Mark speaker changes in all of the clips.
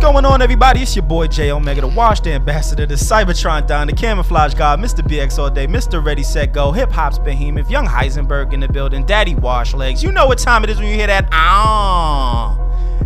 Speaker 1: going, everybody? It's your boy J Omega, the Wash, the ambassador, the Cybertron Don, the camouflage god, Mr. BX all day, Mr. Ready Set Go, Hip Hop's behemoth, Young Heisenberg in the building, Daddy Wash Legs. You know what time it is when you hear that ah,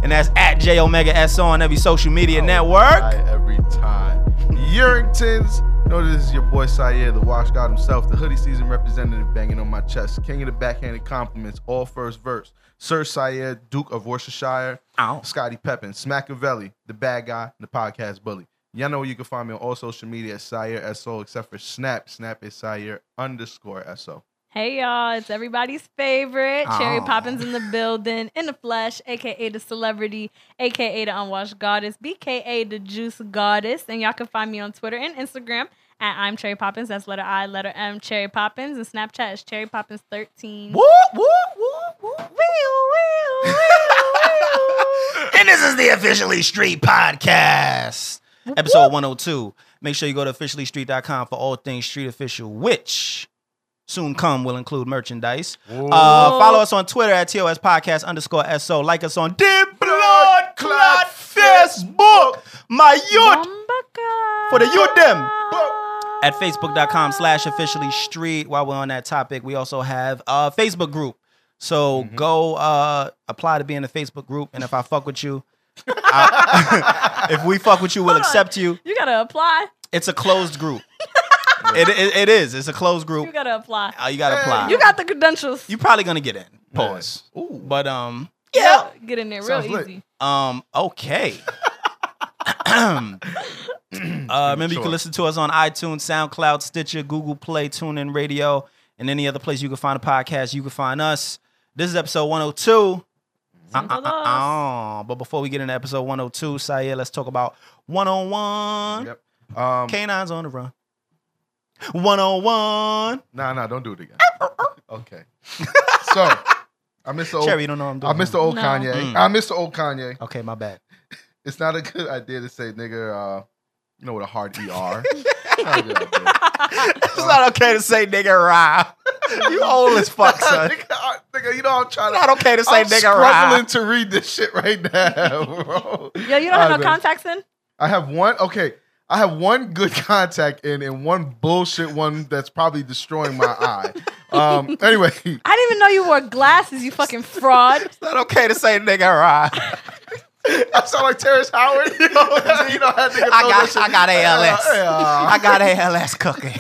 Speaker 1: and that's at J Omega S on every social media
Speaker 2: Oh,
Speaker 1: network.
Speaker 2: Hi, every time. Yeringtons. Know this is your boy Sayer, the Wash God himself, the hoodie season representative banging on my chest. King of the backhanded compliments, all first verse. Sir Sayer, Duke of Worcestershire.
Speaker 1: Ow.
Speaker 2: Scotty Peppin, Smackavelli, the bad guy, and the podcast bully. Y'all know you can find me on all social media at Sire SO, except for Snap. Snap is Sire underscore SO.
Speaker 3: Hey y'all, it's everybody's favorite. Cherry
Speaker 1: Aw.
Speaker 3: Poppins in the building, in the flesh, aka the celebrity, aka the unwashed goddess, BKA the juice goddess. And y'all can find me on Twitter and Instagram at I'm Cherry Poppins. That's letter I, letter M, Cherry Poppins. And Snapchat is Cherry Poppins 13.
Speaker 1: Whoop, whoop, whoop, whoop. and this is the Officially Street Podcast, episode 102. Make sure you go to officiallystreet.com for all things street official, which soon come will include merchandise. Uh, follow us on Twitter at TOS Podcast underscore SO. Like us on Dear Blood Clot Facebook, my youth
Speaker 3: Bumbaka.
Speaker 1: for the youth them at facebook.com slash officially street while we're on that topic we also have a facebook group so go uh, apply to be in the facebook group and if i fuck with you I- if we fuck with you we'll
Speaker 3: Hold on.
Speaker 1: accept you
Speaker 3: You gotta apply.
Speaker 1: it's a closed group it, it, it is it's a closed
Speaker 3: You
Speaker 1: group
Speaker 3: gotta apply.
Speaker 1: uh, you gotta apply
Speaker 3: You got the credentials.
Speaker 1: you probably gonna get in pause but um yeah
Speaker 3: Get in there real
Speaker 2: Sounds
Speaker 3: easy.
Speaker 2: lit.
Speaker 1: um okay Uh, remember, you can
Speaker 2: Sure.
Speaker 1: listen to us on iTunes, SoundCloud, Stitcher, Google Play, TuneIn Radio, and any other place you can find a podcast. You can find us. This is episode 102. Uh, uh, uh, uh. But before we get into episode 102, Sayer, let's talk about 101.
Speaker 2: Yep. Um,
Speaker 1: Canines on the run. 101.
Speaker 2: nah, nah, don't do it again.
Speaker 3: Oh,
Speaker 2: Okay. So, I missed the old,
Speaker 1: Cherry, you don't know what I'm doing.
Speaker 2: I missed the old
Speaker 3: No.
Speaker 2: Kanye.
Speaker 1: Mm.
Speaker 2: I missed the old Kanye.
Speaker 1: Okay, my bad.
Speaker 2: It's not a good idea to say nigga, uh, you know, with a hard ER. It's not a good idea.
Speaker 1: it's not okay to say nigga rah. you old as fuck, son.
Speaker 2: nigga, I- nigga, you know I'm trying to.
Speaker 1: Not okay to say
Speaker 2: I'm
Speaker 1: nigga
Speaker 2: struggling
Speaker 1: rah.
Speaker 2: to read this shit right now, bro.
Speaker 3: Yo, you don't have
Speaker 2: Alright,
Speaker 3: no
Speaker 2: man.
Speaker 3: contacts in?
Speaker 2: I have one. Okay, I have one good contact in, and one bullshit one that's probably destroying my eye. Um. Anyway,
Speaker 3: I didn't even know you wore glasses, you fucking fraud.
Speaker 1: It's not okay to say nigga rah.
Speaker 2: I sound like Terrence Howard. You know, you know that nigga
Speaker 1: I
Speaker 2: throw
Speaker 1: got-
Speaker 2: that shit-
Speaker 1: I got ALS.
Speaker 2: Yeah, yeah.
Speaker 1: I got ALS cooking.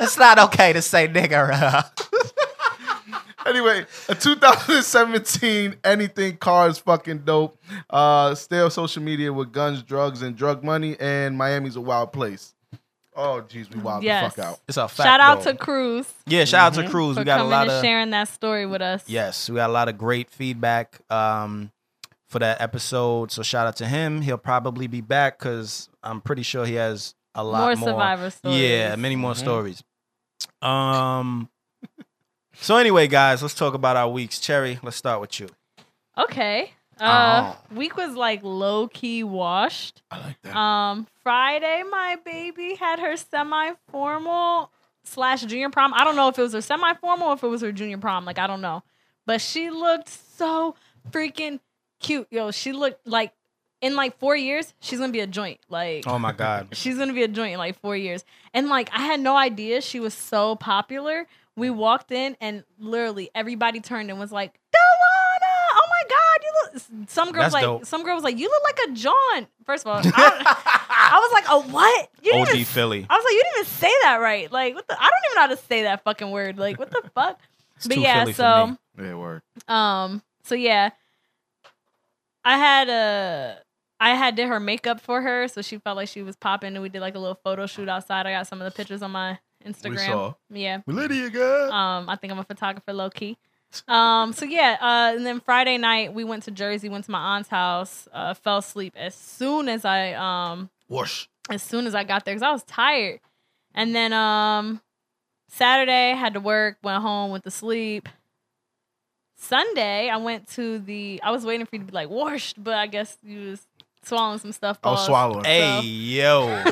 Speaker 1: it's not okay to say nigger. Uh,
Speaker 2: Anyway, a 2017 anything cars fucking dope. Uh, stay on social media with guns, drugs, and drug money. And Miami's a wild place. Oh, jeez, we wild
Speaker 3: Yes.
Speaker 2: the fuck out.
Speaker 1: it's a fact.
Speaker 3: Shout out
Speaker 1: though.
Speaker 3: to Cruz
Speaker 1: yeah. Shout out to Cruz.
Speaker 3: for
Speaker 1: We got a
Speaker 3: coming
Speaker 1: lot
Speaker 3: and
Speaker 1: of
Speaker 3: sharing that story with us.
Speaker 1: yes. We got a lot of great feedback um, for that episode. So shout out to him. He'll probably be back because I'm pretty sure he has a lot
Speaker 3: more,
Speaker 1: more.
Speaker 3: survivor stories.
Speaker 1: Yeah, many more
Speaker 2: Mhm.
Speaker 1: stories. Um. so anyway, guys, let's talk about our weeks. Cherry, let's start with you.
Speaker 3: Okay. Uh,
Speaker 1: Uh-huh.
Speaker 3: Week was like low key washed.
Speaker 2: I like that.
Speaker 3: Um, Friday, my baby had her semi formal slash junior prom. I don't know if it was her semi formal or if it was her junior prom. Like, I don't know. But she looked so freaking cute. Yo, she looked like in like four years, she's gonna be a joint. Like,
Speaker 1: Oh my God.
Speaker 3: She's gonna be a joint in like four years. And like I had no idea she was so popular. We walked in and literally everybody turned and was like, Delana! Oh my god, you look some girl
Speaker 1: That's
Speaker 3: was like
Speaker 1: dope.
Speaker 3: some girl was like, You look like a John. First of all, I, I was like, a what? You didn't
Speaker 1: OG
Speaker 3: even-
Speaker 1: Philly.
Speaker 3: I was like, you didn't even say that right. Like what the I don't even know how to say that fucking word. Like what the fuck?
Speaker 1: It's
Speaker 3: but
Speaker 1: too
Speaker 3: yeah,
Speaker 1: Philly for
Speaker 3: so
Speaker 1: me.
Speaker 2: Yeah, word.
Speaker 3: um, so yeah, I had a. I had did her makeup for her, so she felt like she was popping, and we did like a little photo shoot outside. I got some of the pictures on my Instagram.
Speaker 2: We saw.
Speaker 3: Yeah,
Speaker 2: Lydia, girl.
Speaker 3: um, I think I'm a photographer low key. Um, so yeah, uh, and then Friday night we went to Jersey, went to my aunt's house, uh, fell asleep as soon as I um
Speaker 2: Whoosh.
Speaker 3: as soon as I got there because I was tired. And then um Saturday had to work, went home, went to sleep. Sunday I went to the I was waiting for you to be like washed, but I guess you was swallowing some stuff.
Speaker 2: I was
Speaker 3: pause.
Speaker 2: swallowing.
Speaker 1: Hey yo.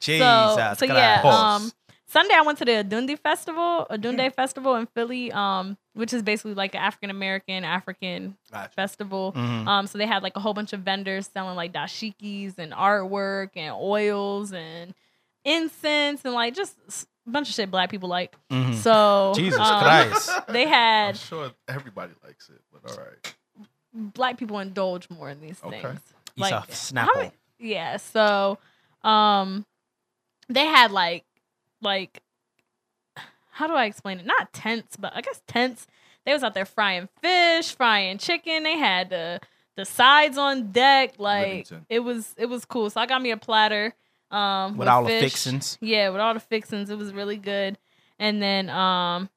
Speaker 1: Jesus
Speaker 3: so, so yeah,
Speaker 1: Christ.
Speaker 2: Pause.
Speaker 3: um Sunday I went to the Adunde Festival, Adunde Festival in Philly, um, which is basically like the African American African
Speaker 2: Gotcha. Mm-hmm.
Speaker 3: festival.
Speaker 1: Mm-hmm,
Speaker 4: Mhm.
Speaker 3: Um, so they had like a whole bunch of vendors selling like dashikis and artwork and oils and incense and like just s- a bunch of shit black people like.
Speaker 1: mm-hmm.
Speaker 4: Mhm.
Speaker 3: So
Speaker 4: Jesus
Speaker 3: um,
Speaker 4: Christ.
Speaker 3: They
Speaker 2: Hmm. I'm
Speaker 3: had
Speaker 2: sure everybody likes it, but all right.
Speaker 3: black people indulge more in these
Speaker 2: Okay.
Speaker 3: things.
Speaker 4: He's a
Speaker 3: Like, how
Speaker 4: snapple.
Speaker 3: many- yeah, so um they had like like how do I explain it? Not tents, but I guess tents. They was out there frying fish, frying chicken. They had the the sides on deck. Like
Speaker 2: Livingston.
Speaker 3: it was it was cool. So I got me a platter. Um
Speaker 4: With all the
Speaker 3: fish.
Speaker 4: fixings.
Speaker 3: Yeah, with all the fixings. It was really good. And then um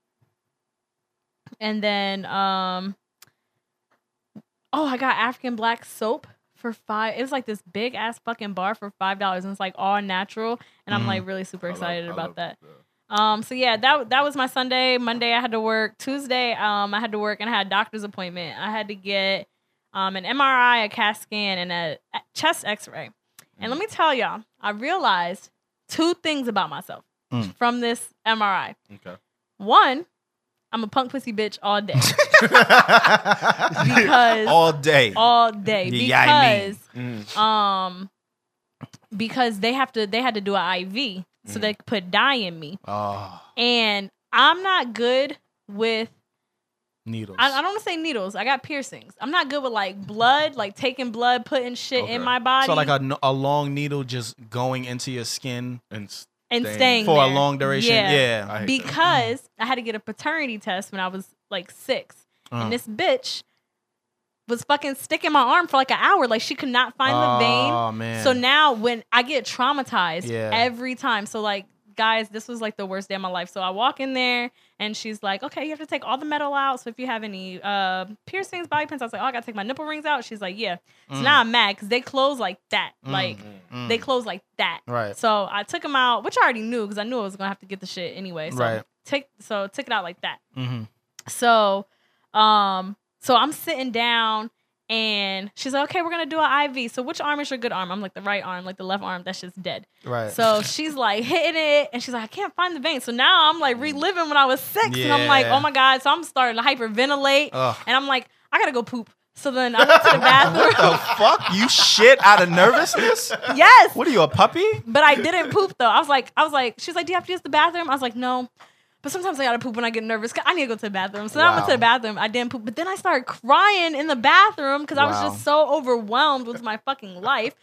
Speaker 3: and then um oh I got African black soap for five it was like this big ass fucking bar for five dollars and it's like all natural and I'm
Speaker 4: Mhm.
Speaker 3: like really super
Speaker 2: Mm. I love-
Speaker 3: excited
Speaker 2: I love
Speaker 3: about that.
Speaker 2: the-
Speaker 3: Um so yeah that that was my Sunday. Monday I had to work. Tuesday um I had to work and I had a doctor's appointment. I had to get um an MRI, a CAT scan, and a chest X-ray. And let me tell y'all, I realized two things about myself
Speaker 4: Mm.
Speaker 3: from this MRI.
Speaker 2: Okay.
Speaker 3: One, I'm a punk pussy bitch all day.
Speaker 4: because all day.
Speaker 3: all day.
Speaker 4: Yeah, I mean.
Speaker 3: Because um because they have to they had to do an IV so
Speaker 2: Mm.
Speaker 3: they could put dye in me.
Speaker 4: oh,
Speaker 3: And I'm not good with
Speaker 4: needles.
Speaker 3: I, I don't want to say needles. I got piercings. I'm not good with like blood, like taking blood, putting shit
Speaker 2: Okay.
Speaker 3: in my body
Speaker 4: so like a, n- a long needle just going into your skin
Speaker 2: And s-
Speaker 3: and
Speaker 2: Dang.
Speaker 3: staying
Speaker 4: for a
Speaker 3: there.
Speaker 4: long duration.
Speaker 3: Yeah.
Speaker 4: Yeah.
Speaker 2: I hate that.
Speaker 3: because I had to get a paternity test when I was like six,
Speaker 4: Uh.
Speaker 3: and this bitch was fucking sticking my arm for like an hour. Like she could not find the vein.
Speaker 4: Oh man.
Speaker 3: So now when I get traumatized
Speaker 4: Yeah.
Speaker 3: every time, so like guys, this was like the worst day of my life. So I walk in there and she's like, "Okay, you have to take all the metal out. So if you have any uh, piercings, body pins," I was like, "Oh, I gotta take my nipple rings out." She's like, "Yeah." So
Speaker 4: Mm.
Speaker 3: now I'm mad because they close like that.
Speaker 4: Mm.
Speaker 3: Like
Speaker 4: Mm.
Speaker 3: they close like that.
Speaker 4: Right.
Speaker 3: So I took him out, which I already knew because I knew I was gonna have to get the shit anyway. So
Speaker 4: Right.
Speaker 3: Take so took it out like that.
Speaker 4: Mhm.
Speaker 3: So, um, so I'm sitting down and she's like, "Okay, we're gonna do an IV. So which arm is your good arm?" I'm like, "The right arm, like the left arm. That's just dead."
Speaker 4: Right.
Speaker 3: So she's like hitting it, and she's like, "I can't find the vein." So now I'm like reliving when I was six, and I'm like,
Speaker 4: Mm. Yeah.
Speaker 3: "Oh my god!" So I'm starting to hyperventilate,
Speaker 4: Ugh.
Speaker 3: and I'm like, "I gotta go poop." So then I went to the bathroom.
Speaker 4: fuck you shit out of nervousness?
Speaker 3: yes.
Speaker 4: What are you a puppy?
Speaker 3: But I didn't poop though. I was like, I was like, she's like, do you have to use the bathroom? I was like, no. But sometimes I gotta poop when I get nervous. 'cause I need to go to the bathroom. So then I went
Speaker 4: Wow.
Speaker 3: to the bathroom. I didn't poop, but then I started crying in the bathroom because I was
Speaker 4: Wow. Uh-huh.
Speaker 3: just so overwhelmed with my fucking life.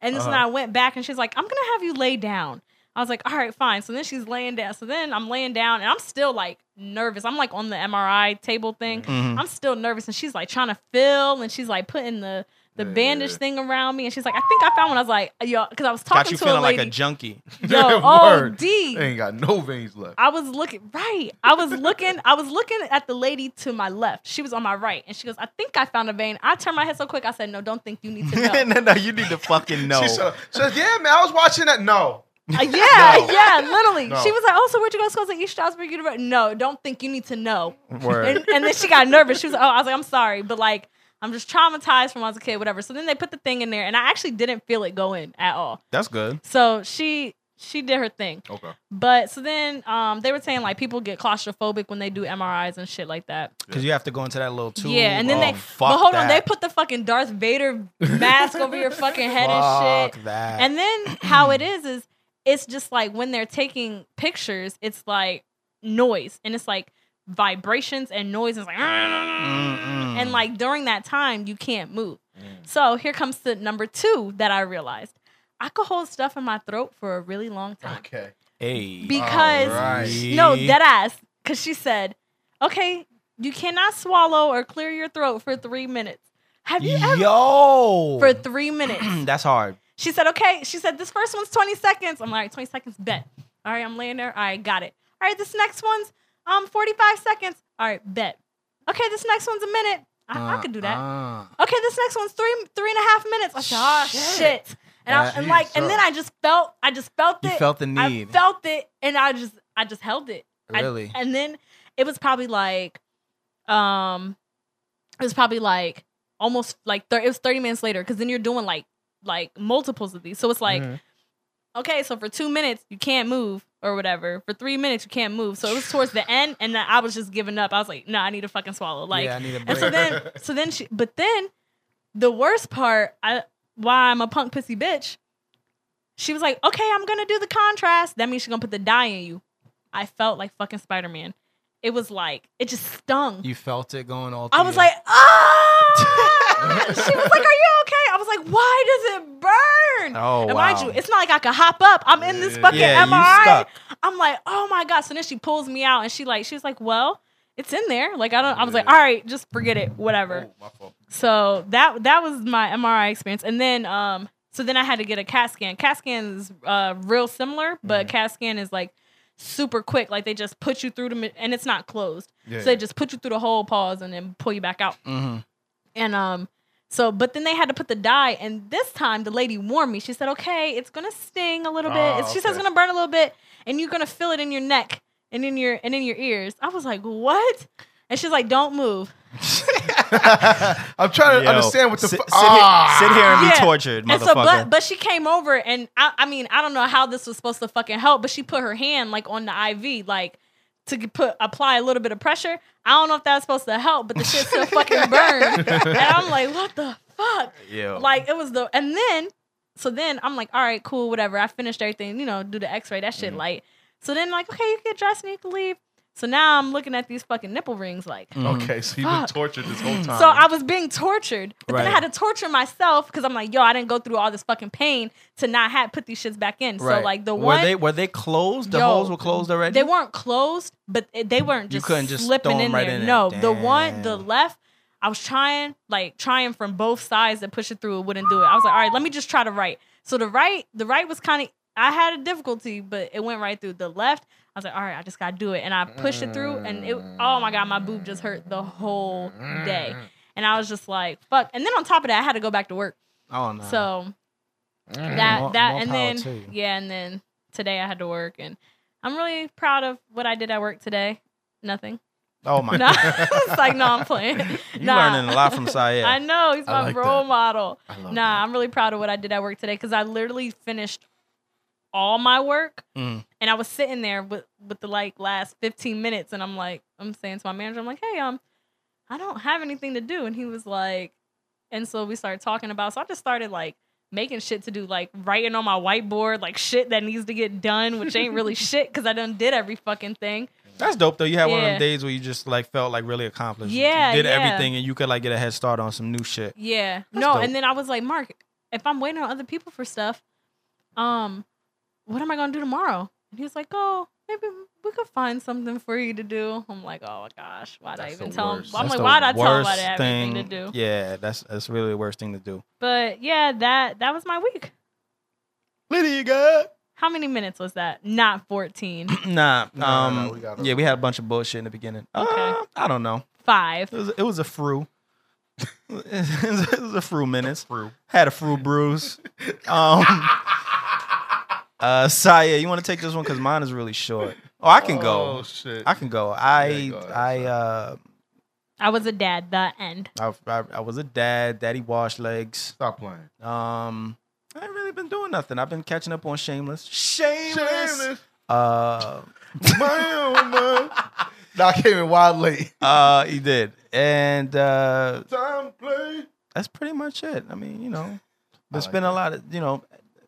Speaker 3: And this, and I went back, and she's like, I'm gonna have you lay down. I was like, all right, fine. So then she's laying down. So then I'm laying down, and I'm still like nervous. I'm like on the MRI table thing.
Speaker 4: Mhm.
Speaker 3: I'm still nervous, and she's like trying to feel, and she's like putting the the
Speaker 2: Yeah, yeah,
Speaker 3: bandage
Speaker 2: yeah.
Speaker 3: thing around me, and she's like, I think I found one. I was like, yo, because I was talking
Speaker 4: Got you
Speaker 3: to
Speaker 4: feeling
Speaker 3: a lady.
Speaker 4: like a junkie.
Speaker 3: Yo, oh,
Speaker 2: Word. They
Speaker 3: D.
Speaker 2: ain't got no veins left.
Speaker 3: I was looking right. I was looking. I was looking at the lady to my left. She was on my right, and she goes, "I think I found a vein." I turned my head so quick. I said, "No, don't think you need to know."
Speaker 4: no, no, you need to fucking know.
Speaker 2: She said, said, "Yeah, man, I was watching that." No,
Speaker 3: Uh, yeah,
Speaker 2: No.
Speaker 3: yeah, literally.
Speaker 2: No.
Speaker 3: She was like, "Oh, so where'd you go to school?" I was like, "East Stroudsburg University." No, don't think you need to know.
Speaker 4: Word.
Speaker 3: And, and then she got nervous. She was like, "Oh, I was like, I'm sorry, but like, I'm just traumatized from when I was a kid, whatever." So then they put the thing in there, and I actually didn't feel it go in at all.
Speaker 4: That's good.
Speaker 3: So she she did her thing.
Speaker 2: okay.
Speaker 3: But so then um, they were saying like people get claustrophobic when they do MRIs and shit like that.
Speaker 4: Because you have to go into that little tube.
Speaker 3: yeah, and then
Speaker 4: Oh,
Speaker 3: they
Speaker 4: fuck
Speaker 3: but hold on, they
Speaker 4: that.
Speaker 3: put the fucking Darth Vader mask over your fucking head and
Speaker 4: fuck
Speaker 3: shit.
Speaker 4: that.
Speaker 3: And then how it is is it's just like when they're taking pictures, it's like noise and it's like vibrations and noise and it's like
Speaker 4: Mm-mm.
Speaker 3: and like during that time you can't move.
Speaker 4: Mm.
Speaker 3: So here comes to number two that I realized. I could hold stuff in my throat for a really long time.
Speaker 2: Okay.
Speaker 4: hey,
Speaker 3: Because
Speaker 2: Alright.
Speaker 3: no, dead ass. Because she said, okay, you cannot swallow or clear your throat for three minutes. Have you ever?
Speaker 4: yo
Speaker 3: For three minutes.
Speaker 4: Mm, that's hard.
Speaker 3: she said, okay. She said, this first one's 20 seconds. I'm like, 20 seconds, bet. All right, I'm laying there. All right, got it. All right, this next one's um 45 seconds. All right, bet. Okay, this next one's a minute. I, I could do that.
Speaker 4: Uh-huh. Uh-uh.
Speaker 3: Okay, this next one's three three and a half minutes. I said, oh
Speaker 4: Shit.
Speaker 3: shit. And, I, and
Speaker 2: Jeez,
Speaker 3: like, and then
Speaker 2: sir.
Speaker 3: I just felt, I just felt
Speaker 4: You
Speaker 3: it.
Speaker 4: felt the
Speaker 3: I
Speaker 4: need.
Speaker 3: felt it, and I just, I just held it. I-
Speaker 4: really?
Speaker 3: and then it was probably like um it was probably like almost like thir- it was 30 minutes later because then you're doing like like multiples of these so it's like okay so for two minutes you can't move or whatever for three minutes. You can't move. So it was towards the end, and then I was just giving up. I was like, no, I need to fucking swallow. Like,
Speaker 4: yeah, I need a break.
Speaker 3: and so then, so then she, but then the worst part, I, why I'm a punk pussy bitch, she was like, okay, I'm gonna do the contrast. That means she's gonna put the dye in you. I felt like fucking Spider Man. It was like, it just stung.
Speaker 4: you felt it going all.
Speaker 3: I
Speaker 4: through
Speaker 3: was
Speaker 4: you.
Speaker 3: like, ah! she was like, are you okay? I was like, why does it burn?
Speaker 4: oh
Speaker 3: and
Speaker 4: wow.
Speaker 3: mind you, it's not like I could hop up. I'm in this
Speaker 2: Yeah,
Speaker 3: fucking
Speaker 4: yeah, you
Speaker 3: MRI.
Speaker 4: stuck.
Speaker 3: I'm like, oh my god. So then she pulls me out, and she like, she was like, well, it's in there. Like I don't. I was like,
Speaker 2: Yeah.
Speaker 3: all right, just forget it, whatever.
Speaker 2: Oh, my fault.
Speaker 3: So that that was my MRI experience, and then um, so then I had to get a CAT scan. CAT scan is uh real similar, but CAT scan is like super quick. Like they just put you through the mi- and it's not closed,
Speaker 2: Yeah. Mm-hmm.
Speaker 3: so they just put you through the whole pause and then pull you back out.
Speaker 4: Mhm.
Speaker 3: And um, so but then they had to put the dye, and this time the lady warned me. She said, "Okay, it's gonna sting a little bit.
Speaker 2: Oh,
Speaker 3: It's- she says
Speaker 2: okay.
Speaker 3: it's gonna burn a little bit, and you're gonna feel it in your neck and in your and in your ears." I was like, "What?" And she's like, "Don't move."
Speaker 2: I'm trying to
Speaker 4: Yo,
Speaker 2: understand what the
Speaker 4: sit,
Speaker 2: fu-
Speaker 4: sit,
Speaker 2: Ah!
Speaker 4: here, sit here and be
Speaker 3: Yeah.
Speaker 4: tortured,
Speaker 3: And so,
Speaker 4: motherfucker.
Speaker 3: but but she came over, and I, I mean, I don't know how this was supposed to fucking help, but she put her hand like on the IV, like to g- put apply a little bit of pressure. I don't know if that's supposed to help, but the shit still fucking burned, and I'm like, what the fuck?
Speaker 4: yeah.
Speaker 3: Like it was the, and then so then I'm like, all right, cool, whatever. I finished everything, you know, do the X-ray, that shit light. So then like, okay, you get dressed and you can leave. So now I'm looking at these fucking nipple rings, like.
Speaker 2: Okay, so you've been
Speaker 3: Mm. Fuck.
Speaker 2: tortured this whole time.
Speaker 3: So I was being tortured, but then I
Speaker 4: Right.
Speaker 3: had to torture myself because I'm like, yo, I didn't go through all this fucking pain to not have put these shits back in. So like the
Speaker 4: were
Speaker 3: one
Speaker 4: they were they closed? The
Speaker 3: Yo,
Speaker 4: holes were closed already.
Speaker 3: they weren't closed, but it- they weren't
Speaker 4: You
Speaker 3: just
Speaker 4: couldn't just
Speaker 3: slipping
Speaker 4: throw 'em
Speaker 3: in
Speaker 4: right
Speaker 3: there.
Speaker 4: in there.
Speaker 3: no, the one, the
Speaker 4: Damn.
Speaker 3: left, I was trying like trying from both sides to push it through. It wouldn't do it. I was like, all right, let me just try the right. So the right, the right was kind of I had a difficulty, but it went right through. The left, I was like, all right, I just gotta do it, and I pushed it through, and it. Oh my god, my boob just hurt the whole day, and I was just like, fuck. And then on top of that, I had to go back to work.
Speaker 4: oh no.
Speaker 3: So
Speaker 4: Mm.
Speaker 3: that
Speaker 4: More-
Speaker 3: that
Speaker 4: more
Speaker 3: and
Speaker 4: power
Speaker 3: then
Speaker 4: to you.
Speaker 3: yeah, and then today I had to work, and I'm really proud of what I did at work today. Nothing.
Speaker 4: oh my.
Speaker 3: No,
Speaker 4: God.
Speaker 3: it's like no, I'm playing.
Speaker 4: You
Speaker 3: nah.
Speaker 4: learning a lot from Syed.
Speaker 3: I know he's
Speaker 2: I
Speaker 3: my
Speaker 2: like
Speaker 3: role
Speaker 2: that.
Speaker 3: model.
Speaker 2: I
Speaker 3: Nah,
Speaker 2: love
Speaker 3: I'm really proud of what I did at work today because I literally finished all my work,
Speaker 4: Mm.
Speaker 3: and I was sitting there with with the like last 15 minutes, and I'm like, I'm saying to my manager, I'm like, hey, um, I don't have anything to do, and he was like, and so we started talking about. So I just started like making shit to do, like writing on my whiteboard, like shit that needs to get done, which ain't really shit because I done did every fucking thing.
Speaker 4: That's dope though. You had one of
Speaker 3: Yeah.
Speaker 4: them days where you just like felt like really accomplished.
Speaker 3: Yeah,
Speaker 4: you did
Speaker 3: yeah.
Speaker 4: everything and you could like get a head start on some new shit.
Speaker 3: Yeah.
Speaker 4: That's
Speaker 3: no,
Speaker 4: dope.
Speaker 3: and then I was like, Mark, if I'm waiting on other people for stuff, um, what am I gonna do tomorrow? And he was like, Oh, maybe we could find something for you to do. I'm like, Oh my gosh, why'd I
Speaker 2: That's the
Speaker 3: even tell him?
Speaker 2: worst.
Speaker 3: I'm
Speaker 4: That's
Speaker 3: like,
Speaker 4: the
Speaker 3: why'd I tell him I
Speaker 4: worst
Speaker 3: didn't have anything to do?
Speaker 4: Yeah, that's that's really the worst thing to do.
Speaker 3: But yeah, that that was my week.
Speaker 4: Lydia got
Speaker 3: How many minutes was that? Not 14.
Speaker 4: nah.
Speaker 2: No,
Speaker 4: um,
Speaker 2: no, no, we got it.
Speaker 4: yeah, we had a bunch of bullshit in the beginning.
Speaker 3: Okay.
Speaker 4: Uh, I don't know.
Speaker 3: Five.
Speaker 4: It was it was a fru. it was a fru minutes.
Speaker 2: Fru.
Speaker 4: Had a fru bruise. Um, uh, Saya, you want to take this one because mine is really short. Oh, I can
Speaker 2: Oh
Speaker 4: go.
Speaker 2: shit!
Speaker 4: I can go. I
Speaker 2: Yeah, go ahead.
Speaker 4: I uh
Speaker 3: I was a dad, the end.
Speaker 4: I, I I was a dad. Daddy washed legs.
Speaker 2: Stop playing.
Speaker 4: Um, I ain't really been doing nothing. I've been catching up on Shameless. Shameless.
Speaker 2: Shameless.
Speaker 4: Uh,
Speaker 2: man, man. Nah, I came in wild late.
Speaker 4: uh, he did, and uh,
Speaker 2: Time play.
Speaker 4: that's pretty much it. I mean, you know, but
Speaker 2: like
Speaker 4: spending
Speaker 2: that.
Speaker 4: a lot of, you know,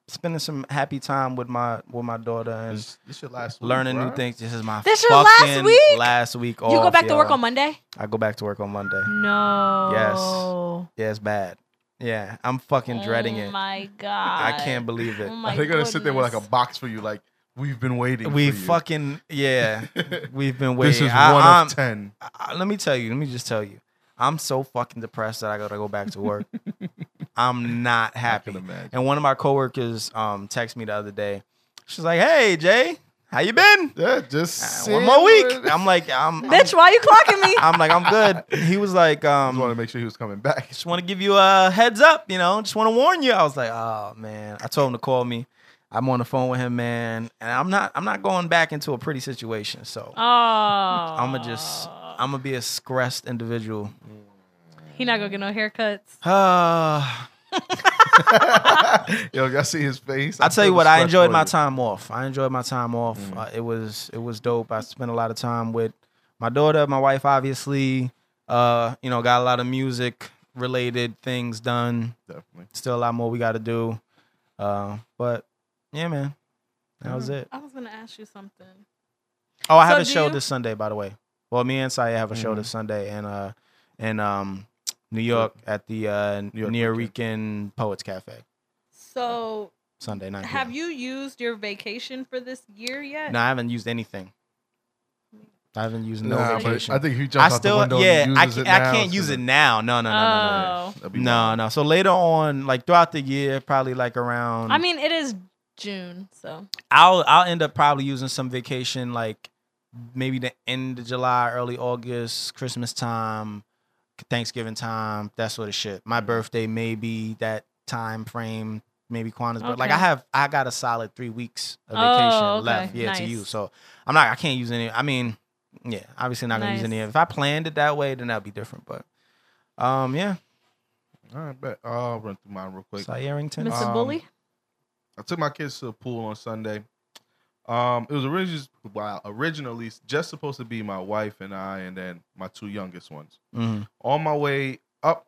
Speaker 4: spending some happy time with my with my daughter and
Speaker 2: This, this your last week,
Speaker 4: learning new
Speaker 2: bruh.
Speaker 4: things. This is my
Speaker 3: This your last
Speaker 4: fucking
Speaker 3: week?
Speaker 4: Last week,
Speaker 3: you go
Speaker 4: off,
Speaker 3: back to
Speaker 4: y'all.
Speaker 3: work on Monday?
Speaker 4: I go back to work on Monday.
Speaker 3: No.
Speaker 4: Yeah, it's bad. Yeah, I'm fucking dreading
Speaker 3: oh
Speaker 4: it.
Speaker 3: My God.
Speaker 4: I can't believe it.
Speaker 3: Oh my
Speaker 2: Are they gonna sit there with like a
Speaker 3: goodness.
Speaker 2: box for you? Like we've been waiting.
Speaker 4: we
Speaker 2: for you.
Speaker 4: fucking yeah. We've been waiting.
Speaker 2: this is
Speaker 4: I-
Speaker 2: one
Speaker 4: I'm-
Speaker 2: of ten.
Speaker 4: I- I- let me tell you. Let me just tell you. I'm so fucking depressed that I gotta go back to work. I'm not
Speaker 2: I
Speaker 4: happy.
Speaker 2: can imagine.
Speaker 4: And one of my coworkers um texted me the other day. She's like, "Hey Jay, how you been?
Speaker 2: Yeah, just
Speaker 4: Uh,
Speaker 2: sit
Speaker 4: One more
Speaker 2: with-
Speaker 4: week." I'm like, "I'm I'm,
Speaker 3: Bitch, why you clocking me?
Speaker 4: I'm like, I'm good." He was like,
Speaker 2: I just want to
Speaker 4: um,
Speaker 2: make sure he was coming back.
Speaker 4: "Just want to give you a heads up, you know. Just want to warn you." I was like, "Oh man," I told him to call me. I'm on the phone with him, man, and I'm not. I'm not going back into a pretty situation. So
Speaker 3: Oh. I'm
Speaker 4: I'ma just- I'm gonna be a stressed individual.
Speaker 3: He not gonna get no haircuts.
Speaker 4: Ah.
Speaker 2: Yo, y'all see his face.
Speaker 4: I tell you
Speaker 2: feel
Speaker 4: what,
Speaker 2: the
Speaker 4: I
Speaker 2: sweat
Speaker 4: enjoyed
Speaker 2: for
Speaker 4: my
Speaker 2: you.
Speaker 4: time off. I enjoyed my time off.
Speaker 2: Mm.
Speaker 4: Uh, it was it was dope. I spent a lot of time with my daughter, my wife, obviously. Uh, you know, got a lot of music related things done.
Speaker 2: Definitely.
Speaker 4: Still a lot more we got to do. Uh, but yeah, man, that was it.
Speaker 3: I was gonna ask you something.
Speaker 4: Oh, I
Speaker 3: So
Speaker 4: have a
Speaker 3: do
Speaker 4: show
Speaker 3: you-
Speaker 4: this Sunday, by the way. Well, me and Saya have a show
Speaker 2: Mhm.
Speaker 4: this Sunday, and uh, in um, New York at the uh, New
Speaker 2: York Weekend.
Speaker 4: York Rican Poets Cafe
Speaker 3: So,
Speaker 4: Sunday night.
Speaker 3: have you used your vacation for this year yet?
Speaker 4: No, I haven't used anything. I haven't used no
Speaker 2: nah, but
Speaker 4: vacation.
Speaker 2: I think he jumped
Speaker 4: I
Speaker 2: out the
Speaker 4: still,
Speaker 2: window.
Speaker 4: yeah,
Speaker 2: and
Speaker 4: I,
Speaker 2: uses
Speaker 4: ca-
Speaker 2: it
Speaker 4: I
Speaker 2: now,
Speaker 4: can't
Speaker 2: so
Speaker 4: use it
Speaker 2: then-
Speaker 4: now. No, no, no, no,
Speaker 3: Oh.
Speaker 2: That'd be
Speaker 4: no, no,
Speaker 2: wild.
Speaker 4: no. So later on, like throughout the year, probably like around.
Speaker 3: Oh. I mean, it is June, so
Speaker 4: I'll I'll end up probably using some vacation like maybe the end of July, early August, Christmas time, Thanksgiving time, that sort of shit.
Speaker 3: Mm-hmm.
Speaker 4: My birthday maybe that time frame, maybe Kwanzaa. But like
Speaker 3: Okay.
Speaker 4: I have I got a solid three weeks of
Speaker 3: Oh,
Speaker 4: vacation
Speaker 3: okay.
Speaker 4: left, yeah, to
Speaker 3: Nice.
Speaker 4: use. So I'm not I can't use any I mean, yeah, obviously not gonna use
Speaker 3: Nice.
Speaker 4: any of it. If I planned it that way, then that'd be different. But um yeah,
Speaker 2: All right, bet. Oh, I'll run through mine real quick.
Speaker 4: it's like Arrington.
Speaker 3: Mr.
Speaker 2: Um,
Speaker 3: Bully.
Speaker 2: I took my kids to the pool on Sunday. Um, it was originally wow, originally just supposed to be my wife and I, and then my two youngest ones.
Speaker 4: Mhm,
Speaker 2: On my way up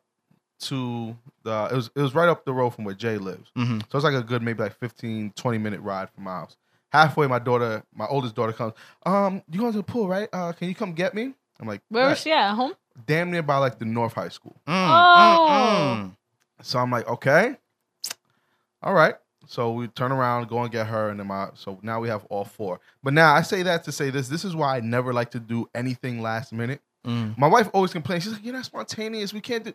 Speaker 2: to the, it was it was right up the road from where Jay lives,
Speaker 4: mhm.
Speaker 2: so it's like a good maybe like 15, 20 minute ride from my house. Halfway, my daughter, my oldest daughter comes. Um, you going to the pool, right? Uh, can you come get me? I'm like,
Speaker 3: Where
Speaker 2: "Bet."
Speaker 3: was she at? At Home?
Speaker 2: Damn near by like the North High School.
Speaker 4: Mm, mm,
Speaker 3: Oh.
Speaker 4: mm.
Speaker 2: So I'm like, okay, all right. So we turn around, go and get her, and then my. So now we have all four. But now I say that to say this. This is why I never like to do anything last minute.
Speaker 4: Mm.
Speaker 2: My wife always complains. She's like, "You're not spontaneous. We can't do."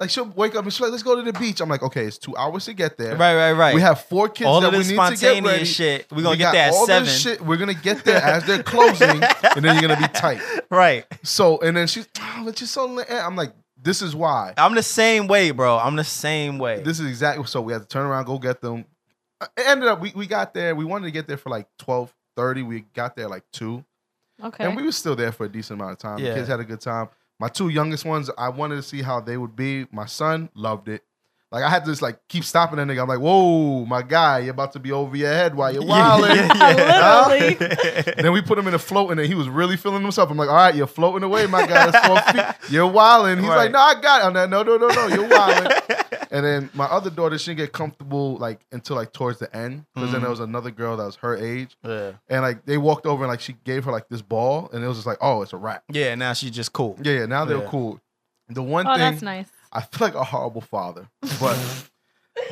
Speaker 2: Like she'll wake up and she's like, "Let's go to the beach." I'm like, "Okay, it's two hours to get there.
Speaker 4: Right, right, right.
Speaker 2: We have four kids
Speaker 4: all
Speaker 2: that
Speaker 4: of this
Speaker 2: we need to get ready.
Speaker 4: spontaneous shit. We're gonna
Speaker 2: We
Speaker 4: get
Speaker 2: got
Speaker 4: that
Speaker 2: all
Speaker 4: seven.
Speaker 2: This shit. We're gonna get there as they're closing, and then you're gonna be tight.
Speaker 4: Right.
Speaker 2: So and then she's, "Oh, but you're so." li-" I'm like, "This is why."
Speaker 4: I'm the same way, bro. I'm the same way.
Speaker 2: This is exactly so we had to turn around, go get them. It ended up we, we got there. We wanted to get there for like twelve thirty. We got there like two.
Speaker 3: Okay.
Speaker 2: And we were still there for a decent amount of time.
Speaker 4: Yeah.
Speaker 2: The kids had a good time. My two youngest ones, I wanted to see how they would be. My son loved it. Like I had to just like keep stopping that nigga. I'm like, whoa, my guy, you're about to be over your head while you're wilding.
Speaker 3: Literally.
Speaker 2: Then we put him in a float, and then he was really feeling himself. I'm like, all right, you're floating away, my guy. That's four feet. You're wilding. He's like,
Speaker 4: Right.
Speaker 2: no, I got it. I'm like, no, no, no, no, you're wilding. And then my other daughter, she didn't get comfortable like until like towards the end. Because then
Speaker 4: Mhm.
Speaker 2: there was another girl that was her age.
Speaker 4: yeah.
Speaker 2: And like they walked over and like she gave her like this ball and it was just like, oh, it's a wrap.
Speaker 4: yeah, now she's just cool.
Speaker 2: Yeah, yeah. Now they're
Speaker 4: Yeah.
Speaker 2: cool. The one
Speaker 3: oh,
Speaker 2: thing
Speaker 3: that's nice.
Speaker 2: I feel like a horrible father. But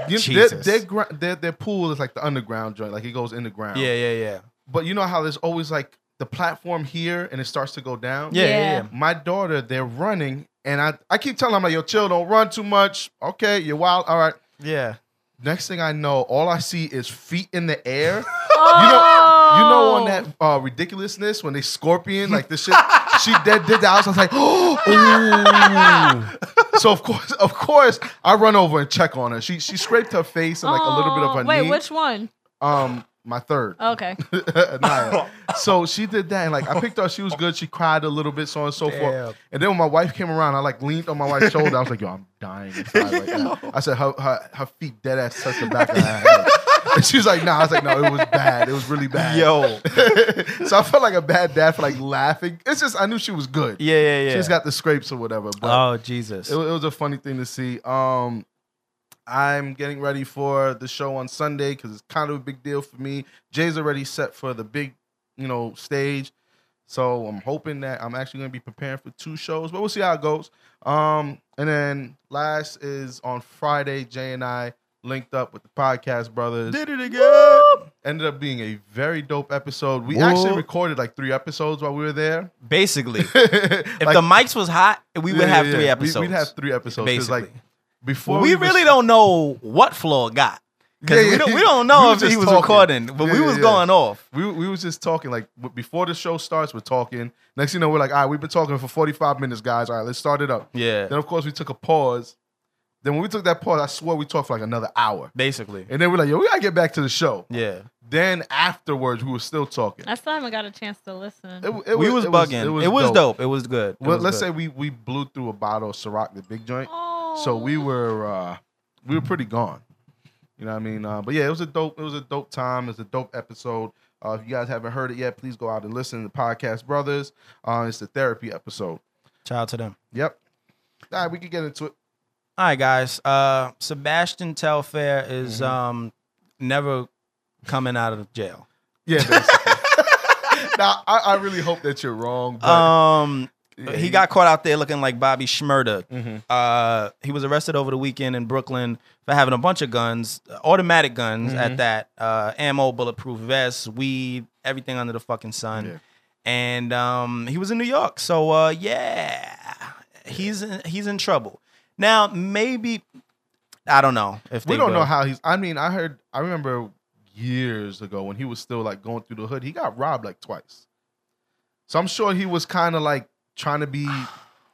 Speaker 2: you, their,
Speaker 4: Jesus.
Speaker 2: their, gr- their their pool is like the underground joint. Like it goes in the ground.
Speaker 4: Yeah, yeah, yeah.
Speaker 2: But you know how there's always like the platform here and it starts to go down?
Speaker 4: Yeah, yeah,
Speaker 3: Yeah.
Speaker 4: yeah.
Speaker 2: my daughter, they're running, and I, I keep telling her, I'm like, yo, chill, don't run too much. Okay, you're wild. All right.
Speaker 4: Yeah.
Speaker 2: Next thing I know, all I see is feet in the air.
Speaker 3: Oh,
Speaker 2: You know, on that uh, ridiculousness when they scorpion, like this shit, she did, did that. I was just like, oh, ooh. so of course, of course, I run over and check on her. She she scraped her face and like a little bit of
Speaker 3: Oh,
Speaker 2: her
Speaker 3: Wait,
Speaker 2: knee.
Speaker 3: which one?
Speaker 2: um, my third.
Speaker 3: Okay.
Speaker 2: Naya. So she did that, and like I picked her. She was good. She cried a little bit, so on and so
Speaker 4: Damn.
Speaker 2: forth. And then when my wife came around, I like leaned on my wife's shoulder. I was like, "Yo, I'm dying inside right now." I said, "Her, her, her feet dead ass touched the back of her head." And she was like, "Nah." I was like, "No, it was bad. It was really bad."
Speaker 4: Yo.
Speaker 2: so I felt like a bad dad for like laughing. It's just I knew she was good.
Speaker 4: Yeah, yeah, yeah.
Speaker 2: She's got the scrapes or whatever. But
Speaker 4: Oh Jesus.
Speaker 2: it, wa- it was a funny thing to see. Um, I'm getting ready for the show on Sunday because it's kind of a big deal for me. Jay's already set for the big, you know, stage. So I'm hoping that I'm actually going to be preparing for two shows, but we'll see how it goes. Um, and then last is on Friday, Jay and I linked up with the podcast brothers.
Speaker 4: Did it again.
Speaker 2: Ended up being a very dope episode. We
Speaker 4: Whoop.
Speaker 2: actually recorded like three episodes while we were there.
Speaker 4: Basically. If
Speaker 2: Like-
Speaker 4: the mics was hot, we would
Speaker 2: Yeah,
Speaker 4: have
Speaker 2: yeah,
Speaker 4: three
Speaker 2: yeah. We-
Speaker 4: episodes.
Speaker 2: We'd have three episodes. 'cause,
Speaker 4: basically.
Speaker 2: Like before
Speaker 4: we
Speaker 2: was-
Speaker 4: really don't know what Floor got. Because
Speaker 2: Yeah, yeah.
Speaker 4: we, don't, we don't
Speaker 2: We
Speaker 4: know
Speaker 2: was
Speaker 4: if he
Speaker 2: just
Speaker 4: was
Speaker 2: talking.
Speaker 4: recording, but
Speaker 2: Yeah,
Speaker 4: we
Speaker 2: yeah,
Speaker 4: was
Speaker 2: yeah.
Speaker 4: going off.
Speaker 2: We, we was just talking like w- before the show starts, we're talking. Next thing you know, we're like, all right, we've been talking for 45 minutes, guys. All right, let's start it up.
Speaker 4: Yeah.
Speaker 2: Then of course we took a pause. Then when we took that pause, I swear we talked for like another hour.
Speaker 4: Basically.
Speaker 2: And then we're like, yo, we gotta get back to the show.
Speaker 4: Yeah.
Speaker 2: Then afterwards, we were still talking.
Speaker 3: I still haven't got a chance to listen.
Speaker 2: It, w- it
Speaker 4: we was, bugging. It was, dope. It was good. It
Speaker 2: Well,
Speaker 4: was
Speaker 2: let's
Speaker 4: good.
Speaker 2: say we we blew through a bottle of Ciroc, the big joint.
Speaker 3: Oh.
Speaker 2: So we were uh we were pretty gone. You know what I mean? Uh, but yeah, it was a dope. It was a dope time. It was a dope episode. Uh, if you guys haven't heard it yet, please go out and listen to Podcast Brothers. Uh, it's the therapy episode.
Speaker 4: Shout out to them.
Speaker 2: Yep. All right, we can get into it.
Speaker 4: All right, guys. Uh, Sebastian Telfair is
Speaker 2: Mhm.
Speaker 4: um, never coming out of jail.
Speaker 2: Yeah. basically. now I, I really hope that you're wrong. But
Speaker 4: Um,
Speaker 2: yeah,
Speaker 4: he got caught out there looking like Bobby Schmurda.
Speaker 2: Mhm.
Speaker 4: Uh, he was arrested over the weekend in Brooklyn for having a bunch of guns, uh, automatic guns
Speaker 2: Mm-hmm.
Speaker 4: at that, uh, ammo, bulletproof vests, weed, everything under the fucking sun.
Speaker 2: Yeah.
Speaker 4: And um, he was in New York, so uh, yeah, he's in, he's in trouble now. Maybe I don't know if
Speaker 2: We
Speaker 4: they
Speaker 2: don't
Speaker 4: will.
Speaker 2: know how he's. I mean, I heard. I remember years ago when he was still like going through the hood. He got robbed like twice. So I'm sure he was kind of like trying to be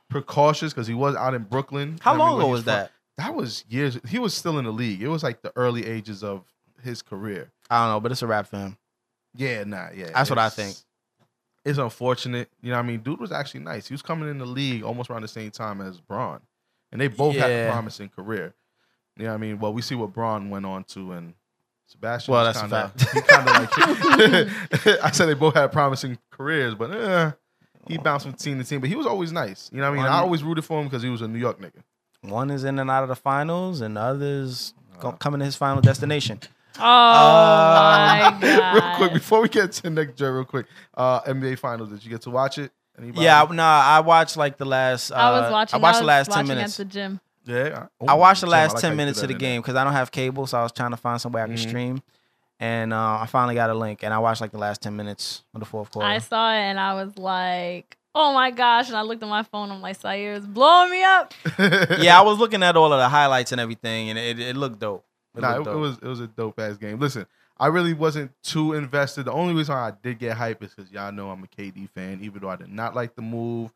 Speaker 2: precautious because he was out in Brooklyn.
Speaker 4: How
Speaker 2: I mean,
Speaker 4: long
Speaker 2: where
Speaker 4: ago
Speaker 2: he's
Speaker 4: was
Speaker 2: from.
Speaker 4: that?
Speaker 2: That was years. He was still in the league. It was like the early ages of his career.
Speaker 4: I don't know, but it's a rap for him.
Speaker 2: Yeah, nah, yeah.
Speaker 4: That's what I
Speaker 2: it's-
Speaker 4: think.
Speaker 2: It's unfortunate. You know what I mean? Dude was actually nice. He was coming in the league almost around the same time as Braun. And they both had a
Speaker 4: Yeah.
Speaker 2: promising career. You know what I mean? Well, we see what Braun went on to and Sebastian.
Speaker 4: Well,
Speaker 2: was
Speaker 4: that's a
Speaker 2: kinda, He kind of like I said they both had promising careers, but eh, he bounced from team to team. But he was always nice. You know what I mean? I
Speaker 4: One-
Speaker 2: always rooted for him because he was a New York nigga.
Speaker 4: One is in and out of the finals, and the others go-
Speaker 2: Uh.
Speaker 4: coming to his final destination.
Speaker 3: Oh my god!
Speaker 2: real quick, before we get to the next Jerry, real quick. Uh NBA Finals. Did you get to watch it? Anybody?
Speaker 4: Yeah, I- nah, I watched like the last. Uh,
Speaker 3: I was watching.
Speaker 4: I watched the last
Speaker 3: was
Speaker 4: ten
Speaker 3: watching
Speaker 4: minutes.
Speaker 3: at the gym.
Speaker 2: Yeah.
Speaker 4: I watched the
Speaker 2: Damn, I like
Speaker 4: last
Speaker 2: how you
Speaker 4: ten
Speaker 2: threw
Speaker 4: minutes
Speaker 2: that
Speaker 4: of the
Speaker 2: in there.
Speaker 4: game because I don't have cable, so I was trying to find some way I could
Speaker 2: Mhm.
Speaker 4: stream. And uh, I finally got a link, and I watched like the last ten minutes of the fourth quarter.
Speaker 3: I saw it and I was like, "Oh my gosh!" And I looked at my phone. I'm like, "Sayer is blowing me up."
Speaker 4: yeah, I was looking at all of the highlights and everything, and it, it looked dope. It
Speaker 2: nah,
Speaker 4: looked
Speaker 2: it, it
Speaker 4: dope.
Speaker 2: was it was a dope ass game. Listen, I really wasn't too invested. The only reason I did get hype is because y'all know I'm a KD fan, even though I did not like the move.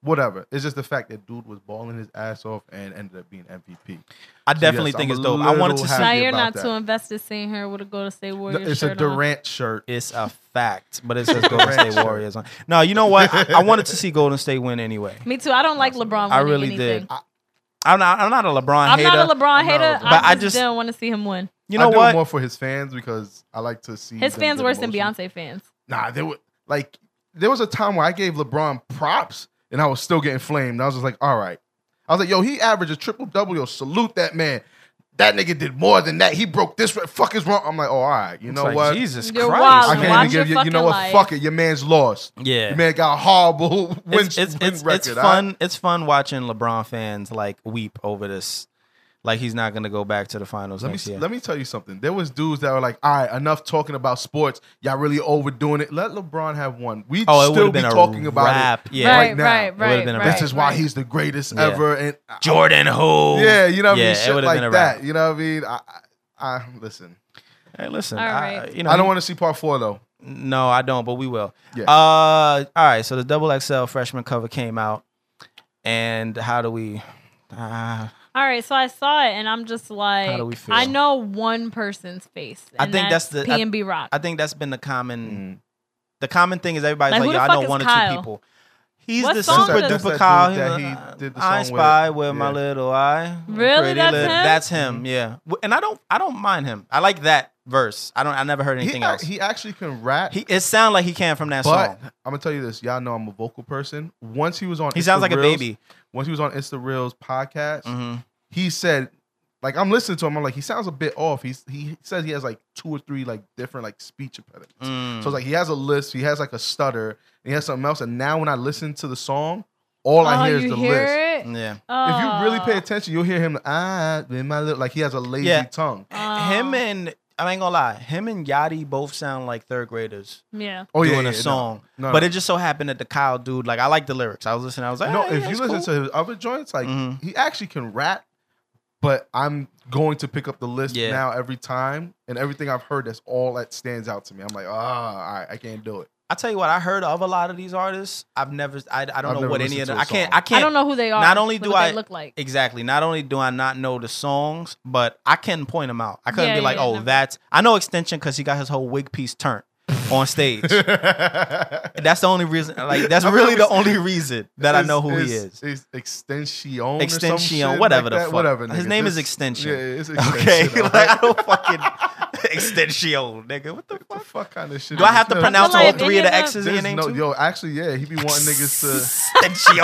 Speaker 2: Whatever. It's just the fact that dude was balling his ass off and ended up being MVP.
Speaker 4: I definitely
Speaker 2: yes,
Speaker 4: think
Speaker 2: I'm
Speaker 4: it's
Speaker 2: a
Speaker 4: dope. I wanted to
Speaker 2: little
Speaker 4: see.
Speaker 2: happy.
Speaker 3: Sayer
Speaker 2: about
Speaker 3: not
Speaker 2: that.
Speaker 3: too invested seeing her with a Go to State
Speaker 2: No,
Speaker 3: Warriors
Speaker 2: it's a
Speaker 3: shirt on.
Speaker 2: Durant shirt.
Speaker 4: It's a fact, but it says Golden
Speaker 2: Durant
Speaker 4: State
Speaker 2: shirt.
Speaker 4: Warriors on. No, you know what? I, I wanted to see Golden State win anyway.
Speaker 3: Me too. I don't like LeBron.
Speaker 4: I
Speaker 3: winning
Speaker 4: really
Speaker 3: anything.
Speaker 4: did. I, I'm not. I'm not a LeBron
Speaker 3: I'm
Speaker 4: hater.
Speaker 3: not a LeBron
Speaker 2: I'm not a
Speaker 3: hater.
Speaker 2: LeBron.
Speaker 3: I,
Speaker 4: But
Speaker 3: just
Speaker 4: I just-
Speaker 3: didn't want to see him win.
Speaker 4: you know
Speaker 2: I do
Speaker 4: what?
Speaker 2: It more for his fans because I like to see
Speaker 3: His
Speaker 2: them
Speaker 3: fans
Speaker 2: get
Speaker 3: worse than
Speaker 2: emotional.
Speaker 3: Beyonce fans.
Speaker 2: Nah, there were like there was a time where I gave LeBron props and I was still getting flamed. I was just like, all right. I was like, yo, he averages triple double. Yo, salute that man. That nigga did more than that. He broke this. re- Fuck is wrong. I'm like, oh, all right. You
Speaker 4: It's
Speaker 2: know
Speaker 4: like,
Speaker 2: what?
Speaker 4: Jesus
Speaker 3: You're
Speaker 4: Christ!
Speaker 3: wild.
Speaker 2: I can't
Speaker 3: Watch
Speaker 2: even give you.
Speaker 3: your
Speaker 2: You know what?
Speaker 3: fucking life.
Speaker 2: Fuck it. Your man's lost.
Speaker 4: Yeah.
Speaker 2: Your man got a horrible win,
Speaker 4: it's it's
Speaker 2: win
Speaker 4: it's,
Speaker 2: record.
Speaker 4: it's
Speaker 2: all right?
Speaker 4: fun. It's fun watching LeBron fans like weep over this. Like he's not gonna go back to the finals
Speaker 2: Let me
Speaker 4: next year.
Speaker 2: let me tell you something. There was dudes that were like, "All right, enough talking about sports. Y'all really overdoing it. Let LeBron have one. We'd
Speaker 4: oh, it would
Speaker 2: still
Speaker 4: have
Speaker 2: be
Speaker 4: been a
Speaker 2: talking about
Speaker 4: rap. Yeah.
Speaker 2: Right. now.
Speaker 3: right,
Speaker 2: It
Speaker 4: would've
Speaker 3: right,
Speaker 4: been
Speaker 2: it.
Speaker 4: a wrap.
Speaker 3: right.
Speaker 2: This is why
Speaker 3: right.
Speaker 2: he's the greatest
Speaker 4: Yeah.
Speaker 2: ever." And I-
Speaker 4: Jordan Ho.
Speaker 2: yeah, you know what I
Speaker 4: Yeah,
Speaker 2: mean.
Speaker 4: it
Speaker 2: Shit
Speaker 4: would've
Speaker 2: like
Speaker 4: been a
Speaker 2: that.
Speaker 4: rap.
Speaker 2: You know what I mean? I, I, I listen.
Speaker 4: Hey, listen.
Speaker 3: All
Speaker 4: I,
Speaker 3: right.
Speaker 4: you know,
Speaker 2: I don't want to see part four though.
Speaker 4: No, I don't. But we will.
Speaker 2: Yeah.
Speaker 4: Uh. All right. So the double XL freshman cover came out, and how do we? Uh,
Speaker 3: All right, so I saw it and I'm just like,
Speaker 4: do we feel?
Speaker 3: I know one person's face.
Speaker 4: I
Speaker 3: and
Speaker 4: think that's the- I-
Speaker 3: PNB Rock.
Speaker 4: I think that's been the common.
Speaker 2: Mm.
Speaker 4: The common thing is everybody's
Speaker 3: Like,
Speaker 4: like,
Speaker 3: who
Speaker 4: "Yo,
Speaker 3: the
Speaker 4: I
Speaker 3: fuck
Speaker 4: know
Speaker 3: is
Speaker 4: one or two
Speaker 3: Kyle?
Speaker 4: people." He's
Speaker 3: What
Speaker 4: the
Speaker 3: song
Speaker 4: super
Speaker 3: does- That's
Speaker 2: that
Speaker 4: duper
Speaker 2: dude
Speaker 4: Kyle. He
Speaker 2: that
Speaker 4: was,
Speaker 2: he
Speaker 4: uh,
Speaker 2: did the
Speaker 4: I
Speaker 2: song
Speaker 4: spy
Speaker 2: with.
Speaker 4: with, my
Speaker 2: Yeah. Mm-hmm.
Speaker 4: little eye.
Speaker 3: Really? That's
Speaker 4: li-
Speaker 3: him?
Speaker 4: That's him. Yeah. W- And I don't. I don't mind him. I like that verse. I don't. I never heard
Speaker 2: He,
Speaker 4: anything
Speaker 2: ac-
Speaker 4: else. He,
Speaker 2: he actually can rap.
Speaker 4: It sounds like he can from that
Speaker 2: but
Speaker 4: song.
Speaker 2: I'm gonna tell you this, y'all know I'm a vocal person. Once he was on,
Speaker 4: He sounds
Speaker 2: Insta
Speaker 4: like a
Speaker 2: Reels- Mm-hmm.
Speaker 4: baby.
Speaker 2: Once he was on Insta Reels podcast,
Speaker 4: hmm
Speaker 2: he said like I'm listening to him. I'm like he sounds a bit off. He's he says he has like two or three like different like speech impediments.
Speaker 4: Mm.
Speaker 2: So it's like he has a list. He has like a stutter. And he has something else. And now when I listen to the song, all
Speaker 3: Oh,
Speaker 2: I hear is the list.
Speaker 3: list.
Speaker 4: yeah.
Speaker 2: If you really pay attention, you'll hear him ah with my lip. Like he has a lazy
Speaker 4: Yeah.
Speaker 3: Oh,
Speaker 2: tongue.
Speaker 4: him and I ain't gonna lie. Him and Yachty both sound like third graders
Speaker 3: yeah.
Speaker 2: Oh
Speaker 4: doing
Speaker 2: yeah, yeah, no,
Speaker 4: a song.
Speaker 2: No,
Speaker 4: But
Speaker 2: no.
Speaker 4: it just so happened that the Kyle dude, like, I like the lyrics. I was listening. I was like,
Speaker 2: no.
Speaker 4: "Hey,
Speaker 2: if you
Speaker 4: that's
Speaker 2: listen
Speaker 4: cool."
Speaker 2: to his other joints, like
Speaker 4: Mhm.
Speaker 2: he actually can rap. But I'm going to pick up the list
Speaker 4: Yeah.
Speaker 2: now every time, and everything I've heard that's all that stands out to me. I'm like, ah, all right, I can't do it.
Speaker 4: I tell you what, I heard of a lot of these artists. I've never, I, I don't
Speaker 2: I've
Speaker 4: know
Speaker 2: never
Speaker 4: what any
Speaker 2: listened
Speaker 4: of
Speaker 2: to
Speaker 4: them.
Speaker 2: a
Speaker 4: I can't,
Speaker 2: song.
Speaker 4: I can't.
Speaker 3: I don't know who they are.
Speaker 4: Not only
Speaker 3: but
Speaker 4: do
Speaker 3: what
Speaker 4: I-
Speaker 3: they look like.
Speaker 4: exactly. Not only do I not know the songs, but I can point them out. I couldn't
Speaker 3: Yeah,
Speaker 4: be like,
Speaker 3: yeah,
Speaker 4: oh,
Speaker 3: never.
Speaker 4: that's. I know Extension because he got his whole wig piece turned. on stage. that's the only reason. Like that's really the only reason that I know who he is.
Speaker 2: It's Extension.
Speaker 4: Extension, whatever the
Speaker 2: that.
Speaker 4: fuck.
Speaker 2: Whatever.
Speaker 4: His
Speaker 2: nigga.
Speaker 4: name is
Speaker 2: Just-
Speaker 4: Extension. uh-huh.
Speaker 2: Yeah, it's Extension.
Speaker 4: Okay,
Speaker 2: all
Speaker 4: like
Speaker 2: right?
Speaker 4: I don't fucking extension, nigga. What the
Speaker 2: What the
Speaker 4: fuck?
Speaker 2: fuck kind of shit?
Speaker 4: Do I
Speaker 2: is
Speaker 4: have to
Speaker 2: this?
Speaker 4: pronounce all
Speaker 3: like
Speaker 4: three
Speaker 3: any of
Speaker 4: of the
Speaker 3: the-
Speaker 4: X's in your
Speaker 2: There's
Speaker 4: name
Speaker 2: no,
Speaker 4: too?
Speaker 2: yo, actually, yeah, he be wanting niggas
Speaker 4: Extension,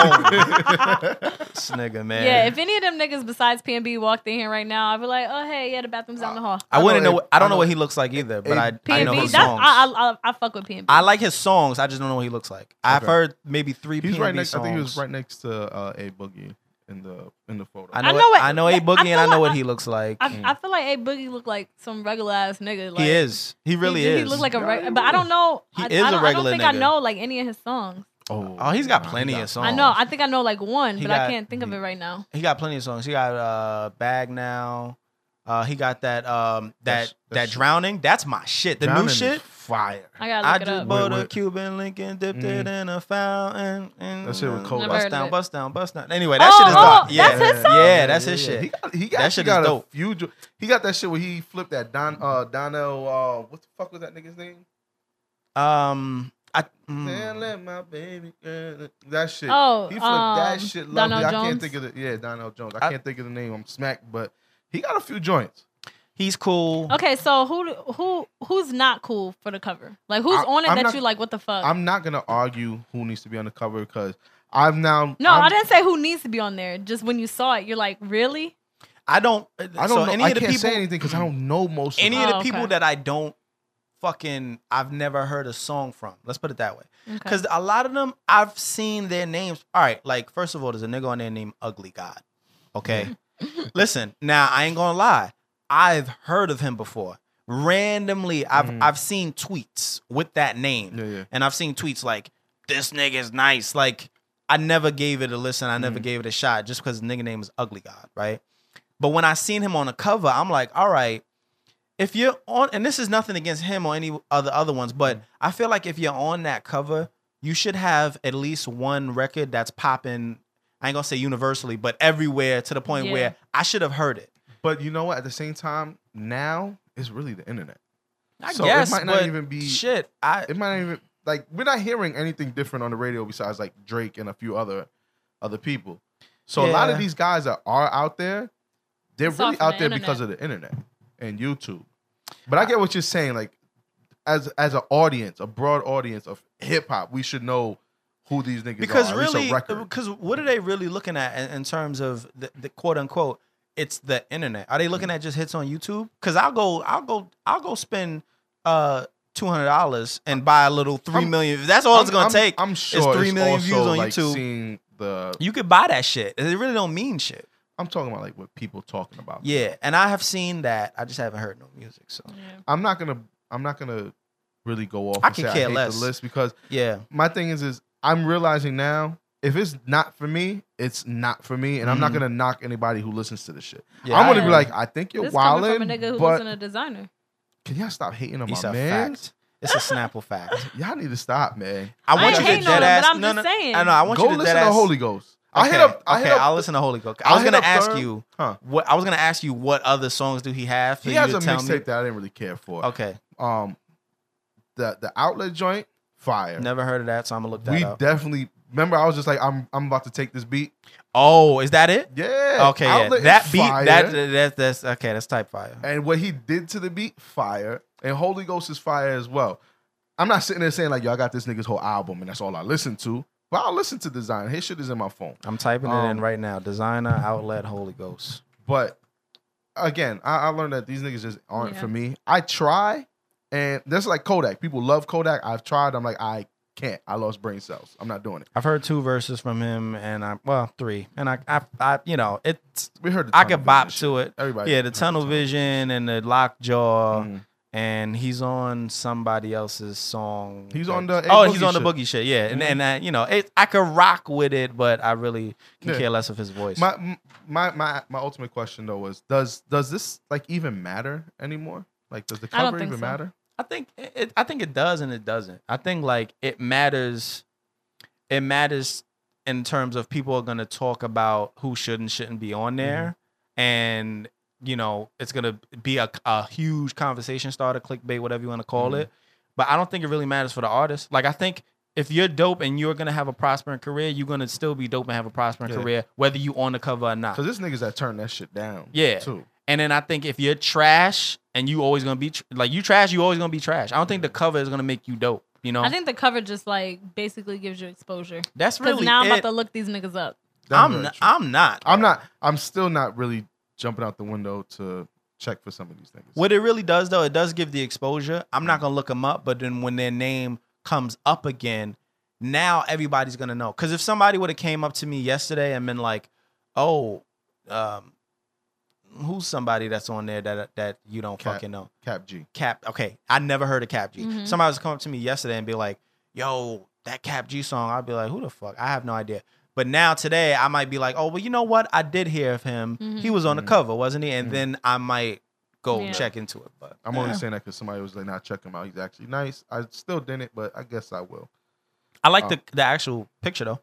Speaker 4: this nigga, man.
Speaker 3: Yeah, if any of them niggas besides PNB walked in here right now, I'd be like, oh hey, yeah, the bathroom's down the hall.
Speaker 4: I wouldn't
Speaker 2: I know
Speaker 4: know.
Speaker 2: it-
Speaker 4: I don't
Speaker 2: I
Speaker 4: know
Speaker 2: know
Speaker 4: what he looks like either, but I, I know
Speaker 3: PNB,
Speaker 4: his
Speaker 3: that's,
Speaker 4: songs. I,
Speaker 3: I, I, I, I fuck with PNB.
Speaker 4: like his songs. I just don't know what he looks like. I've
Speaker 2: Okay.
Speaker 4: heard maybe three
Speaker 2: to. He's
Speaker 4: PNB
Speaker 2: right next.
Speaker 4: songs.
Speaker 2: I think he was right next to uh, a boogie in the in the photo.
Speaker 4: I
Speaker 3: I
Speaker 4: know.
Speaker 3: know
Speaker 4: it-
Speaker 3: it-
Speaker 4: I know a
Speaker 3: I
Speaker 4: boogie,
Speaker 3: feel
Speaker 4: and I know
Speaker 3: like-
Speaker 4: what he looks like.
Speaker 3: I, I feel like A Boogie look like some regular ass nigga. Like,
Speaker 4: he is. He really
Speaker 3: he,
Speaker 4: is.
Speaker 3: He look like a
Speaker 2: Yeah,
Speaker 3: regular,
Speaker 2: he
Speaker 3: but I don't know.
Speaker 4: He
Speaker 3: I,
Speaker 4: is a
Speaker 3: I don't,
Speaker 4: regular
Speaker 3: I don't think
Speaker 4: nigga.
Speaker 3: I know like any of his songs.
Speaker 4: Oh, he's got plenty of songs.
Speaker 3: I know. I think I know like one,
Speaker 4: He
Speaker 3: but
Speaker 4: got-
Speaker 3: I can't think of it right now.
Speaker 4: He got plenty of songs. He got uh Bag Now. Uh he got that um that
Speaker 2: That's- that's-
Speaker 4: that drowning. That's my shit. The
Speaker 2: Drowning
Speaker 4: new
Speaker 2: is
Speaker 4: shit.
Speaker 2: Fire.
Speaker 3: I gotta look
Speaker 4: I
Speaker 3: it
Speaker 4: just
Speaker 3: up.
Speaker 2: bo-
Speaker 4: bought
Speaker 2: Wait,
Speaker 4: a
Speaker 2: wait.
Speaker 4: Cuban link and dipped it in a fountain. And,
Speaker 2: That shit was cold. Never
Speaker 4: Bust
Speaker 3: heard of
Speaker 4: down,
Speaker 3: it.
Speaker 4: bust down, bust down. Anyway, that
Speaker 3: Oh,
Speaker 4: shit is
Speaker 3: oh,
Speaker 4: dope. Yeah.
Speaker 3: that's his song?
Speaker 4: Yeah, that's his shit.
Speaker 2: He got, he
Speaker 4: That
Speaker 2: got,
Speaker 4: shit
Speaker 2: he got
Speaker 4: is
Speaker 2: a
Speaker 4: dope.
Speaker 2: few. jo- He got that shit where he flipped that Don uh, Donnell. Uh, what the fuck was that nigga's name?
Speaker 4: Um I mm,
Speaker 2: Can't let my baby girl- That shit.
Speaker 3: Oh,
Speaker 2: he flipped
Speaker 3: um,
Speaker 2: that shit. Lovely.
Speaker 3: Donnell
Speaker 2: I can't
Speaker 3: Jones.
Speaker 2: think of the yeah Donnell Jones. I,
Speaker 4: I-
Speaker 2: can't think of the name. I'm smacked, but he got a few joints.
Speaker 4: he's cool.
Speaker 3: Okay, so who do- who who's not cool for the cover? Like who's
Speaker 2: I-
Speaker 3: on it
Speaker 2: I'm
Speaker 3: that
Speaker 2: not-
Speaker 3: you like? What the fuck?
Speaker 2: I'm not gonna argue who needs to be on the cover because I'm now.
Speaker 3: no,
Speaker 2: I'm,
Speaker 3: I'm, I did not say who needs to be on there. Just when you saw it, you're like, really?
Speaker 4: I don't uh,
Speaker 2: I don't
Speaker 4: so
Speaker 2: know.
Speaker 4: any
Speaker 2: I
Speaker 4: of the
Speaker 2: can't
Speaker 4: people
Speaker 2: say anything because I don't know most.
Speaker 4: any
Speaker 2: Mm. of
Speaker 4: of
Speaker 2: them.
Speaker 4: the
Speaker 3: Oh, okay.
Speaker 4: people that I don't fucking I've never heard a song from. Let's put it that way.
Speaker 3: Okay.
Speaker 4: Because a lot of them, I've seen their names. All right, like first of all, there's a nigga on there named Ugly God. Okay, listen. Now I ain't gonna lie. I've heard of him before. Randomly, I've
Speaker 2: Mhm.
Speaker 4: I've seen tweets with that name,
Speaker 2: yeah, yeah.
Speaker 4: and I've seen tweets like "This nigga's nice." Like I never gave it a listen. I never
Speaker 2: Mhm.
Speaker 4: gave it a shot just because the nigga name is Ugly God, right? But when I seen him on a cover, I'm like, all right. If you're on, and this is nothing against him or any other other ones, but I feel like if you're on that cover, you should have at least one record that's popping. I ain't gonna say universally, but everywhere to the point
Speaker 3: Yeah.
Speaker 4: where I should have heard it.
Speaker 2: But you know what? At the same time, now it's really the internet.
Speaker 4: I
Speaker 2: So it
Speaker 4: guess,
Speaker 2: might
Speaker 4: but
Speaker 2: not even be-
Speaker 4: shit. I
Speaker 2: It might not even like we're not hearing anything different on the radio besides like Drake and a few other other people. So a lot of
Speaker 4: Yeah.
Speaker 2: these guys that are out there, they're
Speaker 3: It's all
Speaker 2: really
Speaker 3: from
Speaker 2: out
Speaker 3: the
Speaker 2: there because of the internet and YouTube. But I get what you're saying. Like as as an audience, a broad audience of hip hop, we should know who these niggas
Speaker 4: because
Speaker 2: are. at least
Speaker 4: really,
Speaker 2: a record.
Speaker 4: because what are they really looking at in, in terms of the, the quote unquote? It's the internet. Are they
Speaker 2: Mm.
Speaker 4: looking at just hits on YouTube? Because I'll go, I'll go, I'll go spend uh two hundred dollars and buy a little three
Speaker 2: I'm-
Speaker 4: million. That's all it's gonna
Speaker 2: I'm,
Speaker 4: take.
Speaker 2: I'm sure
Speaker 4: three million
Speaker 2: also,
Speaker 4: views on
Speaker 2: like,
Speaker 4: YouTube.
Speaker 2: Seeing the
Speaker 4: you could buy that shit. It really don't mean shit.
Speaker 2: I'm talking about like what people talking about.
Speaker 4: Yeah, and I have seen that. I just haven't heard no music. So
Speaker 3: Yeah.
Speaker 2: I'm not gonna I'm not gonna really go off.
Speaker 4: I
Speaker 2: and
Speaker 4: could
Speaker 2: say
Speaker 4: care
Speaker 2: I hate
Speaker 4: less.
Speaker 2: the list because
Speaker 4: yeah,
Speaker 2: my thing is is I'm realizing now if it's not for me, it's not for me, and I'm not
Speaker 4: Mhm.
Speaker 2: gonna knock anybody who listens to this shit.
Speaker 4: yeah
Speaker 2: I'm gonna
Speaker 4: I-
Speaker 2: be like, I think you're
Speaker 3: This coming from a
Speaker 2: wildin',
Speaker 3: nigga who
Speaker 2: but
Speaker 3: wasn't a designer.
Speaker 2: can y'all stop hating on
Speaker 4: it's
Speaker 2: my
Speaker 4: a
Speaker 2: man?
Speaker 4: fact. It's a Snapple fact.
Speaker 2: Y'all need to stop, man.
Speaker 4: I
Speaker 3: I
Speaker 4: want
Speaker 3: ain't
Speaker 4: you to
Speaker 3: hating on
Speaker 4: dead
Speaker 3: him,
Speaker 4: ass.
Speaker 3: but I'm
Speaker 4: no,
Speaker 3: just
Speaker 4: no,
Speaker 3: saying.
Speaker 4: I know. I want
Speaker 2: Go
Speaker 4: you to
Speaker 2: listen
Speaker 4: dead
Speaker 2: to
Speaker 4: ass.
Speaker 2: Holy Ghost. I hit
Speaker 4: Okay,
Speaker 2: up. I
Speaker 4: okay,
Speaker 2: hit up.
Speaker 4: I'll listen to Holy Ghost. I
Speaker 2: I'll
Speaker 4: was
Speaker 2: hit
Speaker 4: gonna
Speaker 2: up
Speaker 4: ask
Speaker 2: third.
Speaker 4: you
Speaker 2: Huh.
Speaker 4: what I was gonna ask you what other songs do he have? For
Speaker 2: He
Speaker 4: you
Speaker 2: has
Speaker 4: to
Speaker 2: a
Speaker 4: tell me.
Speaker 2: mixtape that I didn't really care for.
Speaker 4: Okay,
Speaker 2: Um, the the outlet joint, fire.
Speaker 4: never heard of that, so I'm gonna look that
Speaker 2: we
Speaker 4: up.
Speaker 2: definitely remember. I was just like, I'm I'm about to take this beat.
Speaker 4: oh, is that it?
Speaker 2: Yeah.
Speaker 4: Okay, yeah.
Speaker 2: Outlet is
Speaker 4: that beat
Speaker 2: fire.
Speaker 4: that, that that's okay. That's type fire.
Speaker 2: And what he did to the beat, fire. And Holy Ghost is fire as well. I'm not sitting there saying like, yo, I got this nigga's whole album and that's all I listen to. But I'll listen to Design. His shit is in my phone.
Speaker 4: I'm typing it in
Speaker 2: Um,
Speaker 4: right now. Designer outlet Holy Ghost.
Speaker 2: But again, I, I learned that these niggas just aren't
Speaker 3: Yeah.
Speaker 2: for me. I try, and that's like Kodak. People love Kodak. I've tried. I'm like, I can't. I lost brain cells. I'm not doing it.
Speaker 4: I've heard two verses from him, and I well three, and I I, I you know it's
Speaker 2: We heard. The
Speaker 4: I
Speaker 2: Tunnel
Speaker 4: could bop
Speaker 2: Vision shit.
Speaker 4: to it.
Speaker 2: Everybody.
Speaker 4: Yeah,
Speaker 2: heard
Speaker 4: the tunnel
Speaker 2: Tunnel
Speaker 4: vision and the lockjaw.
Speaker 2: Mhm.
Speaker 4: and he's on somebody else's song.
Speaker 2: He's on
Speaker 4: that's-
Speaker 2: the A
Speaker 4: oh,
Speaker 2: Boogie
Speaker 4: he's on the
Speaker 2: shit. Mm-hmm.
Speaker 4: boogie shit. Yeah, and and uh, you know, it, I could rock with it, but I really can
Speaker 2: Yeah.
Speaker 4: care less of his voice.
Speaker 2: My m- my my my ultimate question though was does does this like even matter anymore? Like does the
Speaker 3: I don't
Speaker 2: cover
Speaker 3: think
Speaker 2: even
Speaker 3: so.
Speaker 2: matter?
Speaker 4: I think it, it- I think it does and it doesn't. I think like it matters. It matters in terms of people are gonna talk about who should and shouldn't be
Speaker 2: Mm-hmm.
Speaker 4: on there, and you know it's gonna be a, a huge conversation starter, clickbait, whatever you want to call
Speaker 2: Mhm.
Speaker 4: it. But I don't think it really matters for the artist. Like I think if you're dope and you're gonna have a prospering career, you're gonna still be dope and have a prospering
Speaker 2: Yeah.
Speaker 4: career, whether you on the cover or not.
Speaker 2: Cause this niggas that turn that shit down.
Speaker 4: Yeah.
Speaker 2: Too.
Speaker 4: And then I think if you're trash and you always gonna be tr- like you trash, you always gonna be trash. I don't think the cover is gonna make you dope. You know,
Speaker 3: I think the cover just like basically gives you exposure.
Speaker 4: that's
Speaker 3: Because
Speaker 4: really.
Speaker 3: now I'm
Speaker 4: it.
Speaker 3: about to look these niggas up.
Speaker 2: That's
Speaker 4: I'm
Speaker 2: very
Speaker 4: not,
Speaker 2: true.
Speaker 4: I'm not.
Speaker 2: I'm not. I'm still not really jumping out the window to check for some of these niggas.
Speaker 4: What it really does though, it does give the exposure. I'm not gonna look them up, but then when their name comes up again, now everybody's gonna know. Because if somebody would have came up to me yesterday and been like, "Oh, um, who's somebody that's on there that that you don't
Speaker 2: Cap.
Speaker 4: fucking know?"
Speaker 2: Cap G.
Speaker 4: Cap. Okay, I never heard of Cap G.
Speaker 3: Mhm.
Speaker 4: Somebody was coming up to me yesterday and be like, "Yo, that Cap G song." I'd be like, "Who the fuck? I have no idea." But now today, I might be like, "Oh, well, you know what? I did hear of him.
Speaker 3: Mhm.
Speaker 4: He was on the
Speaker 2: Mhm.
Speaker 4: cover, wasn't he?" And
Speaker 2: Mhm.
Speaker 4: then I might go
Speaker 3: Yeah.
Speaker 4: check into it. But
Speaker 2: I'm
Speaker 4: eh.
Speaker 2: only saying that because somebody was like, "Not check him out. He's actually nice." I still didn't, but I guess I will.
Speaker 4: I like
Speaker 2: Oh.
Speaker 4: the the actual picture though.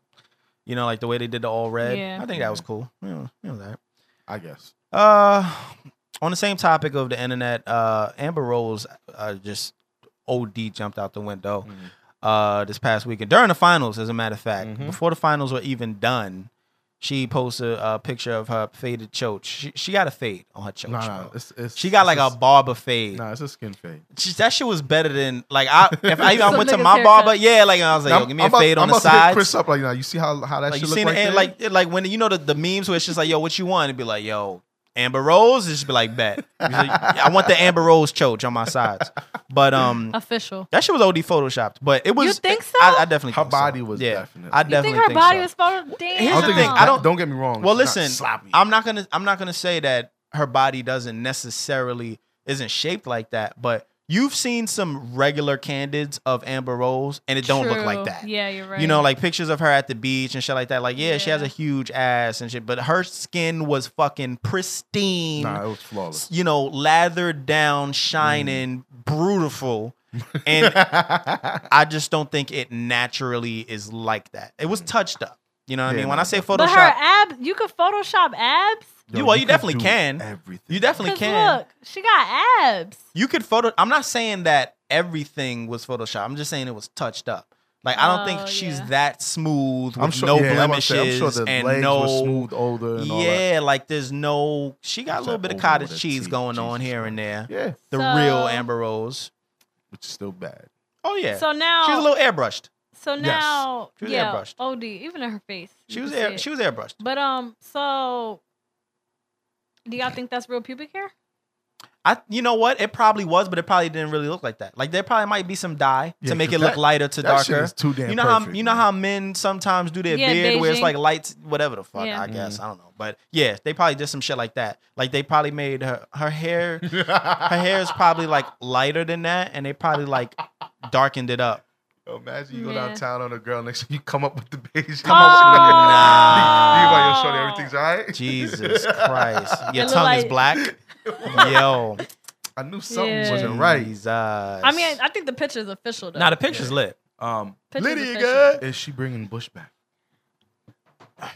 Speaker 4: You know, like the way they did the all red.
Speaker 3: Yeah.
Speaker 4: I think that was cool. Yeah, you know that.
Speaker 2: I guess.
Speaker 4: Uh, on the same topic of the internet, uh, Amber Rose uh, just OD jumped out the window.
Speaker 2: Mm-hmm.
Speaker 4: uh, this past weekend during the finals, as a matter of fact,
Speaker 2: Mhm.
Speaker 4: before the finals were even done, she posted a picture of her faded choke. She, she got a fade on her choke.
Speaker 2: Nah,
Speaker 4: bro.
Speaker 2: nah, it's, it's,
Speaker 4: she got like a
Speaker 2: it's
Speaker 4: barber fade.
Speaker 2: Nah, it's a skin fade.
Speaker 4: She, that shit was better than like I if I, I
Speaker 3: Some
Speaker 4: went to
Speaker 3: nigga's
Speaker 4: my
Speaker 3: haircut.
Speaker 4: barber, yeah, like I was like,
Speaker 2: Now,
Speaker 4: yo, give me
Speaker 2: I'm
Speaker 4: a
Speaker 2: about-
Speaker 4: fade on
Speaker 2: I'm
Speaker 4: the
Speaker 2: about to hit
Speaker 4: sides.
Speaker 2: Chris up like, now you see how how that
Speaker 4: Like you
Speaker 2: shit
Speaker 4: seen
Speaker 2: look right
Speaker 4: it,
Speaker 2: there?
Speaker 4: and like it- like when you know the, the memes where it's just like, yo, what you want? It'd be like, yo, Amber Rose. It'd just be like, bet. It's like, yeah, I want the Amber Rose choke on my sides. But um,
Speaker 3: Official.
Speaker 4: that shit was OD photoshopped. But it was.
Speaker 3: think so?
Speaker 4: I, I definitely
Speaker 2: her
Speaker 4: think so.
Speaker 2: body was
Speaker 4: yeah.
Speaker 2: definitely.
Speaker 4: I
Speaker 3: You think
Speaker 4: definitely
Speaker 3: her body
Speaker 4: so.
Speaker 3: was photo?
Speaker 2: I don't
Speaker 3: Damn.
Speaker 4: Here's the
Speaker 2: think it's
Speaker 4: thing,
Speaker 2: bla-
Speaker 4: I don't-
Speaker 2: don't get me wrong.
Speaker 4: Well,
Speaker 2: it's not
Speaker 4: listen,
Speaker 2: sloppy.
Speaker 4: I'm not gonna I'm not gonna say that her body doesn't necessarily isn't shaped like that, but you've seen some regular candids of Amber Rose, and it don't look like
Speaker 3: True.
Speaker 4: that.
Speaker 3: Yeah, you're right.
Speaker 4: You know, like pictures of her at the beach and shit like that. Like, yeah, she has a
Speaker 3: Yeah.
Speaker 4: huge ass and shit, but her skin was fucking pristine.
Speaker 2: Nah, it was Mm. flawless.
Speaker 4: You know, lathered down, shining, beautiful, and I just don't think it naturally is like that. It was touched up. You know what I
Speaker 2: Yeah,
Speaker 4: mean?
Speaker 2: no,
Speaker 4: When I say
Speaker 3: but her
Speaker 4: Photoshop,
Speaker 3: abs, you could Photoshop abs?
Speaker 4: You- well, you
Speaker 2: could
Speaker 4: definitely
Speaker 2: do
Speaker 4: can.
Speaker 2: Everything.
Speaker 4: you definitely
Speaker 3: Because
Speaker 4: can.
Speaker 3: look, she got abs.
Speaker 4: You could photo. I'm not saying that everything was Photoshop. I'm just saying it was touched up. Like I don't
Speaker 3: Oh,
Speaker 4: think she's
Speaker 3: yeah.
Speaker 4: that smooth with
Speaker 2: I'm sure,
Speaker 4: no
Speaker 2: yeah, I'm about to
Speaker 4: blemishes
Speaker 2: say, I'm sure the
Speaker 4: and
Speaker 2: legs
Speaker 4: no
Speaker 2: were smooth older and all that.
Speaker 4: yeah, like there's no. She got a
Speaker 2: What's
Speaker 4: little
Speaker 2: that
Speaker 4: bit of
Speaker 2: over
Speaker 4: cottage
Speaker 2: with a
Speaker 4: cheese
Speaker 2: T?
Speaker 4: going on
Speaker 2: Jesus
Speaker 4: here and there.
Speaker 2: Yeah,
Speaker 4: The
Speaker 3: So-
Speaker 4: real Amber Rose.
Speaker 2: which is still bad.
Speaker 4: Oh yeah,
Speaker 3: So now,
Speaker 4: she was a little airbrushed.
Speaker 3: so now,
Speaker 4: She was
Speaker 3: yeah,
Speaker 4: airbrushed.
Speaker 3: OD, even in her face.
Speaker 4: She
Speaker 3: you
Speaker 4: was
Speaker 3: can see
Speaker 4: air,
Speaker 3: it.
Speaker 4: she was airbrushed.
Speaker 3: But um, so do y'all think that's real pubic hair?
Speaker 4: I, you know what? It probably was, but it probably didn't really look like that. Like there probably might be some dye
Speaker 2: Yeah,
Speaker 4: to make
Speaker 2: 'cause
Speaker 4: it look
Speaker 2: that-
Speaker 4: lighter to
Speaker 2: that
Speaker 4: darker.
Speaker 2: shit is too damn
Speaker 4: you know
Speaker 2: perfect,
Speaker 4: how you know
Speaker 2: man.
Speaker 4: how men sometimes do their
Speaker 3: Yeah,
Speaker 4: beard where it's
Speaker 3: beiging.
Speaker 4: like lights, whatever the fuck.
Speaker 3: Yeah.
Speaker 4: I
Speaker 2: Mm-hmm.
Speaker 4: guess I don't know, but yeah, they probably did some shit like that. Like they probably made her her hair. Her hair is probably like lighter than that, and they probably like darkened it up.
Speaker 2: Imagine you go
Speaker 3: Yeah.
Speaker 2: downtown on a girl next you come up with the beige.
Speaker 3: Come up with-
Speaker 4: Nah.
Speaker 2: You about your shorty, everything's all right?
Speaker 4: Jesus Christ, your
Speaker 3: It look
Speaker 4: tongue is
Speaker 3: like-
Speaker 4: black. Yo,
Speaker 2: I knew something
Speaker 3: Yeah.
Speaker 2: wasn't right.
Speaker 4: Jesus.
Speaker 3: I mean, I think the picture is official though.
Speaker 4: now the picture's
Speaker 2: Yeah.
Speaker 4: lit.
Speaker 2: Um,
Speaker 3: Picture's
Speaker 2: Lydia,
Speaker 3: official.
Speaker 2: good. Is she bringing Bush back?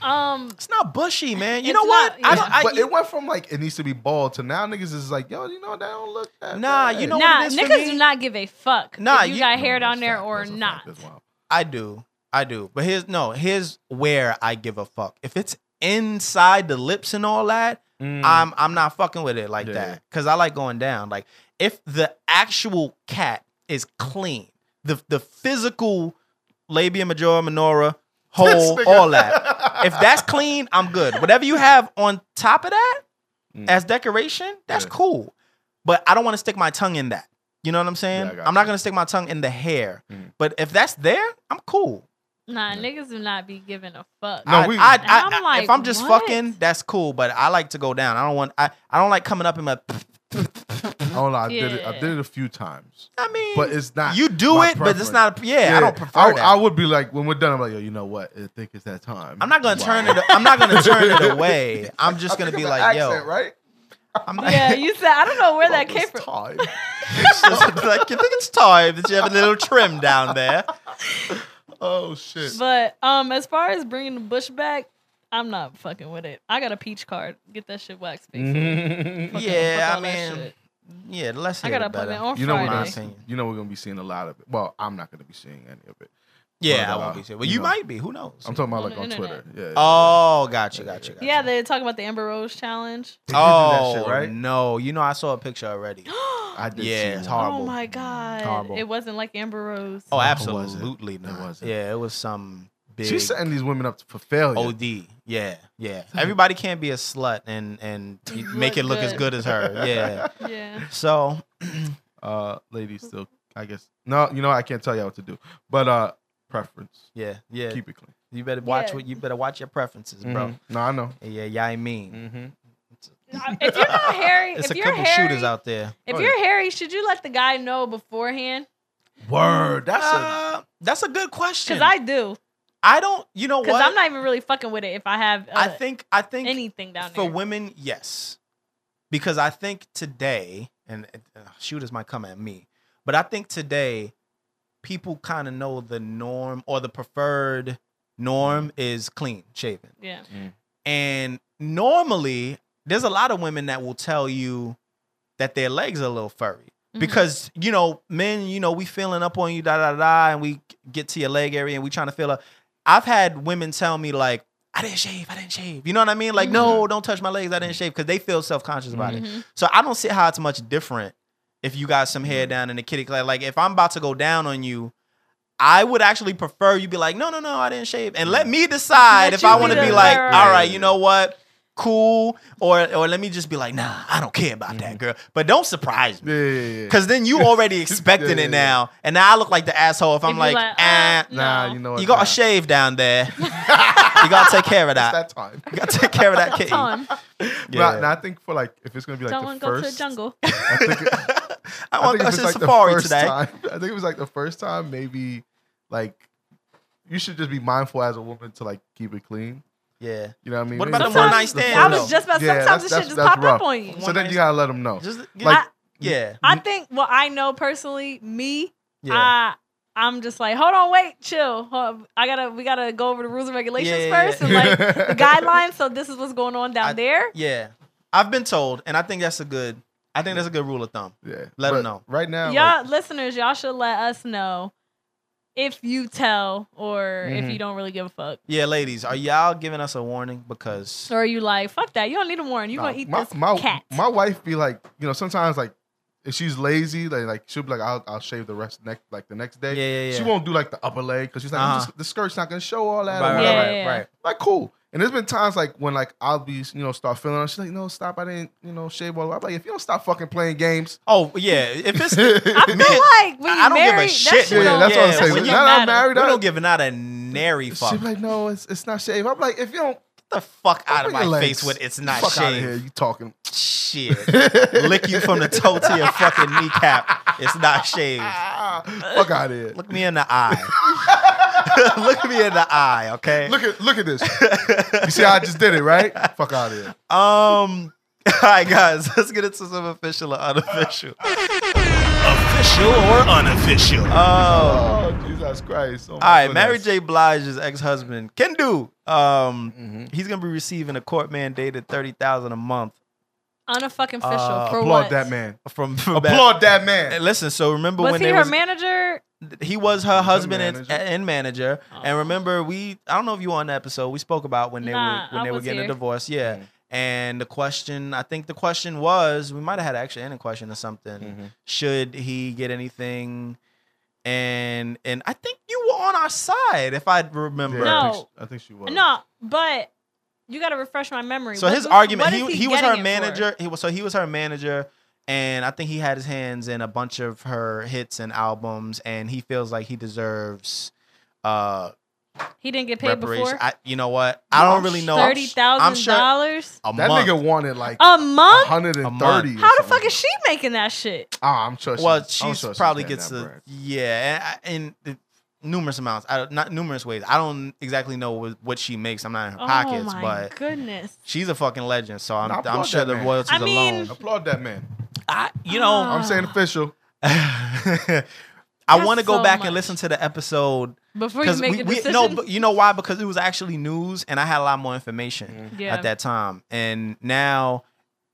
Speaker 3: um,
Speaker 4: It's not bushy, man. You
Speaker 3: It's
Speaker 4: know what?
Speaker 3: not-
Speaker 4: I
Speaker 3: yeah.
Speaker 4: don't, I,
Speaker 2: but it went from like it needs to be bald to now niggas is like, yo, you know that don't look that.
Speaker 4: Nah,
Speaker 2: bad.
Speaker 4: you know what
Speaker 3: nah,
Speaker 4: it is for
Speaker 3: niggas
Speaker 4: me?
Speaker 3: do not give a fuck.
Speaker 4: Nah,
Speaker 3: if you,
Speaker 4: you-
Speaker 2: No,
Speaker 3: got hair down
Speaker 2: that's
Speaker 3: there
Speaker 2: fact.
Speaker 3: or
Speaker 2: That's a fact.
Speaker 3: not.
Speaker 2: That's wild.
Speaker 4: I do. I do. But here's no, here's where I give a fuck. If it's inside the lips and all that,
Speaker 2: Mm.
Speaker 4: I'm I'm not fucking with it like
Speaker 2: Hmm. Yeah, yeah.
Speaker 4: that. Cause I like going down. Like if the actual cat is clean, the the physical labia majora minora whole
Speaker 2: This nigga.
Speaker 4: all that. If that's clean, I'm good. Whatever you have on top of that
Speaker 2: Mm.
Speaker 4: as decoration, that's
Speaker 2: Yeah.
Speaker 4: cool. But I don't want to stick my tongue in that. You know what I'm saying?
Speaker 2: Yeah, I got
Speaker 4: I'm not
Speaker 2: you.
Speaker 4: gonna stick my tongue in the hair.
Speaker 2: Mm.
Speaker 4: But if that's there, I'm cool.
Speaker 3: Nah, niggas do not be giving a fuck.
Speaker 2: No,
Speaker 4: I,
Speaker 2: we-
Speaker 4: I, I,
Speaker 3: And I'm
Speaker 4: I-
Speaker 3: like,
Speaker 4: if I'm just
Speaker 3: what?
Speaker 4: fucking, that's cool. But I like to go down. I don't want. I, I don't like coming up in my.
Speaker 2: Oh no, I did it. I
Speaker 3: Yeah.
Speaker 2: did it a few times,
Speaker 4: I mean,
Speaker 2: but it's not.
Speaker 4: you do
Speaker 2: my
Speaker 4: it, but it's
Speaker 2: preference.
Speaker 4: not. A, yeah, I don't prefer
Speaker 2: I,
Speaker 4: that.
Speaker 2: I would be like, when we're done, I'm like, yo, you know what? I think it's that time.
Speaker 4: I'm not gonna
Speaker 2: Wow.
Speaker 4: turn it. I'm not gonna turn it away. I'm just
Speaker 2: I
Speaker 4: gonna
Speaker 2: think
Speaker 4: be
Speaker 2: of the
Speaker 4: like,
Speaker 2: accent,
Speaker 4: yo,
Speaker 2: right?
Speaker 4: I'm
Speaker 3: yeah, you said I don't know where that
Speaker 2: About
Speaker 3: came
Speaker 2: this
Speaker 3: from.
Speaker 2: Time.
Speaker 4: like, you think it's time that you have a little trim down there?
Speaker 2: oh shit.
Speaker 3: But um, as far as bringing the bush back, I'm not
Speaker 4: Mm-hmm.
Speaker 3: fucking with it. I got a peach card. Get that shit waxed. Basically.
Speaker 4: Yeah, I
Speaker 3: all that
Speaker 4: mean,
Speaker 3: shit.
Speaker 4: Yeah, the less
Speaker 3: I
Speaker 4: here,
Speaker 3: got
Speaker 4: the
Speaker 3: an appointment
Speaker 4: better.
Speaker 3: on
Speaker 2: You know, we're
Speaker 4: My
Speaker 2: gonna
Speaker 3: Friday.
Speaker 2: see-
Speaker 4: opinion.
Speaker 2: you know we're gonna be seeing a lot of it. Well, I'm not gonna be seeing any of it.
Speaker 4: Yeah,
Speaker 2: But,
Speaker 4: I won't
Speaker 2: uh,
Speaker 4: be serious. Well,
Speaker 2: you
Speaker 4: you
Speaker 2: know.
Speaker 4: might be. Who knows?
Speaker 2: I'm talking about
Speaker 3: On
Speaker 2: like
Speaker 3: the
Speaker 2: on Twitter.
Speaker 3: internet.
Speaker 2: Yeah. yeah,
Speaker 4: Oh, gotcha, gotcha, gotcha.
Speaker 3: Yeah, they're talking about the Amber Rose challenge.
Speaker 2: They did do that
Speaker 4: Oh
Speaker 2: shit, right?
Speaker 4: no! You know I saw a picture already.
Speaker 2: I did.
Speaker 4: Yeah,
Speaker 2: see
Speaker 4: it's
Speaker 2: one.
Speaker 4: horrible.
Speaker 3: Oh my god!
Speaker 4: Horrible.
Speaker 3: It wasn't like Amber Rose.
Speaker 4: Oh,
Speaker 2: No, it
Speaker 4: absolutely
Speaker 2: wasn't. It
Speaker 4: not.
Speaker 2: wasn't.
Speaker 4: Yeah, it was some big Oh,
Speaker 2: She's setting these women up for failure.
Speaker 4: OD. Yeah, yeah. Everybody can't be a slut and and you make it look as good as her. Yeah.
Speaker 3: Yeah.
Speaker 4: So
Speaker 2: uh, ladies, still, I guess. No, you know, I can't tell y'all what to do, but uh, preference.
Speaker 4: yeah, yeah.
Speaker 2: Keep it clean,
Speaker 4: You better watch
Speaker 3: Yeah.
Speaker 4: what you better watch your preferences, bro.
Speaker 2: Mhm. No, I know.
Speaker 4: Yeah, yeah. I mean,
Speaker 2: Mm-hmm.
Speaker 3: If you're not hairy,
Speaker 4: it's
Speaker 3: if
Speaker 4: a
Speaker 3: you're
Speaker 4: couple
Speaker 3: hairy,
Speaker 4: shooters out there.
Speaker 3: if
Speaker 2: Oh,
Speaker 3: you're hairy, should you let the guy know beforehand?
Speaker 2: Word. That's a.
Speaker 4: Uh, that's a good question.
Speaker 3: Because I do.
Speaker 4: I don't. You know
Speaker 3: Because
Speaker 4: what?
Speaker 3: I'm not even really fucking with it if I have uh,
Speaker 4: I think I think
Speaker 3: anything down
Speaker 4: for
Speaker 3: there.
Speaker 4: women, yes, because I think today, and uh, shooters might come at me, but I think today people kind of know the norm or the preferred
Speaker 3: Mm-hmm.
Speaker 4: norm is clean shaven,
Speaker 3: yeah.
Speaker 4: and normally there's a lot of women that will tell you that their legs are a little furry.
Speaker 3: Mhm.
Speaker 4: Because you know, men, you know, we feeling up on you, da da da, and we get to your leg area and we trying to feel up. I've had women tell me like, "I didn't shave, I didn't shave." You know what I mean? Like, no, don't touch my legs, I didn't shave, because they feel self conscious about it.
Speaker 3: Mhm.
Speaker 4: So I don't see how it's much different if you got some
Speaker 2: Mm-hmm.
Speaker 4: hair down in the kitty class. Like, if I'm about to go down on you, I would actually prefer you be like, "No, no, no, I didn't shave," and
Speaker 2: Mm.
Speaker 4: let me decide
Speaker 3: Let
Speaker 4: if
Speaker 3: you
Speaker 4: I want to
Speaker 2: be
Speaker 4: be
Speaker 2: the-
Speaker 4: like,
Speaker 3: right, right,
Speaker 4: "All
Speaker 2: right.
Speaker 4: right, you know what." Cool, or or let me just be like, nah, I don't care about that girl. But don't surprise me.
Speaker 2: Yeah, yeah, Mm-hmm. yeah.
Speaker 4: Cause then you already expecting
Speaker 2: Yeah, yeah,
Speaker 4: it now, and now I look like the asshole if I'm
Speaker 3: If you're
Speaker 4: like,
Speaker 3: like,
Speaker 4: ah,
Speaker 3: uh,
Speaker 2: nah,
Speaker 3: No.
Speaker 2: you know what?
Speaker 4: you got
Speaker 2: nah.
Speaker 4: a shave down there. you gotta take care of
Speaker 2: It's
Speaker 4: that.
Speaker 2: that time.
Speaker 4: You gotta take care of that
Speaker 3: That's
Speaker 4: kitten.
Speaker 3: on.
Speaker 4: Yeah.
Speaker 2: Nah, nah, I think for like if it's gonna be like
Speaker 3: Don't want
Speaker 2: the
Speaker 3: to go to
Speaker 2: first.
Speaker 3: the jungle.
Speaker 2: I think it-
Speaker 4: I
Speaker 2: I think it
Speaker 4: want to go
Speaker 2: was
Speaker 4: to
Speaker 2: like the
Speaker 4: safari
Speaker 2: first
Speaker 4: today.
Speaker 2: Time, I think it was like the first time, maybe like you should just be mindful as a woman to like keep it clean.
Speaker 4: Yeah,
Speaker 2: You know what I mean?
Speaker 4: What
Speaker 2: Maybe
Speaker 4: about
Speaker 2: the
Speaker 4: the one
Speaker 2: first-
Speaker 4: night
Speaker 2: the
Speaker 4: stand,
Speaker 3: I
Speaker 2: first-
Speaker 4: though?
Speaker 3: was just about
Speaker 2: Yeah,
Speaker 3: sometimes this
Speaker 2: that's-
Speaker 3: shit just
Speaker 2: that's-
Speaker 3: pop
Speaker 2: that's
Speaker 3: up
Speaker 2: rough.
Speaker 3: on you.
Speaker 2: So then you gotta let them know.
Speaker 4: just
Speaker 2: Like-
Speaker 4: yeah,
Speaker 3: I think. Well, I know personally, me,
Speaker 4: yeah.
Speaker 3: I I'm just like, hold on, wait, chill. Hold- I gotta we gotta go over the rules and regulations
Speaker 4: Yeah, yeah,
Speaker 3: first
Speaker 4: yeah.
Speaker 3: and like the guidelines. So this is what's going on down
Speaker 4: I-
Speaker 3: there.
Speaker 4: yeah. I've been told, and I think that's a good. I think that's a good rule of thumb.
Speaker 2: Yeah,
Speaker 4: Let
Speaker 2: But
Speaker 4: 'em know.
Speaker 2: right now. like,
Speaker 3: Y'all listeners, y'all should let us know if you tell or if
Speaker 4: Mm-hmm.
Speaker 2: Mhm.
Speaker 3: you don't really give a fuck.
Speaker 4: Yeah, ladies, are y'all giving us a warning? Because
Speaker 3: Or you like, fuck that. You don't need a warrant. You
Speaker 2: Nah,
Speaker 3: gonna eat
Speaker 2: my,
Speaker 3: this
Speaker 2: my,
Speaker 3: cat.
Speaker 2: My wife be like, you know, sometimes like if she's lazy, like, like she'll be like, I'll, I'll shave the rest next, like the next day.
Speaker 4: Yeah, yeah, yeah.
Speaker 2: She won't do like the upper leg because she's like, I'm
Speaker 4: Uh-huh.
Speaker 2: just, the skirt's not gonna show all that.
Speaker 4: right,
Speaker 2: or
Speaker 4: right,
Speaker 2: whatever.
Speaker 3: Yeah,
Speaker 4: right,
Speaker 3: yeah,
Speaker 4: right.
Speaker 2: Like cool. And there's been times like when like I'll be, you know, start feeling. her. She's like, no, stop. I didn't, you know, shave all. the way." I'm like, if you don't stop fucking playing games.
Speaker 4: Oh yeah, if it's
Speaker 3: I feel
Speaker 4: Me-
Speaker 3: like when you
Speaker 4: I- I don't give a
Speaker 3: married,
Speaker 4: shit.
Speaker 3: that shit
Speaker 2: Yeah,
Speaker 3: don't-
Speaker 2: that's what I'm
Speaker 4: Yeah,
Speaker 2: saying.
Speaker 4: when
Speaker 2: Now
Speaker 4: you
Speaker 2: that I'm
Speaker 3: matter.
Speaker 4: we
Speaker 2: married. I
Speaker 4: don't giving out a nary fuck.
Speaker 2: She's like, no, it's it's not shaved. I'm like, if you don't
Speaker 4: the fuck out of
Speaker 2: Open
Speaker 4: my
Speaker 2: your legs.
Speaker 4: face with it's not
Speaker 2: fuck out of here,
Speaker 4: shaved.
Speaker 2: you talking.
Speaker 4: Shit. Lick you from the toe to your fucking kneecap. It's not shaved.
Speaker 2: Ah, fuck out of here.
Speaker 4: Look me in the eye. Look me in the eye, okay?
Speaker 2: Look at look at this. You see how I just did it, right? Fuck out of here.
Speaker 4: Um all right guys, let's get into some official or unofficial.
Speaker 5: Official or unofficial?
Speaker 4: Um
Speaker 2: Oh Jesus Christ! Oh, my
Speaker 4: All right,
Speaker 2: goodness.
Speaker 4: Mary J. Blige's ex-husband, Can Do. Um,
Speaker 2: Mhm.
Speaker 4: he's gonna be receiving a court mandated thirty thousand a month
Speaker 3: unofficial official
Speaker 4: Uh,
Speaker 3: for
Speaker 2: Applaud
Speaker 3: what?
Speaker 2: that man.
Speaker 4: from. from
Speaker 2: Applaud that
Speaker 4: Hey,
Speaker 2: man.
Speaker 4: Listen, so remember
Speaker 3: Was
Speaker 4: when
Speaker 3: he
Speaker 4: they
Speaker 3: her
Speaker 4: was
Speaker 3: manager?
Speaker 4: he was her
Speaker 2: her
Speaker 4: husband and,
Speaker 2: manager.
Speaker 4: and manager. And
Speaker 3: Oh.
Speaker 4: remember, we I don't know if you were on the episode we spoke about when they
Speaker 3: Nah,
Speaker 4: were when
Speaker 3: I
Speaker 4: they were
Speaker 3: was
Speaker 4: getting a
Speaker 3: here.
Speaker 4: divorce. Yeah,
Speaker 2: Mhm.
Speaker 4: and the question I think the question was we might have had an extra ending question or something.
Speaker 2: Mm-hmm.
Speaker 3: Mm-hmm.
Speaker 4: Should he get anything? And and I think you were on our side if I remember.
Speaker 2: Yeah, I,
Speaker 3: No.
Speaker 2: think she, I think she was.
Speaker 3: No, but you got to refresh my memory.
Speaker 4: So
Speaker 3: What-
Speaker 4: his
Speaker 3: what-
Speaker 4: argument
Speaker 3: what
Speaker 4: he
Speaker 3: is
Speaker 4: he was her
Speaker 3: getting it for?
Speaker 4: manager. He was so he was her manager. And I think he had his hands in a bunch of her hits and albums, and he feels like he deserves uh,
Speaker 3: He didn't get paid
Speaker 4: reparation-
Speaker 3: before.
Speaker 4: I, you know what? I don't really know.
Speaker 3: Thirty
Speaker 4: I'm
Speaker 3: thousand
Speaker 4: sure
Speaker 3: dollars
Speaker 4: a
Speaker 2: that
Speaker 4: month.
Speaker 2: nigga wanted like
Speaker 3: a month.
Speaker 2: hundred
Speaker 4: A
Speaker 2: and
Speaker 4: month.
Speaker 2: thirty.
Speaker 3: How the fuck is she making that shit?
Speaker 2: Oh, I'm sure. She,
Speaker 4: well,
Speaker 2: I'm
Speaker 4: she
Speaker 2: sure
Speaker 4: probably
Speaker 2: getting
Speaker 4: gets
Speaker 2: that
Speaker 4: the
Speaker 2: bread.
Speaker 4: yeah, and, and the numerous amounts. I, don't- not numerous ways. I don't exactly know what, what she makes. I'm not in her
Speaker 3: oh
Speaker 4: pockets,
Speaker 3: my
Speaker 4: but
Speaker 3: goodness.
Speaker 4: she's a fucking legend. So I'm,
Speaker 2: Nah, I
Speaker 4: I'm
Speaker 2: applaud
Speaker 4: sure
Speaker 2: that
Speaker 4: the
Speaker 2: man.
Speaker 4: royalties
Speaker 3: I mean-
Speaker 4: alone. Uh-huh.
Speaker 2: Applaud that man.
Speaker 4: I, you
Speaker 3: Ah.
Speaker 4: know,
Speaker 2: I'm saying official.
Speaker 4: I want to
Speaker 3: That's
Speaker 4: go
Speaker 3: so
Speaker 4: back
Speaker 3: much.
Speaker 4: and listen to the episode
Speaker 3: Before you
Speaker 4: because
Speaker 3: make
Speaker 4: we,
Speaker 3: a
Speaker 4: we
Speaker 3: decision,
Speaker 4: no, but you know why? Because it was actually news, and I had a lot more information.
Speaker 3: Mm. yeah.
Speaker 4: at that time. And now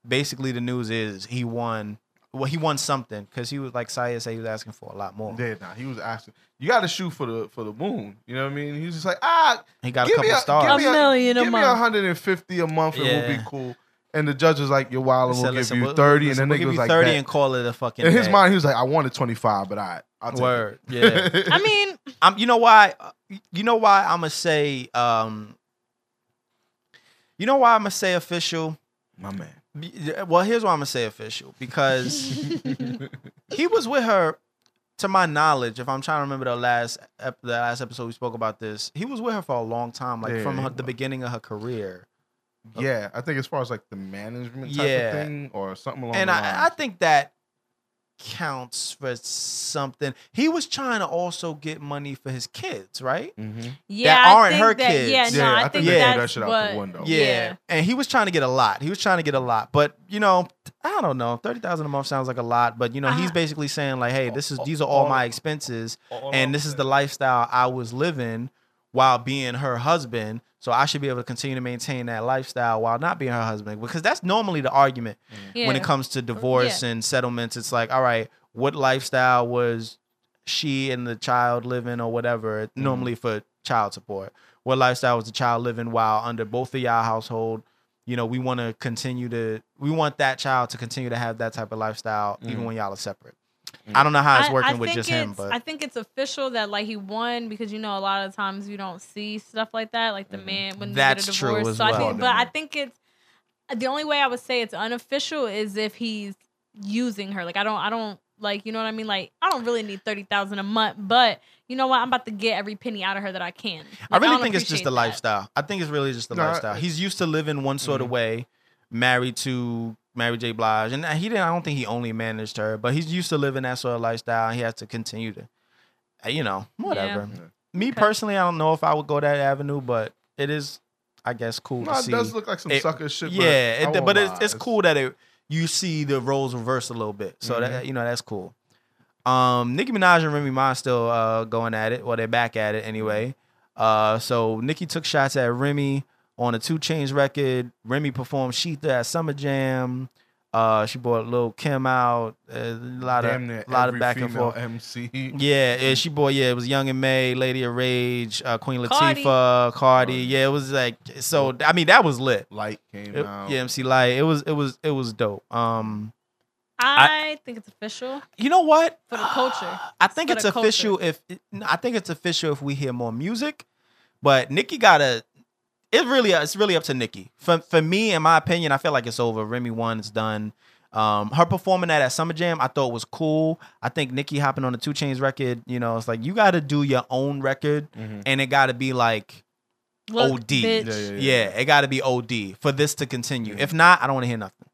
Speaker 4: basically the news is he won Well, he won something because he was like Saya said he was asking for a lot more.
Speaker 2: Yeah, nah, he was asking. You got to shoot for the for the moon. You know what I mean? He was just like, ah,
Speaker 4: He got a
Speaker 2: give
Speaker 4: couple
Speaker 2: me
Speaker 4: stars.
Speaker 2: Give me
Speaker 3: A million a
Speaker 2: give me
Speaker 3: month.
Speaker 2: 150 a month. and It will be
Speaker 4: Yeah.
Speaker 2: cool. And the judge was like, you're wild.
Speaker 4: He
Speaker 2: We'll
Speaker 4: said,
Speaker 2: give
Speaker 4: "Listen,
Speaker 2: you
Speaker 4: we'll-
Speaker 2: 30.
Speaker 4: listen,
Speaker 2: and then
Speaker 4: we'll
Speaker 2: nigga
Speaker 4: give
Speaker 2: was
Speaker 4: you
Speaker 2: like,
Speaker 4: 30
Speaker 2: "Bet."
Speaker 4: and call it a fucking.
Speaker 2: in his
Speaker 4: day.
Speaker 2: mind, he was like, I wanted 25, but I, I'll take
Speaker 4: word. Yeah.
Speaker 2: it.
Speaker 3: I mean,
Speaker 4: um, you know why? You know why I'm gonna say. Um, you know why I'm gonna say official.
Speaker 2: my man.
Speaker 4: Be- Well, here's why I'm gonna say official because he was with her. To my knowledge, if I'm trying to remember the last ep- the last episode we spoke about this, he was with her for a long time, like
Speaker 2: Yeah,
Speaker 4: from
Speaker 2: he
Speaker 4: her, the
Speaker 2: was.
Speaker 4: beginning of her career.
Speaker 2: Yeah, I think as far as like the management type
Speaker 4: Yeah.
Speaker 2: of thing or something along
Speaker 4: and
Speaker 2: the
Speaker 4: I, I
Speaker 2: lines.
Speaker 4: think that counts for something. He was trying to also get money for his kids, right?
Speaker 2: Mhm.
Speaker 3: yeah,
Speaker 4: That
Speaker 3: I
Speaker 4: aren't
Speaker 3: think
Speaker 4: her
Speaker 3: that-
Speaker 4: kids.
Speaker 3: Yeah, no,
Speaker 2: Yeah,
Speaker 3: I,
Speaker 2: I
Speaker 3: think
Speaker 2: think they threw
Speaker 3: that's
Speaker 2: that shit out the
Speaker 3: what-
Speaker 2: window.
Speaker 4: Yeah. And he was trying to get a lot. He was trying to get a lot. But, you know, I don't know. 30,000 a month sounds like a lot, but you know, he's
Speaker 3: Uh,
Speaker 4: basically saying like, "Hey, this is these are
Speaker 2: all-
Speaker 4: all my expenses
Speaker 2: Mm-hmm.
Speaker 4: and this is the lifestyle I was living while being her husband." So I should be able to continue to maintain that lifestyle while not being her husband because that's normally the argument
Speaker 3: yeah.
Speaker 4: when it comes to divorce and settlements. It's like, all right, what lifestyle was she and the child living or whatever, normally for child support? What lifestyle was the child living while under both of y'all household? You know, we want to continue to, we want that child to continue to have that type of lifestyle even
Speaker 2: Mhm.
Speaker 4: when y'all are separate. I don't know how it's
Speaker 3: I-
Speaker 4: working
Speaker 3: I
Speaker 4: with
Speaker 3: think
Speaker 4: just him,
Speaker 3: it's-
Speaker 4: but
Speaker 3: I think it's official that like he won because you know a lot of times you don't see stuff like that, like the
Speaker 2: Mhm.
Speaker 3: man when
Speaker 4: That's
Speaker 3: they get a
Speaker 4: true
Speaker 3: divorce.
Speaker 4: as
Speaker 3: so I
Speaker 4: well.
Speaker 3: think, but I think it's the only way I would say it's unofficial is if he's using her. Like I don't, I don't like you know what I mean. Like I don't really need thirty thousand a month, but you know what? I'm about to get every penny out of her that I can.
Speaker 4: I
Speaker 3: Like,
Speaker 4: really
Speaker 3: don't
Speaker 4: think it's just
Speaker 3: appreciate
Speaker 4: the
Speaker 3: that.
Speaker 4: lifestyle. I think it's really just the
Speaker 2: No, I-
Speaker 4: lifestyle. He's used to living one sort of
Speaker 2: Mhm.
Speaker 4: way, married to Mary J. Blige, and he didn't. I don't think he only managed her, but he's used to living that sort of lifestyle. And he has to continue to, uh, you know, whatever.
Speaker 2: Yeah.
Speaker 4: Me
Speaker 3: Okay.
Speaker 4: personally, I don't know if I would go that avenue, but it is, I guess, cool
Speaker 2: No,
Speaker 4: to
Speaker 2: it
Speaker 4: see.
Speaker 2: does look like some
Speaker 4: It-
Speaker 2: sucker shit. but I
Speaker 4: yeah, but, it,
Speaker 2: won't
Speaker 4: but it's,
Speaker 2: lie.
Speaker 4: it's cool that it you see the roles reversed a little bit. So
Speaker 2: Mm-hmm.
Speaker 4: that you know that's cool. Um, Nicki Minaj and Remy Ma still uh, going at it. Well, they're back at it anyway.
Speaker 2: Mm-hmm.
Speaker 4: Uh, so Nicki took shots at Remy on a Two Chains record. Remy performed Sheetha at Summer Jam. Uh, she brought Lil Kim out. Uh, a lot
Speaker 2: Damn
Speaker 4: of
Speaker 2: near
Speaker 4: lot of
Speaker 2: every
Speaker 4: back and
Speaker 2: female
Speaker 4: forth.
Speaker 2: MC.
Speaker 4: Yeah, yeah, she bought. Yeah, it was Young and May, Lady of Rage, uh, Queen
Speaker 3: Cardi.
Speaker 4: Latifah, Cardi.
Speaker 2: Cardi.
Speaker 4: Yeah, it was like so. I mean, that was lit.
Speaker 2: Light came
Speaker 4: It-
Speaker 2: out.
Speaker 4: yeah, MC Light. It was it was it was dope. Um,
Speaker 3: I, think it's official
Speaker 4: you know what?
Speaker 3: for the culture.
Speaker 4: I think
Speaker 3: For
Speaker 4: it's
Speaker 3: the culture.
Speaker 4: official if I think it's official if we hear more music, but Nikki gotta. It really it's really up to Nikki. For for me, in my opinion, I feel like it's over. Remy won. It's done. Um, her performing that at Summer Jam, I thought was cool. I think Nikki hopping on the Two Chains record, you know, it's like you got to do your own record,
Speaker 2: Mhm.
Speaker 4: and it got to be like,
Speaker 3: Look,
Speaker 4: OD.
Speaker 3: bitch.
Speaker 2: Yeah, yeah,
Speaker 4: yeah, it got to be OD for this to continue.
Speaker 2: Mhm.
Speaker 4: If not, I don't want to hear nothing.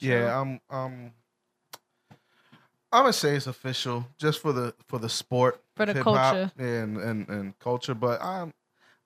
Speaker 2: Yeah, I'm um I'm gonna say it's official just for the for the sport.
Speaker 3: For the
Speaker 2: hip-hop,
Speaker 3: culture.
Speaker 2: And, and and culture. But I'm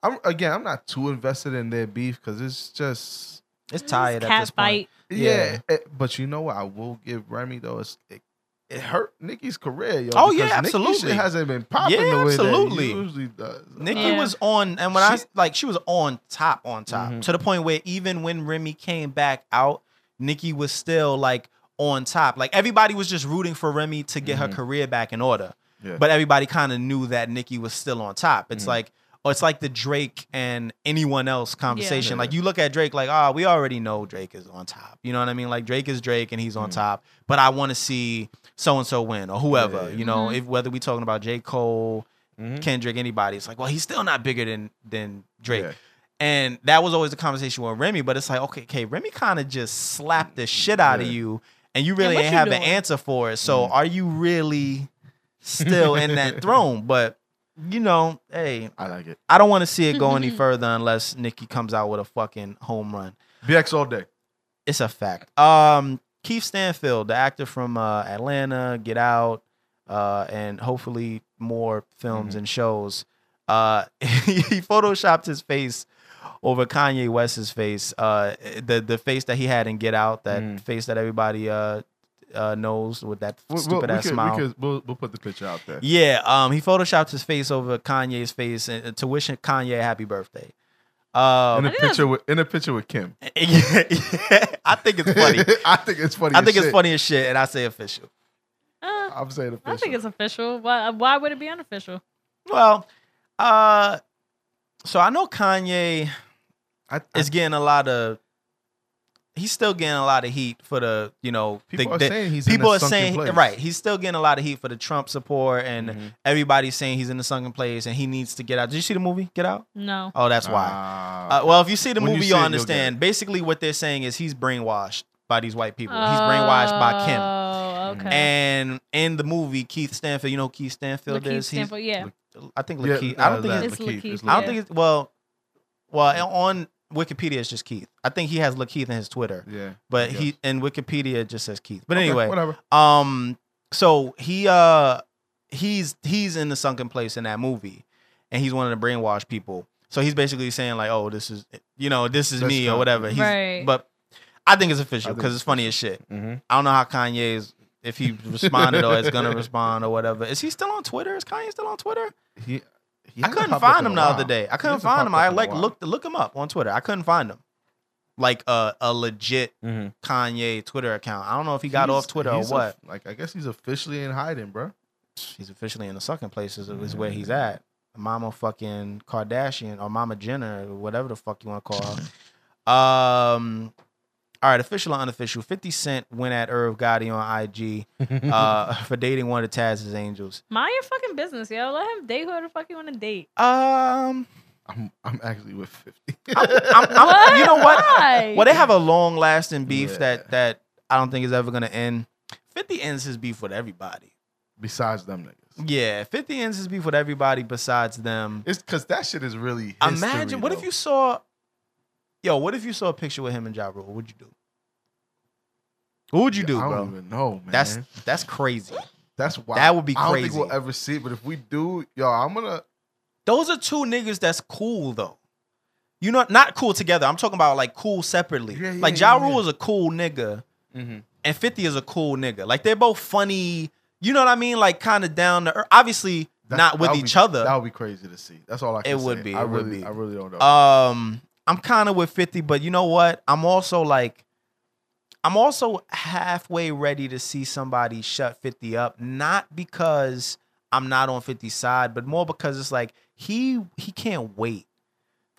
Speaker 2: I'm again I'm not too invested in their beef because it's just
Speaker 3: This
Speaker 4: It's tired at
Speaker 3: cat
Speaker 4: this
Speaker 3: fight.
Speaker 4: point.
Speaker 2: yeah. it- but you know what? I will give Remy though. It's, it, it hurt Nikki's career, yo.
Speaker 4: Oh,
Speaker 2: because Nicki
Speaker 4: yeah,
Speaker 2: shit
Speaker 4: absolutely.
Speaker 2: hasn't been popping
Speaker 4: Yeah,
Speaker 2: the way
Speaker 4: absolutely.
Speaker 2: that it usually does. Uh,
Speaker 4: Nikki
Speaker 3: Yeah.
Speaker 4: was on, and when I
Speaker 2: She-
Speaker 4: like, she was on top, on top
Speaker 2: Mhm.
Speaker 4: to the point where even when Remy came back out, Nikki was still like on top. Like everybody was just rooting for Remy to get
Speaker 2: Mhm.
Speaker 4: her career back in order,
Speaker 2: Yeah.
Speaker 4: but everybody kind of knew that Nikki was still on top. It's
Speaker 2: Mhm.
Speaker 4: like, oh, it's like the Drake and anyone else conversation.
Speaker 2: Yeah.
Speaker 4: Like you look at Drake, like, ah, we already know Drake is on top. You know what I mean? Like Drake is Drake and he's on
Speaker 2: Mhm.
Speaker 4: top, but I want to see so and so win or whoever.
Speaker 2: Yeah. Mm-hmm.
Speaker 4: You know,
Speaker 3: Mhm.
Speaker 4: if whether we talking about J Cole. Mm-hmm. Kendrick, anybody. It's like, well, he's still not bigger than than Drake.
Speaker 2: Yeah.
Speaker 4: And that was always the conversation with Remy, but it's like, okay, okay, Remy kind of just slapped the shit out
Speaker 2: Yeah. Mm-hmm.
Speaker 4: of you, and you really
Speaker 3: what
Speaker 4: ain't
Speaker 3: you
Speaker 4: have an
Speaker 3: doing?
Speaker 4: answer for it. So are you really still in that throne? But you know, hey,
Speaker 2: I like it.
Speaker 4: I don't want to see it go
Speaker 3: Mm-hmm.
Speaker 4: any further unless Nikki comes out with a fucking home run.
Speaker 2: BX all day.
Speaker 4: It's a fact. Um, Keith Stanfield, the actor from uh, Atlanta, Get Out, uh, and hopefully more films
Speaker 2: Mhm.
Speaker 4: and shows. Uh, he photoshopped his face over Kanye West's face. Uh, the the face that he had in Get Out, that
Speaker 2: Mhm.
Speaker 4: face that everybody uh, uh, knows with that
Speaker 2: We'll- we'll-
Speaker 4: stupid
Speaker 2: we
Speaker 4: ass
Speaker 2: could- we
Speaker 4: smile.
Speaker 2: could- we'll, we'll put the picture out there.
Speaker 4: uh, Yeah, um, he photoshopped his face over Kanye's face and, to wish Kanye a happy birthday. Um,
Speaker 2: in a
Speaker 3: think that's-
Speaker 2: picture with in a picture with Kim.
Speaker 4: I think it's funny.
Speaker 2: I think it's funny.
Speaker 4: I
Speaker 2: as
Speaker 4: think it's
Speaker 2: shit.
Speaker 4: funny as shit, and I say official.
Speaker 3: Uh,
Speaker 2: I'm saying official.
Speaker 3: I think it's official. Why, why would it be unofficial?
Speaker 4: Well, uh, so I know Kanye
Speaker 2: I, I,
Speaker 4: is getting a lot of. He's still getting a lot of heat for the you know
Speaker 2: people
Speaker 4: the,
Speaker 2: are
Speaker 4: the-
Speaker 2: saying he's in
Speaker 4: people
Speaker 2: a
Speaker 4: are
Speaker 2: sunken
Speaker 4: saying
Speaker 2: place.
Speaker 4: right. He's still getting a lot of heat for the Trump support, and
Speaker 2: Mhm.
Speaker 4: everybody's saying he's in the sunken place, and he needs to get out. Did you see the movie Get Out?
Speaker 3: No.
Speaker 4: Oh, that's why.
Speaker 2: Ah.
Speaker 4: Uh, well, if you see the
Speaker 2: When you
Speaker 4: movie,
Speaker 2: see
Speaker 4: you
Speaker 2: it, you'll
Speaker 4: will
Speaker 2: get
Speaker 4: understand. Basically, what they're saying is he's brainwashed by these white people. He's brainwashed by
Speaker 2: Uh,
Speaker 4: Kim.
Speaker 3: Oh, okay.
Speaker 4: And in the movie, Keith Stanfield, you know who Keith Stanfield
Speaker 3: Lakeith
Speaker 4: is. He's-
Speaker 3: Stanfield, yeah.
Speaker 4: I think
Speaker 2: Yeah,
Speaker 4: Lakeith. I
Speaker 2: uh,
Speaker 4: don't think.
Speaker 2: that-
Speaker 4: It's,
Speaker 3: It's Lakeith,
Speaker 2: It's
Speaker 4: I don't
Speaker 3: yeah.
Speaker 4: think it's well. Well, on Wikipedia, it's just Keith. I think he has Lakeith in his Twitter,
Speaker 2: Yeah.
Speaker 4: but
Speaker 2: I
Speaker 4: he
Speaker 2: guess.
Speaker 4: in Wikipedia it just says Keith. But
Speaker 2: Okay,
Speaker 4: anyway,
Speaker 2: whatever.
Speaker 4: um, so he uh he's he's in the sunken place in that movie, and he's one of the brainwashed people. So he's basically saying like, oh, this is you know this is
Speaker 2: That's
Speaker 4: me
Speaker 2: not-
Speaker 4: or whatever. He's,
Speaker 3: Right.
Speaker 4: But I think it's official
Speaker 2: I think
Speaker 4: because
Speaker 2: it's
Speaker 4: it's funny as shit.
Speaker 2: Mhm.
Speaker 4: I don't know how Kanye is if he responded or is gonna respond or whatever. Is he still on Twitter? Is Kanye still on Twitter?
Speaker 2: He, he
Speaker 4: I
Speaker 2: hasn't
Speaker 4: couldn't
Speaker 2: popped up in
Speaker 4: find him
Speaker 2: a
Speaker 4: the other
Speaker 2: while.
Speaker 4: day. I
Speaker 2: He
Speaker 4: couldn't
Speaker 2: hasn't
Speaker 4: find him.
Speaker 2: popped up
Speaker 4: I
Speaker 2: in a
Speaker 4: like
Speaker 2: while.
Speaker 4: looked look him up on Twitter. I couldn't find him. Like a a legit Kanye Twitter account. I don't know if he got
Speaker 2: Mm-hmm. He's-
Speaker 4: off Twitter or
Speaker 2: he's a-
Speaker 4: what.
Speaker 2: like I guess he's officially in hiding, bro.
Speaker 4: he's officially in the sucking places is where he's at. Mama fucking Kardashian or Mama Jenner, or whatever the fuck you want to call her. Um, all right, official or unofficial. Fifty Cent went at Irv Gotti on IG uh, for dating one of Taz's angels.
Speaker 3: Mind your fucking business, yo. Let him date who the fuck you want to date.
Speaker 4: Um,
Speaker 2: I'm I'm actually with fifty.
Speaker 4: I'm- I'm- you know what?
Speaker 3: Why?
Speaker 4: Well, they have a long lasting beef
Speaker 2: Yeah.
Speaker 4: that that I don't think is ever gonna end. Fifty ends his beef with everybody.
Speaker 2: Besides them niggas,
Speaker 4: Yeah, Fifty ends his beef with everybody besides them.
Speaker 2: it's because that shit is really. History,
Speaker 4: Imagine what if
Speaker 2: though.
Speaker 4: you saw, yo, what if you saw a picture with him and Ja Rule? What would you do? What would you do,
Speaker 2: I don't
Speaker 4: bro?
Speaker 2: even know, man.
Speaker 4: That's that's crazy.
Speaker 2: that's wild.
Speaker 4: that would be
Speaker 2: I don't think
Speaker 4: crazy.
Speaker 2: we'll ever see it, but if we do, yo, I'm gonna.
Speaker 4: Those are two niggas that's cool though. You know, not cool together. I'm talking about like cool separately.
Speaker 2: Yeah, yeah,
Speaker 4: like Ja
Speaker 2: yeah,
Speaker 4: Rule
Speaker 2: yeah.
Speaker 4: is a cool nigga, and Fifty is a cool nigga. Like they're both funny. You know what I mean? Like kind of down to earth. Obviously,
Speaker 2: that-
Speaker 4: not with
Speaker 2: that would
Speaker 4: each
Speaker 2: be-
Speaker 4: other.
Speaker 2: That would be crazy to see. That's all I. Can
Speaker 4: It would
Speaker 2: say.
Speaker 4: be,
Speaker 2: I
Speaker 4: it would
Speaker 2: really,
Speaker 4: be.
Speaker 2: I really don't know.
Speaker 4: Um, I'm kind of with 50, but you know what? I'm also like, I'm also halfway ready to see somebody shut 50 up, not because I'm not on 50's side, but more because it's like he he can't wait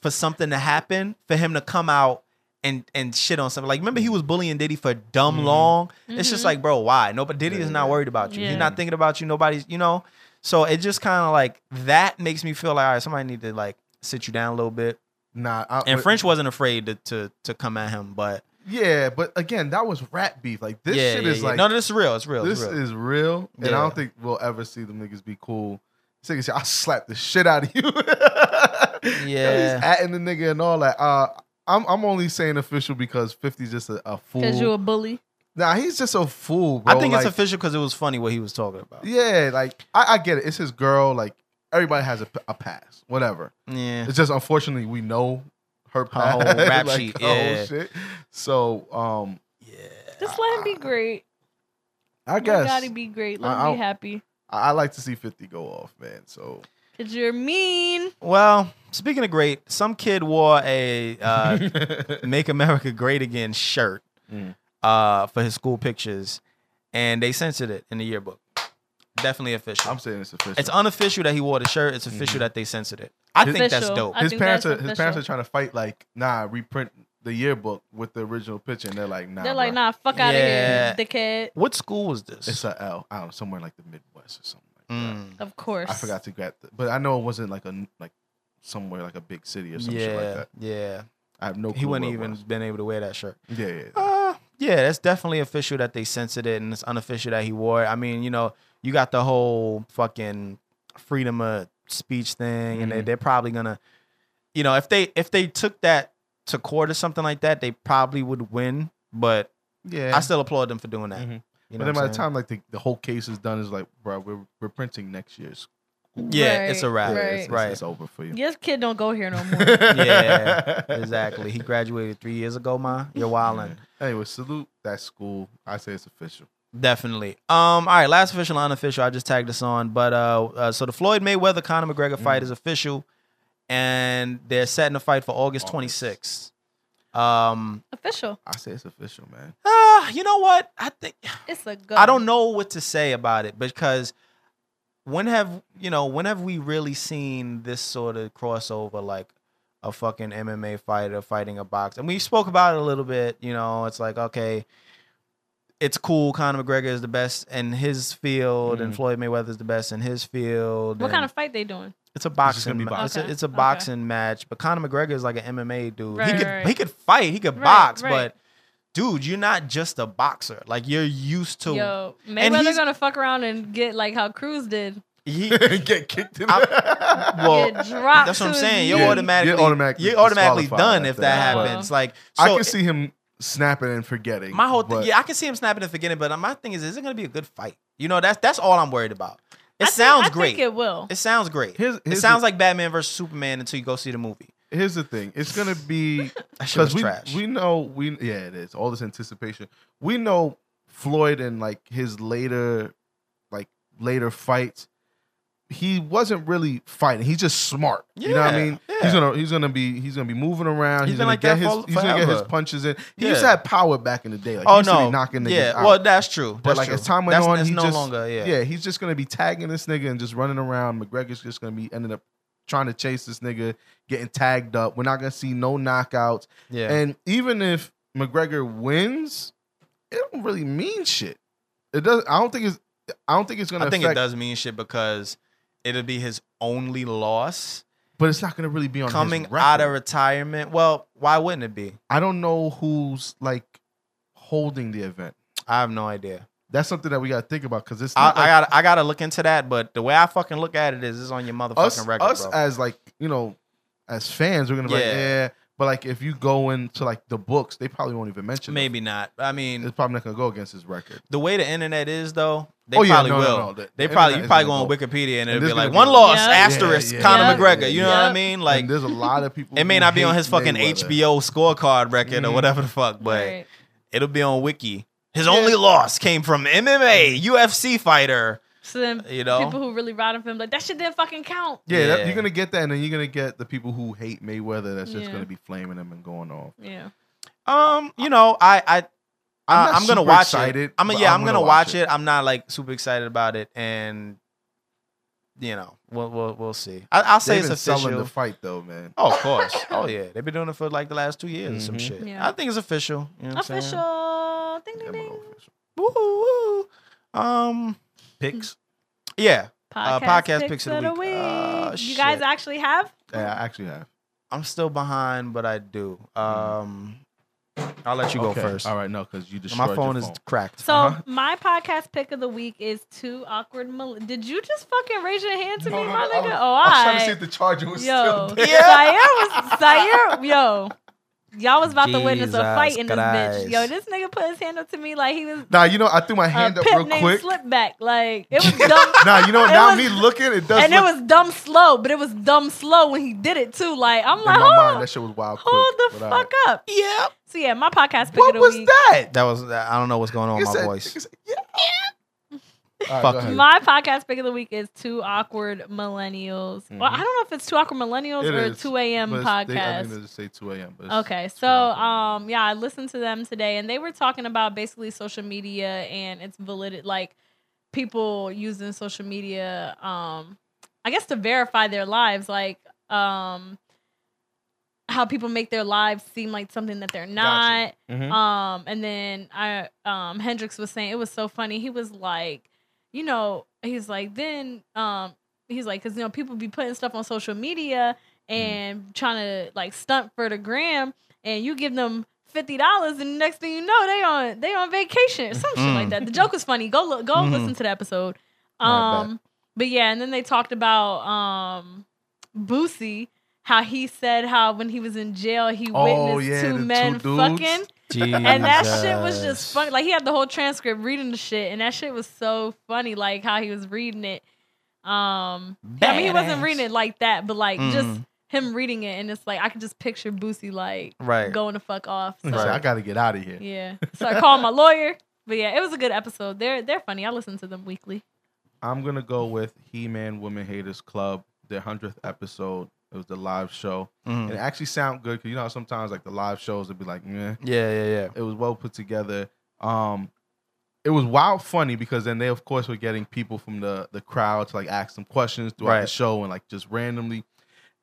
Speaker 4: for something to happen for him to come out and and shit on something. Like remember he was bullying Diddy for dumb
Speaker 2: Mhm.
Speaker 4: long. It's just
Speaker 3: Mhm.
Speaker 4: like, bro, why? Nobody Diddy
Speaker 2: Yeah,
Speaker 4: is not
Speaker 2: yeah.
Speaker 4: worried about you.
Speaker 3: Yeah.
Speaker 4: He's not thinking about you. Nobody's, you know. So it just kind of like that makes me feel like all right, somebody need to like sit you down a little bit.
Speaker 2: nah, I,
Speaker 4: And
Speaker 2: but-
Speaker 4: French wasn't afraid to to, to come at him, but
Speaker 2: Yeah, but again, that was rap beef. Like this
Speaker 4: yeah,
Speaker 2: shit
Speaker 4: yeah,
Speaker 2: is
Speaker 4: yeah.
Speaker 2: like
Speaker 4: no, no, this is real. It's real.
Speaker 2: this
Speaker 4: it's real.
Speaker 2: is real, and I
Speaker 4: Yeah.
Speaker 2: don't think we'll ever see them niggas be cool. This nigga said, "I'll slap the shit out of you." yeah,
Speaker 4: Yeah.
Speaker 2: he's atting the nigga and all that. Uh, I'm I'm only saying official because 50's just a, a
Speaker 3: Because you a
Speaker 2: fool.
Speaker 3: bully.
Speaker 2: Nah, he's just a fool, bro.
Speaker 4: I think
Speaker 2: like,
Speaker 4: it's official because it was funny what he was talking about. Yeah,
Speaker 2: Yeah, like I, I get it. It's his girl. Like everybody has a, p- a past, whatever. It's just unfortunately we know her past,
Speaker 4: whole rap
Speaker 2: like,
Speaker 4: sheet,
Speaker 2: her whole
Speaker 4: yeah.
Speaker 2: shit. So um,
Speaker 3: Just let him be great.
Speaker 2: I
Speaker 3: Let
Speaker 2: guess
Speaker 3: Gotti be great. Let
Speaker 2: I- I-
Speaker 3: him be happy.
Speaker 2: I, I like to see 50 go off, man. So
Speaker 3: Because you're mean.
Speaker 4: Well, speaking of great, some kid wore a uh, "Make America Great Again" shirt
Speaker 2: Mm.
Speaker 4: uh, for his school pictures, and they censored it in the yearbook. Definitely official.
Speaker 2: I'm saying it's official.
Speaker 4: it's unofficial that he wore the shirt. It's
Speaker 2: Mm-hmm.
Speaker 4: official that they censored it. I
Speaker 2: His-
Speaker 4: think that's
Speaker 3: Official.
Speaker 4: dope.
Speaker 3: I
Speaker 2: his
Speaker 3: think
Speaker 2: parents are
Speaker 3: that's
Speaker 2: his parents
Speaker 3: official.
Speaker 2: are trying to fight like nah reprint the yearbook with the original picture and they're like nah.
Speaker 3: They're like,
Speaker 2: bruh.
Speaker 3: nah, fuck out of
Speaker 4: Yeah.
Speaker 3: here, dickhead.
Speaker 4: What school was this?
Speaker 2: It's a L. I don't know somewhere in, like the Midwest or something. Like
Speaker 4: Mm.
Speaker 3: Of
Speaker 2: that.
Speaker 3: course.
Speaker 2: I forgot to get, the, but I know it wasn't like a like somewhere like a big city or some
Speaker 4: yeah,
Speaker 2: shit like that.
Speaker 4: yeah.
Speaker 2: I have no. Clue
Speaker 4: He wouldn't
Speaker 2: where it
Speaker 4: even
Speaker 2: was.
Speaker 4: been able to wear that shirt.
Speaker 2: Yeah, yeah. yeah.
Speaker 4: Uh, yeah, that's definitely official that they censored it, and it's unofficial that he wore it. I mean, you know, you got the whole fucking freedom of speech thing, and they,
Speaker 2: Mhm.
Speaker 4: they're probably gonna, you know, if they if they took that to court or something like that, they probably would win. But
Speaker 2: yeah.
Speaker 4: I still applaud them for doing that.
Speaker 2: Mhm. but
Speaker 4: You know
Speaker 2: then
Speaker 4: what
Speaker 2: by
Speaker 4: I'm
Speaker 2: the
Speaker 4: saying?
Speaker 2: time like the, the whole case is done, is like, bro, we're we're printing next year's.
Speaker 4: yeah, it's a wrap,
Speaker 2: Yeah, it's-
Speaker 4: right?
Speaker 2: it's, It's over for you.
Speaker 3: Yes, kid, don't go here no more.
Speaker 4: Yeah, exactly. He graduated three years ago, ma. You're wildin'.
Speaker 2: Yeah. Anyway, salute that school. I say it's official.
Speaker 4: Definitely. Um. All right. Last official, unofficial. I just tagged this on, but uh, uh so the Floyd Mayweather Conor McGregor fight is official, and they're setting a fight for August
Speaker 2: August.
Speaker 4: 26th. Um,
Speaker 3: Official.
Speaker 2: I say it's official, man.
Speaker 4: ah, you know what? I think
Speaker 3: It's a good.
Speaker 4: I don't know what to say about it because when have you know when have we really seen this sort of crossover like a fucking MMA fighter fighting a boxer? And we spoke about it a little bit. You know, it's like okay, it's cool. Conor McGregor is the best in his field, and
Speaker 2: Mhm.
Speaker 4: Floyd Mayweather is the best in his field.
Speaker 3: What
Speaker 4: and
Speaker 3: kind of fight they doing?
Speaker 4: It's a
Speaker 2: It's just
Speaker 4: boxing.
Speaker 2: gonna be
Speaker 4: ma- It's
Speaker 3: boxing.
Speaker 4: a, it's a
Speaker 3: Okay, okay.
Speaker 4: boxing match, but Conor McGregor is like an MMA dude.
Speaker 3: Right,
Speaker 4: he could
Speaker 3: right, right.
Speaker 4: he could fight. He could
Speaker 3: Right,
Speaker 4: box,
Speaker 3: right.
Speaker 4: but dude, you're not just a boxer. Like you're used to
Speaker 3: Yo,
Speaker 4: he's-
Speaker 3: Mayweather gonna fuck around and get like how Cruz did.
Speaker 4: he,
Speaker 2: Get kicked in.
Speaker 4: I-
Speaker 2: the-
Speaker 4: well,
Speaker 3: get dropped.
Speaker 4: that's what I'm
Speaker 3: to
Speaker 4: saying.
Speaker 3: his
Speaker 4: You're
Speaker 2: Yeah,
Speaker 3: knees.
Speaker 4: automatically
Speaker 2: you're automatically
Speaker 4: you're automatically
Speaker 2: disqualified
Speaker 4: done if
Speaker 2: after
Speaker 4: that
Speaker 3: that. Wow.
Speaker 4: happens. Like
Speaker 2: I
Speaker 4: so
Speaker 2: can see him snapping and forgetting.
Speaker 4: my whole thing.
Speaker 2: but
Speaker 4: Yeah, I can see him snapping and forgetting. But my thing is, is it going to be a good fight? You know, that's that's all I'm worried about. It
Speaker 3: I think-
Speaker 4: sounds
Speaker 3: I
Speaker 4: great.
Speaker 3: Think it will.
Speaker 4: it sounds great.
Speaker 2: Here's-
Speaker 4: it
Speaker 2: here's
Speaker 4: sounds
Speaker 2: the-
Speaker 4: like Batman versus Superman until you go see the movie.
Speaker 2: here's the thing: it's gonna be
Speaker 4: That shit
Speaker 2: because
Speaker 4: was
Speaker 2: we
Speaker 4: trash.
Speaker 2: we know we yeah it is all this anticipation. We know Floyd and like his later like later fights. He wasn't really fighting. He's just smart. you know what I
Speaker 4: Yeah,
Speaker 2: mean?
Speaker 4: yeah.
Speaker 2: He's gonna he's gonna be he's gonna be moving around. He's,
Speaker 4: He's
Speaker 2: gonna
Speaker 4: been like
Speaker 2: get
Speaker 4: that
Speaker 2: his
Speaker 4: for-
Speaker 2: he's gonna get his
Speaker 4: forever.
Speaker 2: punches in. He used to
Speaker 4: Yeah.
Speaker 2: have power back in the day. Like, he
Speaker 4: oh
Speaker 2: used to be
Speaker 4: no,
Speaker 2: knocking niggas
Speaker 4: yeah.
Speaker 2: out.
Speaker 4: Well, that's true.
Speaker 2: But
Speaker 4: That's
Speaker 2: like
Speaker 4: true.
Speaker 2: as time went
Speaker 4: That's-
Speaker 2: on,
Speaker 4: that's
Speaker 2: he
Speaker 4: no
Speaker 2: just-
Speaker 4: longer. Yeah.
Speaker 2: yeah, he's just gonna be tagging this nigga and just running around. McGregor's just gonna be ended up trying to chase this nigga, getting tagged up. We're not gonna see no knockouts.
Speaker 4: yeah.
Speaker 2: And even if McGregor wins, it don't really mean shit. It does. I don't think it's. I don't think it's gonna.
Speaker 4: I think it
Speaker 2: affect,
Speaker 4: does mean shit because it'll be his only loss
Speaker 2: but it's not gonna really be on his
Speaker 4: coming
Speaker 2: record.
Speaker 4: out of retirement. Well, why wouldn't it be?
Speaker 2: I don't know who's like holding the event.
Speaker 4: I have no idea.
Speaker 2: That's something that we gotta think about because it's.
Speaker 4: I,
Speaker 2: Not
Speaker 4: I
Speaker 2: like
Speaker 4: gotta I gotta look into that, but the way I fucking look at it is it's on your motherfucking
Speaker 2: us,
Speaker 4: record,
Speaker 2: us
Speaker 4: bro.
Speaker 2: as like you know, as fans, we're gonna be like,
Speaker 4: Yeah.
Speaker 2: yeah. But like, if you go into like the books, they probably won't even mention. it.
Speaker 4: Maybe not. I mean,
Speaker 2: It's probably not gonna go against his record.
Speaker 4: the way the internet is though, they
Speaker 2: Oh, yeah,
Speaker 4: probably
Speaker 2: no, no,
Speaker 4: will.
Speaker 2: no, the-
Speaker 4: They
Speaker 2: the
Speaker 4: probably you
Speaker 2: internet
Speaker 4: probably
Speaker 2: is
Speaker 4: go on
Speaker 2: gonna
Speaker 4: Wikipedia
Speaker 2: And
Speaker 4: and it'll
Speaker 2: there's
Speaker 4: be like
Speaker 2: gonna be
Speaker 4: one
Speaker 2: a-
Speaker 4: loss
Speaker 3: Yeah.
Speaker 4: asterisk
Speaker 2: Yeah,
Speaker 4: Conor
Speaker 3: yeah,
Speaker 4: McGregor. you know what I
Speaker 3: yeah.
Speaker 4: mean? Like
Speaker 2: and there's a lot of people.
Speaker 4: it may
Speaker 2: who
Speaker 4: not be on
Speaker 2: hate
Speaker 4: his fucking
Speaker 2: Mayweather.
Speaker 4: HBO scorecard record or
Speaker 2: Mhm.
Speaker 4: whatever the fuck, but
Speaker 3: Right.
Speaker 4: it'll be on Wiki. His only loss came from MMA UFC fighter.
Speaker 3: So then
Speaker 4: uh, You know?
Speaker 3: people who really ride for him like that shit didn't fucking count.
Speaker 2: Yeah, that-
Speaker 4: Yeah.
Speaker 2: you're gonna get that, and then you're gonna get the people who hate Mayweather. That's just
Speaker 3: Yeah.
Speaker 2: gonna be flaming him and going off.
Speaker 3: Yeah.
Speaker 4: Um, you know, I
Speaker 2: I'm
Speaker 4: I I'm,
Speaker 2: not
Speaker 4: I'm gonna
Speaker 2: super
Speaker 4: watch
Speaker 2: excited,
Speaker 4: it. I'm
Speaker 2: but
Speaker 4: yeah,
Speaker 2: I'm
Speaker 4: I'm,
Speaker 2: gonna
Speaker 4: gonna,
Speaker 2: watch
Speaker 4: watch,
Speaker 2: it.
Speaker 4: it. I'm not like super excited about it, and you know, we'll we'll, we'll see. I, I'll say
Speaker 2: They've been
Speaker 4: it's
Speaker 2: selling
Speaker 4: official.
Speaker 2: the fight though, man.
Speaker 4: oh, of course. Oh yeah, they've been doing it for like the last two years or some
Speaker 2: Mhm.
Speaker 4: shit.
Speaker 3: Yeah.
Speaker 4: I think it's official. You know what I'm saying?
Speaker 3: Official. Ding
Speaker 2: Yeah,
Speaker 3: ding
Speaker 2: I'm
Speaker 3: ding.
Speaker 2: gonna go official.
Speaker 4: Woo, woo. Um,
Speaker 2: Picks.
Speaker 4: yeah,
Speaker 3: Podcast,
Speaker 4: Uh, podcast
Speaker 3: picks, of the week.
Speaker 4: Uh,
Speaker 3: you guys
Speaker 4: shit.
Speaker 3: actually have?
Speaker 2: Yeah, I actually have.
Speaker 4: I'm still behind, but I do. Um, I'll let you go
Speaker 2: Mm-hmm. Okay.
Speaker 4: first.
Speaker 2: All right, no, because you destroyed
Speaker 4: My phone is cracked.
Speaker 3: So
Speaker 2: Uh-huh.
Speaker 3: my podcast pick of the week is two awkward. Mal- Did you just fucking raise your hand to me, my nigga? oh,
Speaker 2: I was trying to
Speaker 3: alright.
Speaker 2: see if the charger was
Speaker 3: Yo,
Speaker 2: still there.
Speaker 3: Zaire was Zaire. Yo, y'all was about to witness a
Speaker 4: Jesus
Speaker 3: fight in this
Speaker 4: Christ.
Speaker 3: bitch. Yo, this nigga put his hand up to me like he was
Speaker 2: Nah, you know, I threw my
Speaker 3: a
Speaker 2: hand up
Speaker 3: pimp
Speaker 2: real
Speaker 3: named
Speaker 2: quick.
Speaker 3: Slipback. Like it was dumb,
Speaker 2: Nah, you know,
Speaker 3: It
Speaker 2: now
Speaker 3: was-
Speaker 2: me looking, it does.
Speaker 3: and it
Speaker 2: look-
Speaker 3: was dumb slow, but it was dumb slow when he did it too. Like I'm
Speaker 2: in
Speaker 3: like,
Speaker 2: my mind,
Speaker 3: hold,
Speaker 2: that shit was wild.
Speaker 3: hold
Speaker 2: quick,
Speaker 3: the
Speaker 2: but all
Speaker 3: fuck
Speaker 2: right.
Speaker 3: up.
Speaker 4: Yeah.
Speaker 3: So yeah, my podcast pick of
Speaker 2: What
Speaker 3: the
Speaker 2: was
Speaker 3: week.
Speaker 2: that?
Speaker 4: That was. I don't know what's going on
Speaker 2: You
Speaker 4: with my
Speaker 2: said-
Speaker 4: voice.
Speaker 2: you said- yeah.
Speaker 4: Fuck
Speaker 2: All right, go
Speaker 4: you.
Speaker 2: ahead.
Speaker 3: My podcast pick of the week is two awkward millennials.
Speaker 4: Mm-hmm.
Speaker 3: Well,
Speaker 2: Mhm.
Speaker 3: I don't know if it's two awkward millennials
Speaker 2: It
Speaker 3: or
Speaker 2: is,
Speaker 3: two a.m.
Speaker 2: But
Speaker 3: podcast.
Speaker 2: it's- they- I mean, they say 2 a.m. but it's-
Speaker 3: Okay, so
Speaker 2: awkward.
Speaker 3: um, yeah, I listened to them today, and they were talking about basically social media and its validity, like people using social media, um, I guess to verify their lives, like um, how people make their lives seem like something that they're not.
Speaker 2: Mhm.
Speaker 3: Um, and then I, um, Hendrix was saying it was so funny. He was like, you know, he's like, then, um, he's like, because you know, people be putting stuff on social media
Speaker 2: Mm.
Speaker 3: and trying to like stunt for the gram, and you give them fifty dollars, and the next thing you know, they on they on vacation or some shit
Speaker 2: Mm.
Speaker 3: like that. The joke was funny. Go look, go
Speaker 2: Mm-hmm.
Speaker 4: Mhm.
Speaker 3: listen to the episode.
Speaker 2: Not bad.
Speaker 3: Um, but yeah, and then they talked about um, Boosie. How he said how when he was in jail he witnessed
Speaker 2: Oh, yeah, the
Speaker 3: two
Speaker 2: two
Speaker 3: men
Speaker 2: dudes.
Speaker 3: fucking and that shit was just
Speaker 4: Jesus.
Speaker 3: funny. Like he had the whole transcript reading the shit, and that shit was so funny. Like how he was reading it. Um, I mean, he wasn't
Speaker 4: Badass.
Speaker 3: reading it like that, but like just
Speaker 4: Mm.
Speaker 2: Mm-hmm.
Speaker 3: him reading it, and it's like I could just picture Boosie like
Speaker 4: Right.
Speaker 3: going to fuck off. So
Speaker 2: He said, I got to get out of here.
Speaker 3: yeah, so I called my lawyer. But yeah, it was a good episode. They're they're funny. I listen to them weekly.
Speaker 2: I'm gonna go with He Man Woman Haters Club, their hundredth episode. It was the live show,
Speaker 4: Mhm.
Speaker 2: and it actually sounded good because you know how sometimes like the live shows would be like, yeah.
Speaker 4: Yeah, yeah, yeah.
Speaker 2: It was well put together. Um, it was wild funny because then they of course were getting people from the the crowd to like ask them questions throughout the
Speaker 4: Right.
Speaker 2: show and like just randomly,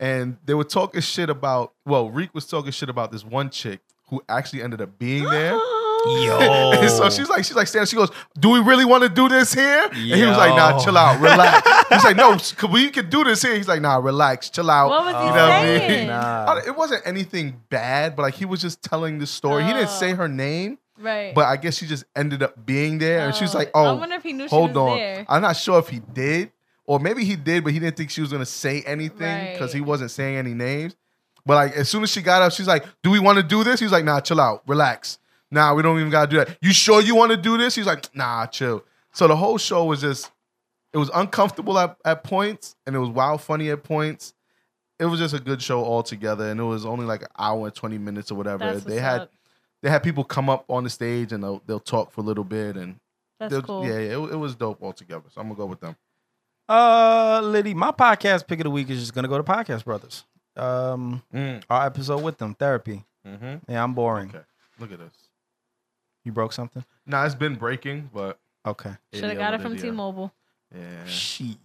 Speaker 2: and they were talking shit about. Well, Reek was talking shit about this one chick who actually ended up being there.
Speaker 4: Yo.
Speaker 2: And
Speaker 4: Oh.
Speaker 2: so she's like, she's like, Stan, she goes, Do we really want to do this here? And he was like, Nah,
Speaker 4: Yo.
Speaker 2: chill out, relax. He's like, No, s- could- we can do this here. He's like, Nah, relax, chill out.
Speaker 3: What was he
Speaker 2: You know what I mean?
Speaker 3: saying?
Speaker 4: Nah.
Speaker 2: I- It wasn't anything bad, but like he was just telling the story. He didn't
Speaker 3: Oh.
Speaker 2: say her name,
Speaker 3: Right.
Speaker 2: but I guess she just ended up being there. And she was like,
Speaker 3: I
Speaker 2: Oh,
Speaker 3: wonder if he knew she
Speaker 2: hold
Speaker 3: was
Speaker 2: on.
Speaker 3: there.
Speaker 2: I'm not sure if he did, or maybe he did, but he didn't think she was gonna say anything because he
Speaker 3: Right.
Speaker 2: wasn't saying any names. But like as soon as she got up, she's like, Do we wanna do this? He's like, nah, chill out, relax. Nah, we don't even gotta do that. You sure you wanna do this? He's like, nah, chill. So the whole show was just it was uncomfortable at, at points and it was wild funny at points. It was just a good show altogether, and it was only like an hour and twenty minutes or whatever.
Speaker 3: That's
Speaker 2: they
Speaker 3: what's
Speaker 2: had
Speaker 3: up.
Speaker 2: they had people come up on the stage and they'll they'll talk for a little bit, and
Speaker 3: That's
Speaker 2: they'll-
Speaker 3: cool.
Speaker 2: Yeah, yeah, it, it was dope altogether. So I'm gonna go with them.
Speaker 4: Uh, Liddy, my podcast pick of the week is just gonna go to Podcast Brothers. Um, our episode with them, therapy.
Speaker 2: Mm-hmm.
Speaker 4: Yeah, I'm boring.
Speaker 2: Okay, look at this.
Speaker 4: You broke something?
Speaker 2: Nah, it's been breaking, but
Speaker 4: Okay.
Speaker 3: Should have got it from T-Mobile.
Speaker 2: Yeah,
Speaker 4: Shit.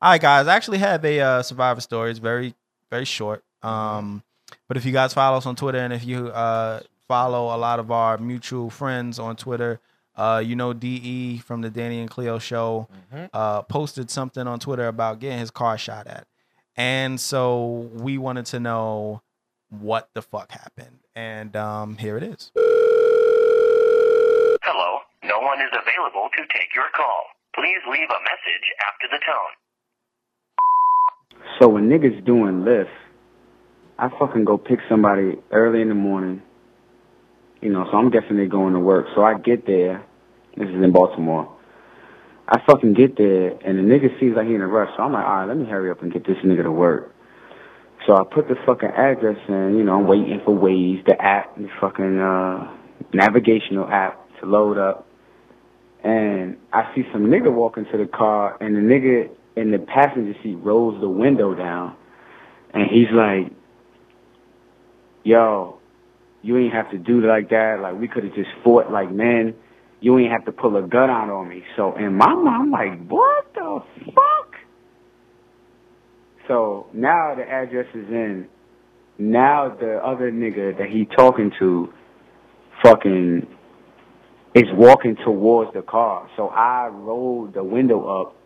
Speaker 4: All right, guys. I actually have a uh, survivor story. It's very, very short. Um, but if you guys follow us on Twitter and if you uh, follow a lot of our mutual friends on Twitter, uh, you know De from the Danny and Cleo show uh, posted something on Twitter about getting his car shot at, and so we wanted to know what the fuck happened, and um, here it is.
Speaker 6: Hello, no one is available to take your call. Please leave a message after the tone.
Speaker 7: So when niggas doing lift, I fucking go pick somebody early in the morning. You know, so I'm definitely going to work. So I get there. This is in Baltimore. I fucking get there, and the nigga seems like he in a rush. So I'm like, all right, let me hurry up and get this nigga to work. So I put the fucking address in. You know, I'm waiting for Waze, the app, the fucking uh, navigational app to load up and I see some nigga walk into the car, and the nigga in the passenger seat rolls the window down, and he's like, "Yo, you ain't have to do like that. Like we could have just fought like men. You ain't have to pull a gun out on me." So in my mind, I'm like, "What the fuck?" So now the address is in. Now the other nigga that he talking to, fucking is walking towards the car. So I rolled the window up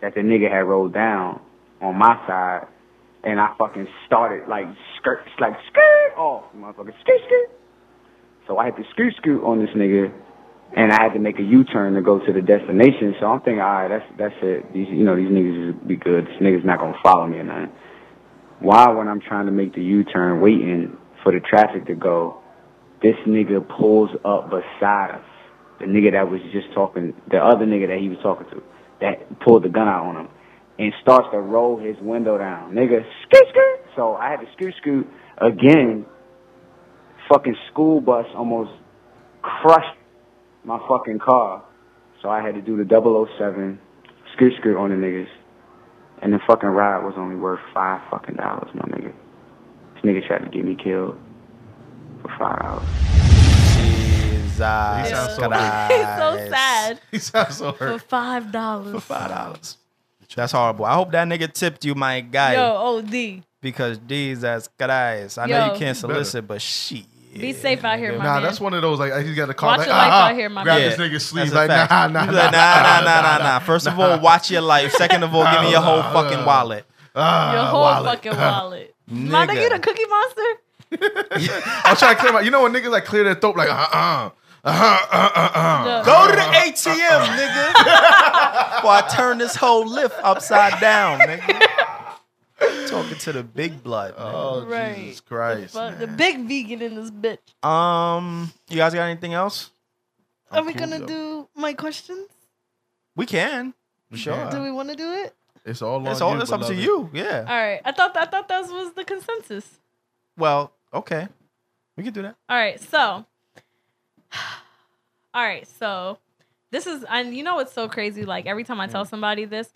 Speaker 7: that the nigga had rolled down on my side, and I fucking started like skirt, like skirt off, motherfucker, skirt, skirt. So I had to skirt, skirt on this nigga, and I had to make a U-turn to go to the destination. So I'm thinking, all right, that's that's it. These, you know, these niggas is be good. This nigga's not gonna follow me or nothing. Why, when I'm trying to make the U-turn, waiting for the traffic to go, this nigga pulls up beside us. The nigga that was just talking, the other nigga that he was talking to, that pulled the gun out on him, and starts to roll his window down. Nigga, scoot, scoot. So I had to scoot, scoot again. Fucking school bus almost crushed my fucking car. So I had to do the 007, scoot, scoot on the niggas. And the fucking ride was only worth five fucking dollars, my nigga. This nigga tried to get me killed for five dollars.
Speaker 4: Jesus
Speaker 2: sounds so
Speaker 3: Ew. It's so
Speaker 4: Christ.
Speaker 3: sad.
Speaker 2: he sounds so
Speaker 3: For
Speaker 2: hurt.
Speaker 3: five dollars.
Speaker 4: Five dollars. That's horrible. I hope that nigga tipped you, my guy,
Speaker 3: Yo, OD. Be
Speaker 4: because Jesus Christ. I know
Speaker 3: Yo.
Speaker 4: you can't solicit, but shit.
Speaker 3: safe out here, my
Speaker 2: Nah,
Speaker 3: man.
Speaker 2: that's one of those like he's got a car.
Speaker 3: Watch
Speaker 2: like,
Speaker 3: your life
Speaker 2: ah,
Speaker 3: out here, my
Speaker 2: grab
Speaker 3: man.
Speaker 2: this nigga's
Speaker 4: That's
Speaker 2: sleeve.
Speaker 4: a
Speaker 2: Like
Speaker 4: fact.
Speaker 2: nah, nah, nah,
Speaker 4: You be like, nah, nah, nah, nah, nah. First of all, watch your life. Second of all, give me your whole
Speaker 2: Nah,
Speaker 4: fucking
Speaker 2: nah.
Speaker 4: wallet.
Speaker 2: Ah,
Speaker 3: Your whole
Speaker 2: wallet.
Speaker 3: fucking wallet. My
Speaker 4: Nigga.
Speaker 3: nigga, you the cookie monster?
Speaker 2: I'm trying to clear my. You know when niggas like clear their throat like uh uh uh uh uh uh.
Speaker 3: Look.
Speaker 4: Go to the ATM, nigga. Or I turn this whole lift upside down, nigga. Talking to the big blood.
Speaker 2: Oh
Speaker 3: Right.
Speaker 2: Jesus Christ!
Speaker 3: Fuck, the
Speaker 2: man.
Speaker 3: big vegan in this bitch.
Speaker 2: Uh.
Speaker 4: nigga. Um, you guys got anything else?
Speaker 3: Are
Speaker 2: I'm
Speaker 3: we
Speaker 2: cool,
Speaker 3: gonna
Speaker 2: yo.
Speaker 3: do my questions?
Speaker 4: We can.
Speaker 2: We
Speaker 4: sure.
Speaker 2: can.
Speaker 3: Do we want to do it?
Speaker 2: It's all on
Speaker 4: It's all
Speaker 2: you,
Speaker 4: it's up to
Speaker 2: beloved.
Speaker 4: you. Yeah.
Speaker 3: All right. I thought I thought that was the consensus.
Speaker 4: Well, okay. We can do that.
Speaker 3: All right. So, all
Speaker 2: Mm.
Speaker 3: right. So, this is and you know what's so crazy? Like every time I tell somebody this,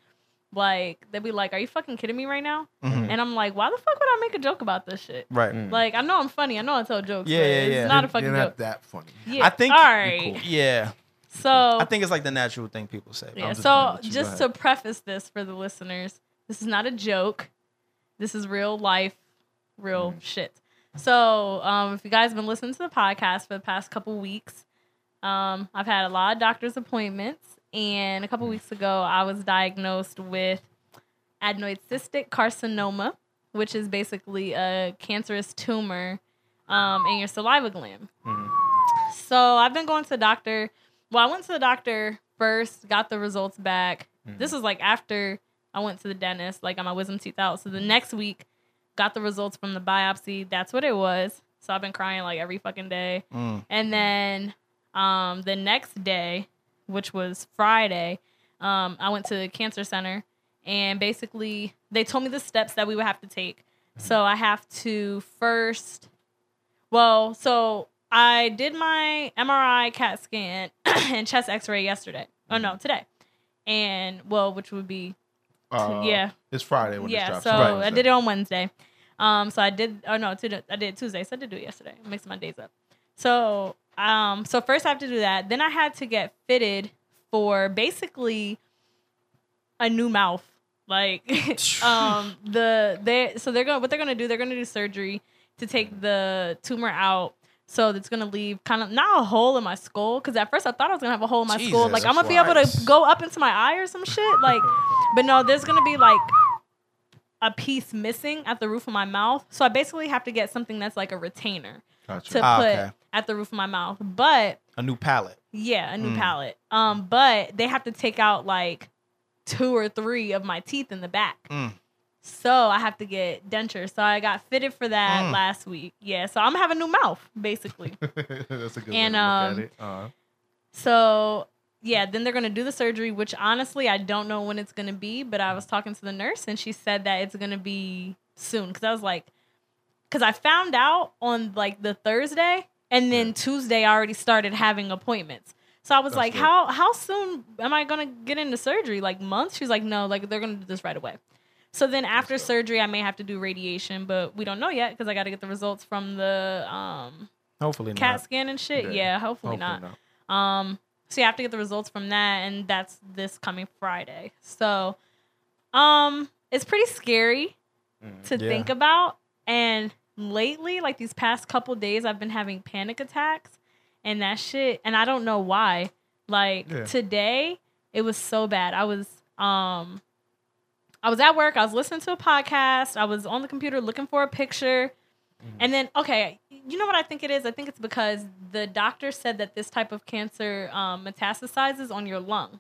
Speaker 3: like they'd be like, "Are you fucking kidding me right now?"
Speaker 2: Mm-hmm.
Speaker 4: Mhm.
Speaker 3: And I'm like, "Why the fuck would I make a joke about this shit?"
Speaker 4: Right.
Speaker 2: Mm.
Speaker 3: Like I know I'm funny. I know I tell jokes.
Speaker 4: Yeah,
Speaker 3: but
Speaker 4: yeah, yeah.
Speaker 3: It's not a
Speaker 2: You're
Speaker 3: fucking
Speaker 2: not
Speaker 3: joke.
Speaker 2: that funny.
Speaker 3: Yeah.
Speaker 4: I think-
Speaker 3: All right.
Speaker 2: Cool.
Speaker 4: Yeah.
Speaker 3: So
Speaker 4: I think it's like the natural thing people say.
Speaker 3: Yeah.
Speaker 2: just playing
Speaker 3: So
Speaker 2: with you. Go
Speaker 3: just to preface this for the listeners, this is not a joke. This is real life, real
Speaker 2: Mm-hmm.
Speaker 3: shit. So um, if you guys have been listening to the podcast for the past couple weeks, um, I've had a lot of doctor's appointments, and a couple
Speaker 2: Mm.
Speaker 3: weeks ago I was diagnosed with adenoid cystic carcinoma, which is basically a cancerous tumor um, in your saliva gland.
Speaker 2: Mm-hmm.
Speaker 3: So I've been going to the doctor. Well, I went to the doctor first, got the results back. This was like after I went to the dentist, like got my wisdom teeth out. So the next week, got the results from the biopsy. That's what it was. So I've been crying like every fucking day.
Speaker 4: Mm.
Speaker 3: And then um, the next day, which was Friday, um, I went to the cancer center and basically they told me the steps that we would have to take. So I have to first, well, so I did my MRI, CAT scan, and chest x ray yesterday. Oh, no, today. And, well, which would be,
Speaker 2: Uh,
Speaker 3: yeah,
Speaker 2: It's Friday when
Speaker 3: yeah,
Speaker 2: this drops.
Speaker 3: so
Speaker 4: Right.
Speaker 3: I did it on Wednesday. Um, so I did. Oh no, today, I did Tuesday. So I did do it yesterday. I'm mixing my days up. So um, so first I have to do that. Then I had to get fitted for basically a new mouth. Like um, the they so they're going to what they're gonna do. They're gonna do surgery to take the tumor out. So that's gonna leave kind of not a hole in my skull because at first I thought I was gonna have a hole in my skull.
Speaker 4: Jesus
Speaker 3: Like I'm gonna be able to
Speaker 4: Christ.
Speaker 3: go up into my eye or some shit. Like, but no, there's gonna be like a piece missing at the roof of my mouth. So I basically have to get something that's like a retainer
Speaker 2: Gotcha.
Speaker 3: to
Speaker 4: Ah,
Speaker 3: put
Speaker 4: okay.
Speaker 3: at the roof of my mouth. But
Speaker 4: A new palette.
Speaker 3: yeah, a new
Speaker 4: Mm.
Speaker 3: palate. Um, but they have to take out like two or three of my teeth in the back.
Speaker 4: Mm.
Speaker 3: So I have to get dentures. So I got fitted for that
Speaker 4: Mm.
Speaker 3: last week. Yeah. So I'm gonna have a new mouth, basically.
Speaker 2: That's a good
Speaker 3: And,
Speaker 2: way to
Speaker 3: um,
Speaker 2: look at it. Uh-huh.
Speaker 3: So yeah, then they're gonna do the surgery, which honestly I don't know when it's gonna be. But I was talking to the nurse and she said that it's gonna be soon because I was like, because I found out on like the Thursday and then Tuesday I already started having appointments. So I was
Speaker 2: That's
Speaker 3: like,
Speaker 2: good.
Speaker 3: how how soon am I gonna get into surgery? Like months? She's like, no, like they're gonna do this right away. So then after surgery, I may have to do radiation, but we don't know yet because I got to get the results from the um,
Speaker 4: Hopefully
Speaker 3: CAT scan and shit.
Speaker 2: Yeah.
Speaker 3: Yeah, hopefully, not. Um, so you have to get the results from that, and that's this coming Friday. So, um, it's pretty scary
Speaker 2: Mhm.
Speaker 3: to
Speaker 4: Yeah.
Speaker 3: think about. And lately, like these past couple days, I've been having panic attacks and that shit, and I don't know why. Like
Speaker 2: Yeah.
Speaker 3: today, it was so bad. I was um, I was at work. I was listening to a podcast. I was on the computer looking for a picture. And then, okay, you know what I think it is? I think it's because the doctor said that this type of cancer um, metastasizes on your lung.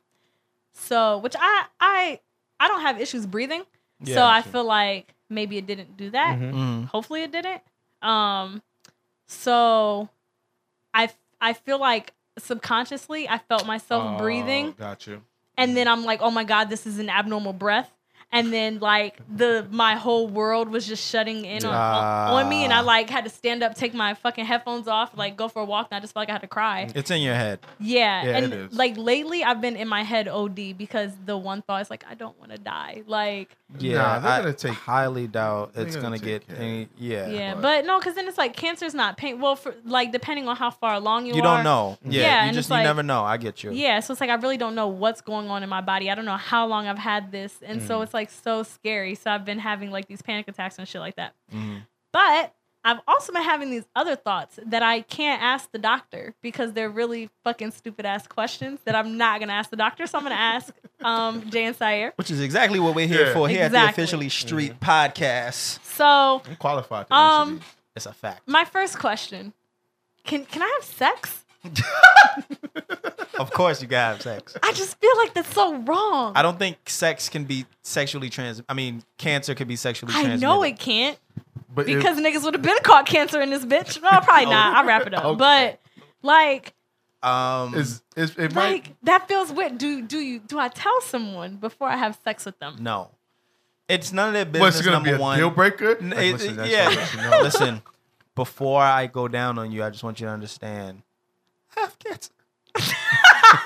Speaker 3: So, which I I I don't have issues breathing, so
Speaker 4: Yeah,
Speaker 3: I
Speaker 4: sure.
Speaker 3: feel like maybe it didn't do that.
Speaker 2: Mhm.
Speaker 4: Mm.
Speaker 3: Hopefully, it didn't. Um, so I I feel like subconsciously I felt myself
Speaker 2: Oh,
Speaker 3: breathing
Speaker 2: Got you.
Speaker 3: and then I'm like, oh my god, this is an abnormal breath. And then like the my whole world was just shutting in on,
Speaker 4: Ah.
Speaker 3: on me, and I like had to stand up, take my fucking headphones off, like go for a walk, and I just felt like I had to cry.
Speaker 4: It's in your head.
Speaker 3: Yeah,
Speaker 2: Yeah, it
Speaker 3: and
Speaker 2: is.
Speaker 3: like lately I've been in my head OD because the one thought is like I don't want to die. Like
Speaker 4: Yeah,
Speaker 2: Nah, they're
Speaker 4: I
Speaker 2: gonna take-
Speaker 4: highly doubt
Speaker 2: they're
Speaker 4: it's
Speaker 2: gonna
Speaker 4: gonna,
Speaker 2: take
Speaker 4: get.
Speaker 2: care of
Speaker 4: Any,
Speaker 2: it.
Speaker 4: yeah,
Speaker 3: yeah,
Speaker 2: but-
Speaker 3: but, no, because then it's like cancer's not pain. Well, for like depending on how far along you,
Speaker 4: you don't
Speaker 3: are,
Speaker 4: know.
Speaker 2: Yeah,
Speaker 4: Yeah, you
Speaker 3: and
Speaker 4: just
Speaker 3: it's like-
Speaker 4: you never know. I get you.
Speaker 3: Yeah, so it's like I really don't know what's going on in my body. I don't know how long I've had this, and
Speaker 4: Mm.
Speaker 3: so it's like so scary. So I've been having like these panic attacks and shit like that.
Speaker 4: Mhm.
Speaker 3: But I've also been having these other thoughts that I can't ask the doctor because they're really fucking stupid ass questions that I'm not gonna ask the doctor. So I'm gonna ask um, Jan Sayer.
Speaker 4: Which is exactly what we're here
Speaker 2: Yeah.
Speaker 4: for here at the
Speaker 3: Exactly.
Speaker 4: Officially Street Podcast.
Speaker 3: So
Speaker 2: I'm qualified to
Speaker 3: Um,
Speaker 2: answer
Speaker 4: It's a fact.
Speaker 3: my first question: Can can I have sex?
Speaker 4: of course, you gotta have sex.
Speaker 3: I just feel like that's so wrong.
Speaker 4: I don't think sex can be sexually trans. I mean, cancer can be sexually
Speaker 3: I
Speaker 4: transmitted.
Speaker 3: know it can't.
Speaker 2: these. But if-
Speaker 3: because niggas would have been caught cancer in this bitch. No, probably not. I'll wrap it up.
Speaker 2: Okay.
Speaker 3: But like,
Speaker 4: Um,
Speaker 2: is, is, it might
Speaker 3: like that feels weird. Do do you do I tell someone before I have sex with them?
Speaker 4: no, it's none of their business.
Speaker 2: What's it gonna
Speaker 4: number
Speaker 2: be a
Speaker 4: one.
Speaker 2: deal breaker?
Speaker 4: N-
Speaker 2: Like,
Speaker 4: it-
Speaker 2: listen, that's
Speaker 4: yeah.
Speaker 2: what I let you know.
Speaker 4: Listen, before I go down on you, I just want you to understand. I have cancer.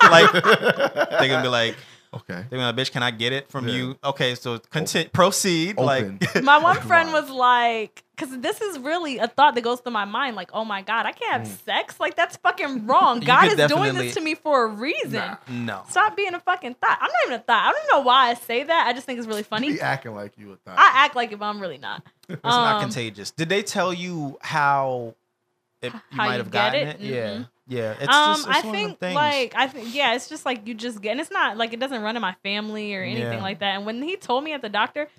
Speaker 4: like they're gonna be like,
Speaker 2: Okay.
Speaker 4: They're gonna, bitch, can I get it from
Speaker 2: Yeah.
Speaker 4: you? Okay, so content, proceed.
Speaker 2: Open.
Speaker 4: Like,
Speaker 3: My one
Speaker 2: Like,
Speaker 3: friend
Speaker 2: why?
Speaker 3: was like, because this is really a thought that goes through my mind. Like, oh my God, I can't have sex. Like, that's fucking wrong.
Speaker 4: Mm. You
Speaker 3: God
Speaker 4: could
Speaker 3: is doing
Speaker 4: definitely-
Speaker 3: this to me for a reason.
Speaker 4: no.
Speaker 3: Stop being a fucking thought. I'm not even a thought. I don't know why I say that. I just think it's really funny.
Speaker 2: He acting like you a thought.
Speaker 3: I act like it, but I'm really not.
Speaker 4: It's not
Speaker 3: Um,
Speaker 4: contagious. Did they tell you how it, you
Speaker 3: How
Speaker 4: might
Speaker 3: you
Speaker 4: have
Speaker 3: get
Speaker 4: gotten it?
Speaker 3: it?
Speaker 4: Yeah,
Speaker 3: Mhm.
Speaker 4: yeah. It's
Speaker 3: um,
Speaker 4: just, it's
Speaker 3: I
Speaker 4: one of
Speaker 3: think
Speaker 4: them things.
Speaker 3: like I think yeah, it's just like you just get, and it's not like it doesn't run in my family or anything
Speaker 4: Yeah.
Speaker 3: like that. And when he told me at the doctor,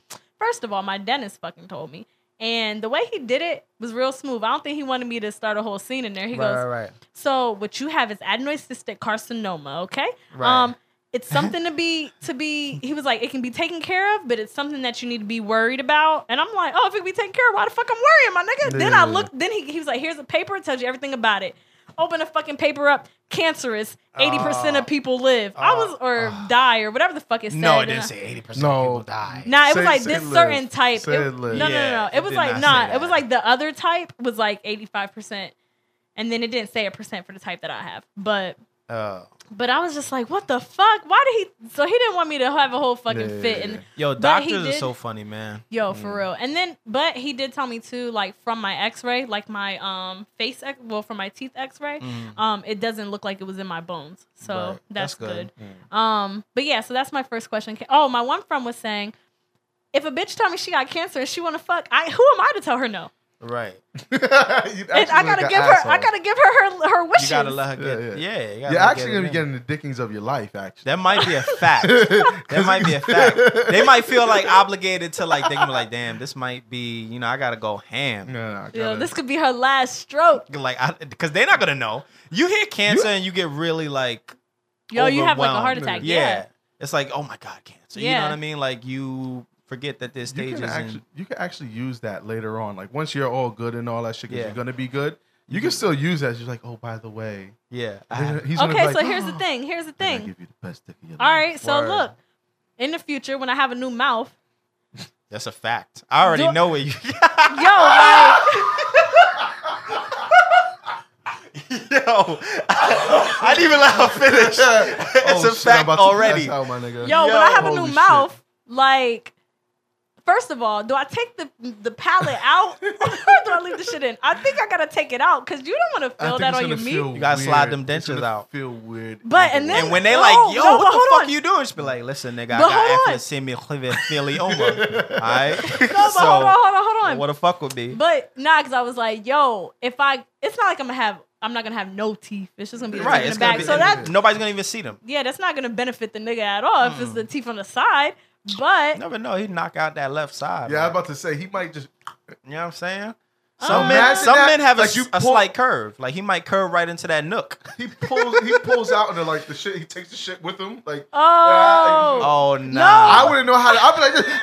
Speaker 3: first of all, my dentist fucking told me, and the way he did it was real smooth. I don't think he wanted me to start a whole scene in there. He
Speaker 4: right,
Speaker 3: goes,
Speaker 4: right, right,
Speaker 3: "So what you have is adenoid cystic carcinoma, okay?
Speaker 4: right.
Speaker 3: Um, it's something to be to be. He was like, it can be taken care of, but it's something that you need to be worried about. And I'm like, oh, if it can be taken care of, why the fuck I'm worrying, my nigga? Then
Speaker 2: Yeah.
Speaker 3: I looked. Then he he was like, here's a paper. It tells you everything about it. Open a fucking paper up. Cancerous. Eighty percent of people live. I was or die or whatever the fuck it said.
Speaker 4: Ah. no, it
Speaker 3: And
Speaker 4: didn't
Speaker 3: I-
Speaker 4: say eighty percent
Speaker 2: No.
Speaker 4: of people die.
Speaker 3: Nah, it
Speaker 2: Say-
Speaker 3: was like
Speaker 2: say
Speaker 3: this
Speaker 2: live.
Speaker 3: certain type.
Speaker 2: Say
Speaker 3: It-
Speaker 2: live.
Speaker 3: no, no, no,
Speaker 4: Yeah,
Speaker 3: no.
Speaker 4: it
Speaker 3: It was
Speaker 4: did
Speaker 3: like
Speaker 4: not say
Speaker 3: not.
Speaker 4: that.
Speaker 3: It was like the other type was like eighty five percent, and then it didn't say a percent for the type that I have. But
Speaker 4: Oh.
Speaker 3: but I was just like, what the fuck? Why did he? So he didn't want me to have a whole fucking
Speaker 2: Yeah.
Speaker 3: fit. And
Speaker 4: Yo,
Speaker 3: But he
Speaker 4: doctors are
Speaker 3: did-
Speaker 4: so funny, man.
Speaker 3: yo, for real. And then, but he did tell me too, like from my X-ray, like my um face, ex- well, from my teeth X-ray,
Speaker 4: Mm.
Speaker 3: um, it doesn't look like it was in my bones. So
Speaker 4: Right.
Speaker 3: that's,
Speaker 4: That's good.
Speaker 3: good. Um, but yeah, so that's my first question. Ca- Oh, my one friend was saying, if a bitch tell me she got cancer and she want to fuck, I who am I to tell her no?
Speaker 4: Right.
Speaker 3: And I gotta give her, I gotta give her her her wishes.
Speaker 4: You gotta let her
Speaker 2: Yeah,
Speaker 4: get.
Speaker 2: yeah.
Speaker 4: Yeah, you gotta
Speaker 2: You're
Speaker 4: let her
Speaker 2: actually
Speaker 4: get
Speaker 2: gonna
Speaker 4: it
Speaker 2: be
Speaker 4: in.
Speaker 2: getting the dickings of your life, actually.
Speaker 4: That might be a fact. that might be a fact. They might feel like obligated to like. They can be like, damn, this might be. You know, I gotta go
Speaker 2: no,
Speaker 4: ham.
Speaker 2: no, I gotta,
Speaker 3: Yo, this could be her last stroke.
Speaker 4: Like, I because they're not gonna know. You hear cancer and you get really like.
Speaker 3: Yo, you have like a
Speaker 4: overwhelmed.
Speaker 3: heart attack.
Speaker 4: Yeah.
Speaker 3: yeah.
Speaker 4: It's like, oh my god, cancer. You know
Speaker 3: Yeah.
Speaker 4: what I mean? Like you forget that there's
Speaker 2: you
Speaker 4: stages.
Speaker 2: can,
Speaker 4: and-
Speaker 2: actually, you can actually use that later on. Like once you're all good and all that shit, because
Speaker 4: Yeah. Mm-hmm.
Speaker 2: you're gonna be good. You can still use that. You're like, oh, by the way,
Speaker 4: yeah. I
Speaker 2: He's
Speaker 4: have-
Speaker 2: gonna- he's gonna
Speaker 3: Okay,
Speaker 2: be
Speaker 3: so
Speaker 2: like,
Speaker 3: here's the
Speaker 2: "Oh,
Speaker 3: thing. Here's the
Speaker 2: did I
Speaker 3: thing.
Speaker 2: give you the best dick of your
Speaker 3: All
Speaker 2: life?"
Speaker 3: right, so
Speaker 4: Word.
Speaker 3: look, in the future when I have a new mouth,
Speaker 4: that's a fact. I already
Speaker 3: Do-
Speaker 4: know where you.
Speaker 3: yo, like,
Speaker 4: Yo, I didn't even let her finish. It's
Speaker 2: Oh,
Speaker 4: a
Speaker 2: shit, I'm
Speaker 4: fact
Speaker 2: about to
Speaker 4: already.
Speaker 2: pass out, my nigga.
Speaker 3: yo, when I have a
Speaker 2: holy
Speaker 3: new
Speaker 2: shit.
Speaker 3: mouth, like, first of all, do I take the the palate out or do I leave the shit in? I think I gotta take it out because you don't want to
Speaker 2: I
Speaker 3: feel
Speaker 2: think
Speaker 3: that
Speaker 2: it's
Speaker 3: on your
Speaker 2: gonna
Speaker 3: meat.
Speaker 2: feel
Speaker 4: You gotta slide
Speaker 2: weird.
Speaker 4: them
Speaker 2: It's
Speaker 4: dentures
Speaker 2: gonna
Speaker 4: out.
Speaker 2: Feel weird.
Speaker 3: But- and
Speaker 4: And
Speaker 3: then-
Speaker 4: when they
Speaker 3: No,
Speaker 4: like, yo,
Speaker 3: no,
Speaker 4: what
Speaker 3: but
Speaker 4: the
Speaker 3: hold
Speaker 4: fuck
Speaker 3: on.
Speaker 4: you doing? She be like, listen, nigga, I
Speaker 3: But
Speaker 4: got
Speaker 3: hold on.
Speaker 4: aphylocyoma. All right.
Speaker 3: No, but hold on, hold on, hold on.
Speaker 4: What the fuck would be?
Speaker 3: But nah, because I was like, yo, if I, it's not like I'm gonna have, I'm not gonna have no teeth. It's just gonna be
Speaker 4: right.
Speaker 3: in
Speaker 4: It's
Speaker 3: the
Speaker 4: gonna
Speaker 3: back.
Speaker 4: be,
Speaker 3: so that,
Speaker 4: nobody's gonna even see them.
Speaker 3: yeah, that's not gonna benefit the nigga at all if it's
Speaker 4: Hmm.
Speaker 3: the teeth on the side. But
Speaker 4: You never know. He knock out that left side.
Speaker 2: Yeah, I was
Speaker 4: man.
Speaker 2: about to say he might just
Speaker 4: you know what I'm saying?
Speaker 3: Uh,
Speaker 4: Some men,
Speaker 2: Imagine
Speaker 4: some
Speaker 2: that,
Speaker 4: men have a,
Speaker 2: like,
Speaker 4: s-
Speaker 2: you
Speaker 4: a
Speaker 2: pull-
Speaker 4: slight curve. Like he might curve right into that nook.
Speaker 2: he pulls he pulls out and then, like the shit he takes the shit with him like
Speaker 3: oh,
Speaker 4: Oh no!
Speaker 2: I wouldn't know how to. I'd be like, this.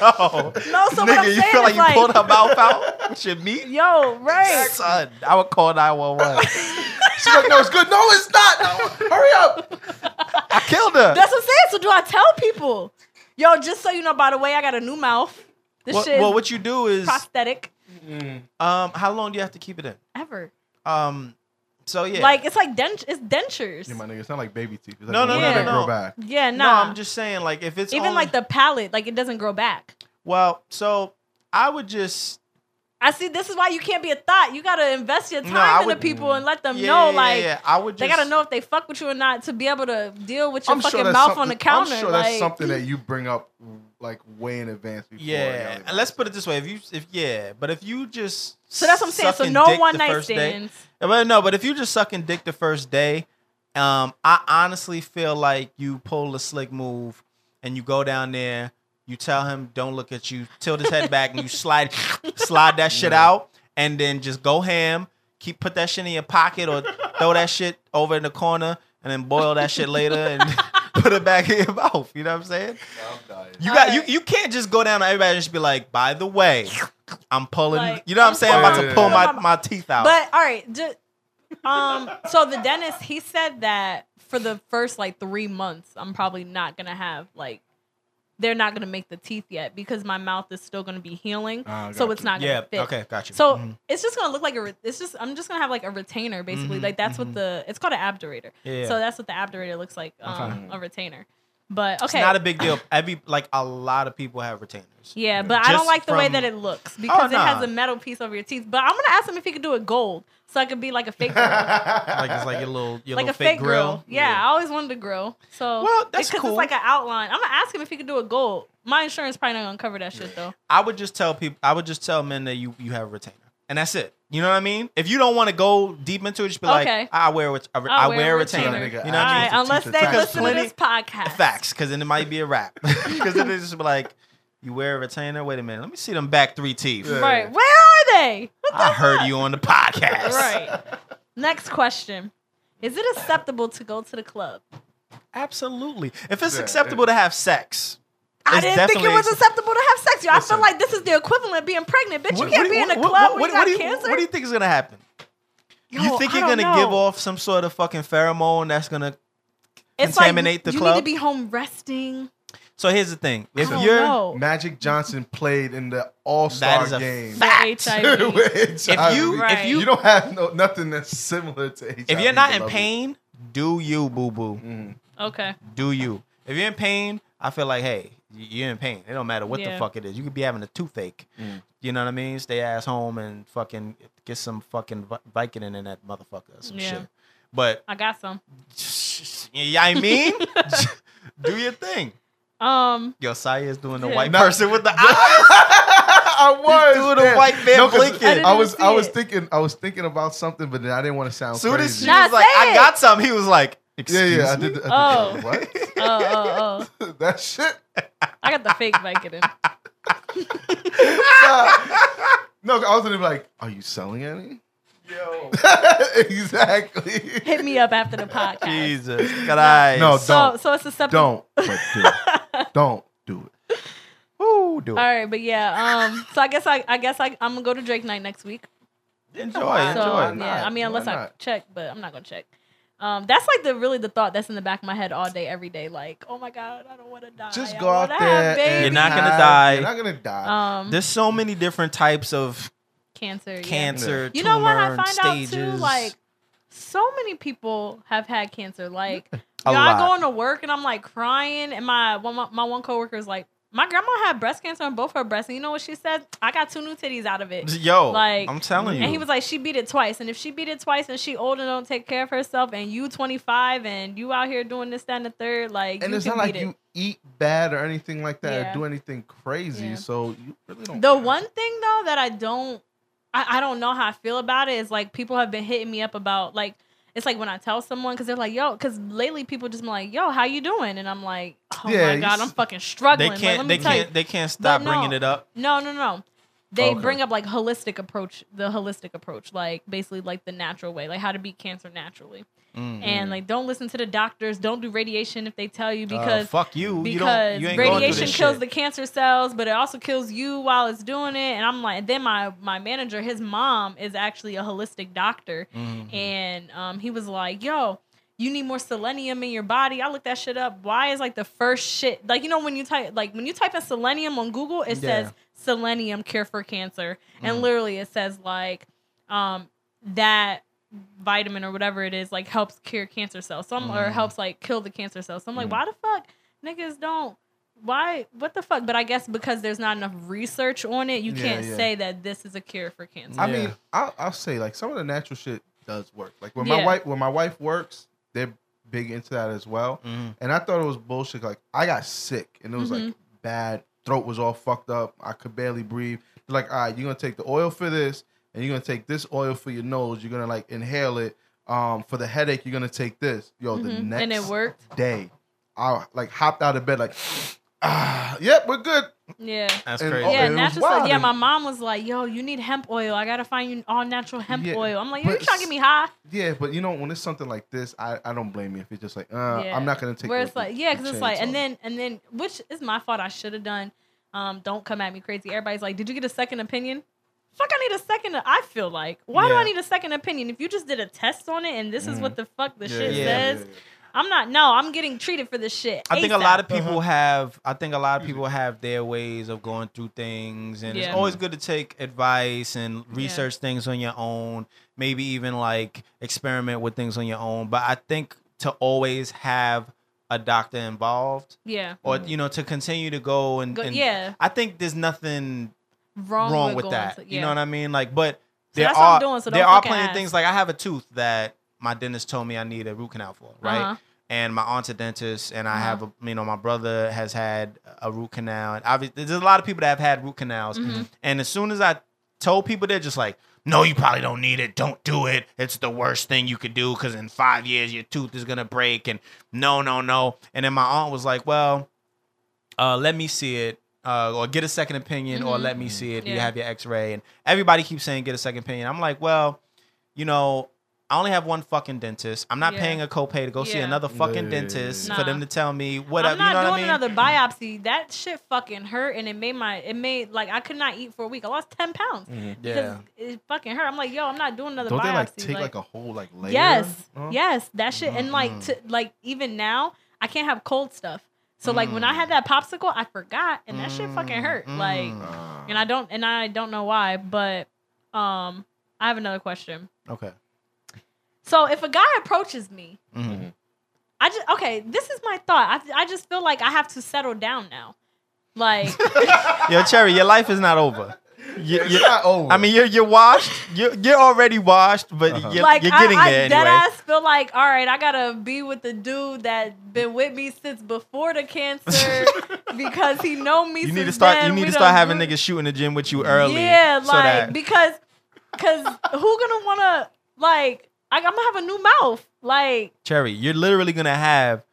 Speaker 3: No, so what I'm
Speaker 4: nigga, you
Speaker 3: saying
Speaker 4: feel like
Speaker 3: is
Speaker 4: you pulled her mouth out with your meat?
Speaker 3: yo, right?
Speaker 4: Son, I would call 911.
Speaker 2: she's like, no, it's good. No, it's not. No, hurry up.
Speaker 4: I killed her.
Speaker 3: That's what I'm saying. So do I tell people? Yo, just so you know, by the way, I got a new mouth. This
Speaker 4: well,
Speaker 3: shit
Speaker 4: well,
Speaker 3: is
Speaker 4: what you do is,
Speaker 3: prosthetic
Speaker 4: um, how long do you have to keep it in?
Speaker 3: ever.
Speaker 4: Um, so yeah,
Speaker 3: Like it's like dent, it's dentures.
Speaker 2: Yeah, my nigga, it's not like baby teeth. It's like
Speaker 4: No, no,
Speaker 2: one
Speaker 3: no,
Speaker 2: that
Speaker 3: no,
Speaker 2: grow
Speaker 4: no.
Speaker 2: back.
Speaker 3: yeah,
Speaker 4: no,
Speaker 3: nah.
Speaker 4: I'm just saying, like if it's
Speaker 3: Even
Speaker 4: only-
Speaker 3: like the palate, like it doesn't grow back.
Speaker 4: well, so I would just
Speaker 3: I see. This is why you can't be a thought. You gotta invest your
Speaker 4: No,
Speaker 3: time
Speaker 4: I
Speaker 3: into
Speaker 4: would-
Speaker 3: people and let them
Speaker 4: yeah,
Speaker 3: know,
Speaker 4: yeah, yeah,
Speaker 3: like
Speaker 4: yeah. I would just,
Speaker 3: they gotta know if they fuck with you or not to be able to deal with your
Speaker 2: I'm
Speaker 3: fucking
Speaker 2: sure that's
Speaker 3: mouth on the
Speaker 2: something-
Speaker 3: counter.
Speaker 2: I'm sure
Speaker 3: like,
Speaker 2: that's something that you bring up like way in advance. Before
Speaker 4: Yeah,
Speaker 2: y'all even-
Speaker 4: and let's put it this way: if you, if yeah, but if you just
Speaker 3: so that's what I'm saying. So
Speaker 4: sucking
Speaker 3: no
Speaker 4: dick
Speaker 3: one
Speaker 4: the
Speaker 3: night
Speaker 4: first day-
Speaker 3: stands.
Speaker 4: But no, but if you just sucking dick the first day, um, I honestly feel like you pull a slick move and you go down there, you tell him, don't look at you, tilt his head back, and you slide slide that shit out, and then just go ham, keep put that shit in your pocket or throw that shit over in the corner and then boil that shit later and put it back in your mouth. You know what I'm saying?
Speaker 2: I'm dying.
Speaker 4: You got you you can't just go down to everybody and just be like, by the way, I'm pulling
Speaker 3: Like,
Speaker 4: you know what I'm saying? I'm about to
Speaker 2: I'm
Speaker 4: pull
Speaker 2: pulling
Speaker 4: my,
Speaker 3: my-
Speaker 4: my teeth out.
Speaker 3: But all right, ju- um, so the dentist he said that for the first like three months, I'm probably not gonna have like they're not gonna make the teeth yet because my mouth is still gonna be healing,
Speaker 2: Ah,
Speaker 3: so
Speaker 2: got
Speaker 3: it's not gonna
Speaker 4: Yeah.
Speaker 3: fit.
Speaker 4: Okay. Got you.
Speaker 3: So
Speaker 4: Mhm.
Speaker 3: it's just gonna look like a. re- It's just I'm just gonna have like a retainer basically.
Speaker 4: Mhm,
Speaker 3: Like that's
Speaker 4: mhm.
Speaker 3: what the it's called an abdurator.
Speaker 4: Yeah.
Speaker 3: So that's what the abdurator looks like. Um, A retainer. But okay.
Speaker 4: it's not a big deal. Every like a lot of people have retainers.
Speaker 3: yeah, but I don't
Speaker 4: Just
Speaker 3: like the way
Speaker 4: from- Oh,
Speaker 3: that it looks because
Speaker 4: nah.
Speaker 3: it has a metal piece over your teeth. But I'm gonna ask him if he could do it gold, so I could be like a fake, girl.
Speaker 4: Like it's like your little your
Speaker 3: like
Speaker 4: little
Speaker 3: a fake, grill.
Speaker 4: grill.
Speaker 3: Yeah, I always wanted to grill. So
Speaker 4: Well, that's
Speaker 3: because
Speaker 4: cool.
Speaker 3: it's like an outline. I'm gonna ask him if he could do it gold. My insurance probably not gonna cover that shit though.
Speaker 4: I would just tell people. I would just tell men that you you have a retainer, and that's it. You know what I mean? If you don't want to go deep into it, just be
Speaker 3: Okay.
Speaker 4: like, I wear a, I,
Speaker 3: I'll
Speaker 4: I wear a retainer.
Speaker 2: retainer.
Speaker 4: You know what I mean?
Speaker 2: Alright,
Speaker 3: unless
Speaker 2: Teeth
Speaker 3: they
Speaker 2: attached.
Speaker 3: listen to
Speaker 4: Plenty-
Speaker 3: this podcast.
Speaker 4: Facts, because then it might be a wrap. Because then they just be like, you wear a retainer. Wait a minute, let me see them back three teeth.
Speaker 2: Yeah.
Speaker 3: Right. Where are they?
Speaker 4: I heard you on the podcast.
Speaker 3: Right. Next question. Is it acceptable to go to the club?
Speaker 4: Absolutely. If it's
Speaker 2: Yeah,
Speaker 4: acceptable to have sex,
Speaker 3: I
Speaker 4: It's
Speaker 3: didn't think it
Speaker 4: definitely
Speaker 3: was
Speaker 4: accept-
Speaker 3: acceptable to have sex. Yo, I
Speaker 2: Listen.
Speaker 3: feel like this is the equivalent of being pregnant. Bitch, you
Speaker 4: what-
Speaker 3: can't
Speaker 4: what-
Speaker 3: be in a
Speaker 4: what-
Speaker 3: club
Speaker 4: what-
Speaker 3: when
Speaker 4: what-
Speaker 3: you
Speaker 4: what
Speaker 3: got
Speaker 4: do you-
Speaker 3: cancer.
Speaker 4: What do you think is gonna happen?
Speaker 3: Yo,
Speaker 4: you think
Speaker 3: I
Speaker 4: you're
Speaker 3: don't
Speaker 4: gonna
Speaker 3: know.
Speaker 4: give off some sort of fucking pheromone that's gonna
Speaker 3: It's
Speaker 4: contaminate the
Speaker 3: like, You
Speaker 4: club?
Speaker 3: need to be home resting.
Speaker 4: So here's the thing. If
Speaker 3: I don't
Speaker 4: you're
Speaker 3: know.
Speaker 2: Magic Johnson played in the All
Speaker 4: that
Speaker 2: Star
Speaker 4: is a
Speaker 2: game.
Speaker 4: fact.
Speaker 3: The HIV.
Speaker 2: if
Speaker 4: If you
Speaker 3: Right.
Speaker 4: if you,
Speaker 2: you don't have no, nothing that's similar to HIV.
Speaker 4: if you're not in
Speaker 2: beloved.
Speaker 4: pain, do you boo boo?
Speaker 2: Mhm.
Speaker 3: Okay.
Speaker 4: Do you? If you're in pain, I feel like hey, you're in pain. It don't matter what the
Speaker 3: Yeah.
Speaker 4: fuck it is. You could be having a toothache.
Speaker 2: Mm.
Speaker 4: You know what I mean? Stay ass home and fucking get some fucking Vi- Vicodin in that motherfucker or some
Speaker 3: Yeah.
Speaker 4: shit. But
Speaker 3: I got some.
Speaker 4: yeah, I mean, do your thing.
Speaker 3: Um,
Speaker 4: Yo, Saya is doing the
Speaker 3: Yeah.
Speaker 4: white
Speaker 2: Not-
Speaker 4: person with the eyes.
Speaker 2: I was
Speaker 4: doing a
Speaker 2: damn.
Speaker 4: white man
Speaker 2: 'cause
Speaker 4: blinking. I
Speaker 2: I,
Speaker 4: didn't
Speaker 2: was
Speaker 3: even see
Speaker 2: I was
Speaker 3: it.
Speaker 2: thinking I was thinking about something, but then I didn't want to sound
Speaker 4: Soon as she
Speaker 2: crazy.
Speaker 4: was
Speaker 3: Nah,
Speaker 4: like,
Speaker 3: say
Speaker 4: I
Speaker 3: it.
Speaker 4: got some. He was like,
Speaker 2: yeah,
Speaker 4: excuse
Speaker 2: yeah, I
Speaker 4: me?
Speaker 2: did. The,
Speaker 3: Oh.
Speaker 2: I did the-
Speaker 3: oh, oh, oh.
Speaker 2: what? that shit.
Speaker 3: I got the fake Vicodin.
Speaker 2: No, I was gonna be like, are you selling any?
Speaker 5: Yo.
Speaker 2: exactly.
Speaker 3: Hit me up after the podcast.
Speaker 4: Jesus, got eyes.
Speaker 2: No,
Speaker 3: So,
Speaker 2: don't,
Speaker 3: so it's acceptable.
Speaker 2: don't, but do it. don't do it.
Speaker 4: Woo, do it.
Speaker 3: All right, but yeah. Um, so I guess I, I guess I, I'm gonna go to Drake night next week.
Speaker 4: Enjoy,
Speaker 3: So um,
Speaker 4: enjoy.
Speaker 3: yeah,
Speaker 2: not?
Speaker 3: I mean,
Speaker 2: Oh, Why
Speaker 3: unless I
Speaker 2: not?
Speaker 3: check, but I'm not gonna check. Um, that's like the really the thought that's in the back of my head all day, every day. Like, oh my god, I don't want to die.
Speaker 2: Just
Speaker 3: I
Speaker 2: go out
Speaker 3: wanna
Speaker 2: there. and
Speaker 3: have babies.
Speaker 4: You're not gonna
Speaker 2: have-
Speaker 4: die.
Speaker 2: You're not gonna die.
Speaker 3: Um,
Speaker 4: There's so many different types of
Speaker 3: cancer. yeah.
Speaker 4: cancer,
Speaker 3: You
Speaker 4: tumor,
Speaker 3: know what I
Speaker 4: and
Speaker 3: find
Speaker 4: stages.
Speaker 3: out too? Like, so many people have had cancer. Like,
Speaker 4: A
Speaker 3: y'all I
Speaker 4: lot.
Speaker 3: go into work and I'm like crying, and my one my, my one coworker is like, my grandma had breast cancer on both her breasts, and you know what she said? I got two new titties out of it.
Speaker 4: yo,
Speaker 3: like-
Speaker 4: I'm telling you.
Speaker 3: And he was like, she beat it twice. And if she beat it twice and she old and don't take care of herself and you 25 and you out here doing this, that, and the third, like,
Speaker 2: and
Speaker 3: you
Speaker 2: it's
Speaker 3: can
Speaker 2: not like
Speaker 3: beat
Speaker 2: you eat bad or anything like that,
Speaker 3: Yeah.
Speaker 2: or do anything crazy.
Speaker 3: Yeah.
Speaker 2: So you really don't.
Speaker 3: it. The one thing, though, that I don't, I, I don't know how I feel about it is like people have been hitting me up about, like, it's like when I tell someone because they're like, "Yo," because lately people just been like, "Yo, how you doing?" And I'm like, "Oh
Speaker 2: Yeah,
Speaker 3: my
Speaker 2: you
Speaker 3: god,
Speaker 2: s-
Speaker 3: I'm fucking struggling."
Speaker 4: they
Speaker 3: Like,
Speaker 4: can't,
Speaker 3: let me
Speaker 4: they
Speaker 3: tell you.
Speaker 4: can't, they can't stop
Speaker 3: no.
Speaker 4: bringing it up.
Speaker 3: No, no, no. They
Speaker 2: Okay.
Speaker 3: bring up like holistic approach, the holistic approach, like basically like the natural way, like how to beat cancer naturally.
Speaker 2: Mm.
Speaker 3: And like don't listen to the doctors, don't do radiation if they tell you
Speaker 2: Oh,
Speaker 4: Uh,
Speaker 3: because
Speaker 4: fuck you, you
Speaker 3: because
Speaker 4: don't, you ain't going through
Speaker 3: radiation
Speaker 4: this
Speaker 3: kills
Speaker 4: shit.
Speaker 3: the cancer cells, but it also kills you while it's doing it. And I'm like, then my my manager, his mom is actually a holistic doctor,
Speaker 4: Mhm.
Speaker 3: and um, he was like, "Yo, you need more selenium in your body." I looked that shit up. Why is like the first shit like you know when you type like when you type in selenium on Google, it
Speaker 4: Yeah. Mm.
Speaker 3: says selenium cure for cancer, and literally it says like um, that vitamin or whatever it is like helps cure cancer cells. Some or
Speaker 4: Mm.
Speaker 3: helps like kill the cancer cells. So I'm like, why the fuck niggas don't? Why? What the fuck? But I guess because there's not enough research on it, you
Speaker 2: Yeah,
Speaker 3: can't
Speaker 2: yeah.
Speaker 3: say that this is a cure for cancer.
Speaker 2: I
Speaker 4: Yeah.
Speaker 2: mean, I'll, I'll say like some of the natural shit does work. Like when my
Speaker 3: Yeah.
Speaker 2: wife, when my wife works, they're big into that as well.
Speaker 4: Mhm.
Speaker 2: And I thought it was bullshit. Like I got sick, and it was
Speaker 3: Mm-hmm.
Speaker 2: like bad. Throat was all fucked up. I could barely breathe. They're like, all right, you're gonna take the oil for this, and you're gonna take this oil for your nose. You're gonna like inhale it. Um, for the headache, you're gonna take this. Yo, the
Speaker 3: Mhm.
Speaker 2: next
Speaker 3: and it worked.
Speaker 2: day, I like hopped out of bed like, ah, yep, we're good.
Speaker 3: Yeah.
Speaker 4: That's
Speaker 2: and-
Speaker 4: crazy.
Speaker 2: oh,
Speaker 3: Yeah,
Speaker 2: it was
Speaker 3: natural
Speaker 2: wild.
Speaker 3: stuff. Yeah, my mom was like, "Yo, you need hemp oil. I gotta find you all natural hemp
Speaker 2: Yeah,
Speaker 3: oil." I'm like, "Yo, you
Speaker 2: but
Speaker 3: trying to get me high?"
Speaker 2: Yeah, but you know when it's something like this, I, I don't blame you if it's just like, uh,
Speaker 3: Yeah.
Speaker 2: I'm not gonna take.
Speaker 3: Where
Speaker 2: the-
Speaker 3: it's like, yeah,
Speaker 2: the
Speaker 3: because
Speaker 2: chance
Speaker 3: it's like,
Speaker 2: on
Speaker 3: and
Speaker 2: it.
Speaker 3: then and then, which is my fault. I should have done. Um, don't come at me crazy. Everybody's like, "Did you get a second opinion?" Fuck, I need a second. I feel like, why do
Speaker 4: Yeah.
Speaker 2: Mm.
Speaker 3: I need a second opinion if you just did a test on it and this is what the fuck the shit
Speaker 4: yeah,
Speaker 3: says? I'm not. No, I'm getting treated for this shit.
Speaker 4: I think a lot of
Speaker 3: ASAP.
Speaker 4: people have. I think a lot of people have their ways of going through things, and
Speaker 3: Yeah.
Speaker 4: it's always good to take advice and research things on your own. Maybe even like experiment with things on your own. But I think to always have a doctor involved,
Speaker 3: Yeah.
Speaker 4: or you know, to continue to go and,
Speaker 3: Go,
Speaker 4: and
Speaker 3: yeah.
Speaker 4: I think there's nothing
Speaker 3: Wrong,
Speaker 4: wrong, with,
Speaker 3: going
Speaker 4: that.
Speaker 3: to-
Speaker 4: You
Speaker 3: yeah.
Speaker 4: know what I mean? Like, but
Speaker 3: So
Speaker 4: there
Speaker 3: that's what I'm
Speaker 4: are
Speaker 3: doing, so don't
Speaker 4: there are
Speaker 3: fucking
Speaker 4: plenty of
Speaker 3: ask.
Speaker 4: things. Like, I have a tooth that my dentist told me I need a root canal for, right?
Speaker 3: Uh-huh.
Speaker 4: And my aunt's a dentist, and I
Speaker 3: Uh-huh.
Speaker 4: have a you know my brother has had a root canal, and obviously there's a lot of people that have had root canals.
Speaker 3: Mhm.
Speaker 4: And as soon as I told people, they're just like, "No, you probably don't need it. Don't do it. It's the worst thing you could do because in five years your tooth is gonna break." And no, no, no. And then my aunt was like, "Well, uh, let me see it." Uh, or get a second opinion, or
Speaker 3: Mhm.
Speaker 4: let me see it. You
Speaker 3: Yeah.
Speaker 4: have your X-ray, and everybody keeps saying get a second opinion. I'm like, well, you know, I only have one fucking dentist. I'm not
Speaker 3: Yeah.
Speaker 4: paying a copay to go see
Speaker 3: Yeah.
Speaker 4: another fucking
Speaker 2: Yeah.
Speaker 4: dentist
Speaker 3: Nah.
Speaker 4: for them to tell me what
Speaker 3: I'm
Speaker 4: up.
Speaker 3: not
Speaker 4: uh, you know
Speaker 3: doing
Speaker 4: what I mean?
Speaker 3: another biopsy. That shit fucking hurt, and it made my it made like I could not eat for a week. I lost ten pounds
Speaker 4: yeah.
Speaker 3: because it fucking hurt. I'm like, yo, I'm not doing another
Speaker 2: Don't
Speaker 3: biopsy.
Speaker 2: they like take like, a whole like layer?
Speaker 3: Yes,
Speaker 2: Huh? Mm-hmm.
Speaker 3: yes, that shit. And like, to, like even now, I can't have cold stuff. So like
Speaker 2: Mm.
Speaker 3: when I had that popsicle, I forgot, and that shit fucking hurt. Like,
Speaker 2: Ah.
Speaker 3: and I don't, and I don't know why, but um, I have another question.
Speaker 4: Okay.
Speaker 3: So if a guy approaches me,
Speaker 2: Mm-hmm.
Speaker 4: Mhm.
Speaker 3: I just okay. This is my thought. I I just feel like I have to settle down now. Like
Speaker 4: Yo, Cherry, your life is not over. You-
Speaker 2: It's
Speaker 4: you-
Speaker 2: not over. Uh-huh.
Speaker 4: I mean, you're you're washed. You're you're already washed, but you're,
Speaker 3: like
Speaker 4: you're getting
Speaker 3: I, I
Speaker 4: there
Speaker 3: dead
Speaker 4: anyway.
Speaker 3: ass feel like all right, I gotta be with the dude that been with me since before the cancer because he know me.
Speaker 4: You
Speaker 3: since
Speaker 4: need to start.
Speaker 3: then. We
Speaker 4: You need to
Speaker 3: done
Speaker 4: start having
Speaker 3: grew-
Speaker 4: niggas shooting the gym with you early.
Speaker 3: Yeah, like
Speaker 4: so that,
Speaker 3: because because who gonna wanna like I, I'm gonna have a new mouth like
Speaker 4: Cherry, you're literally gonna have.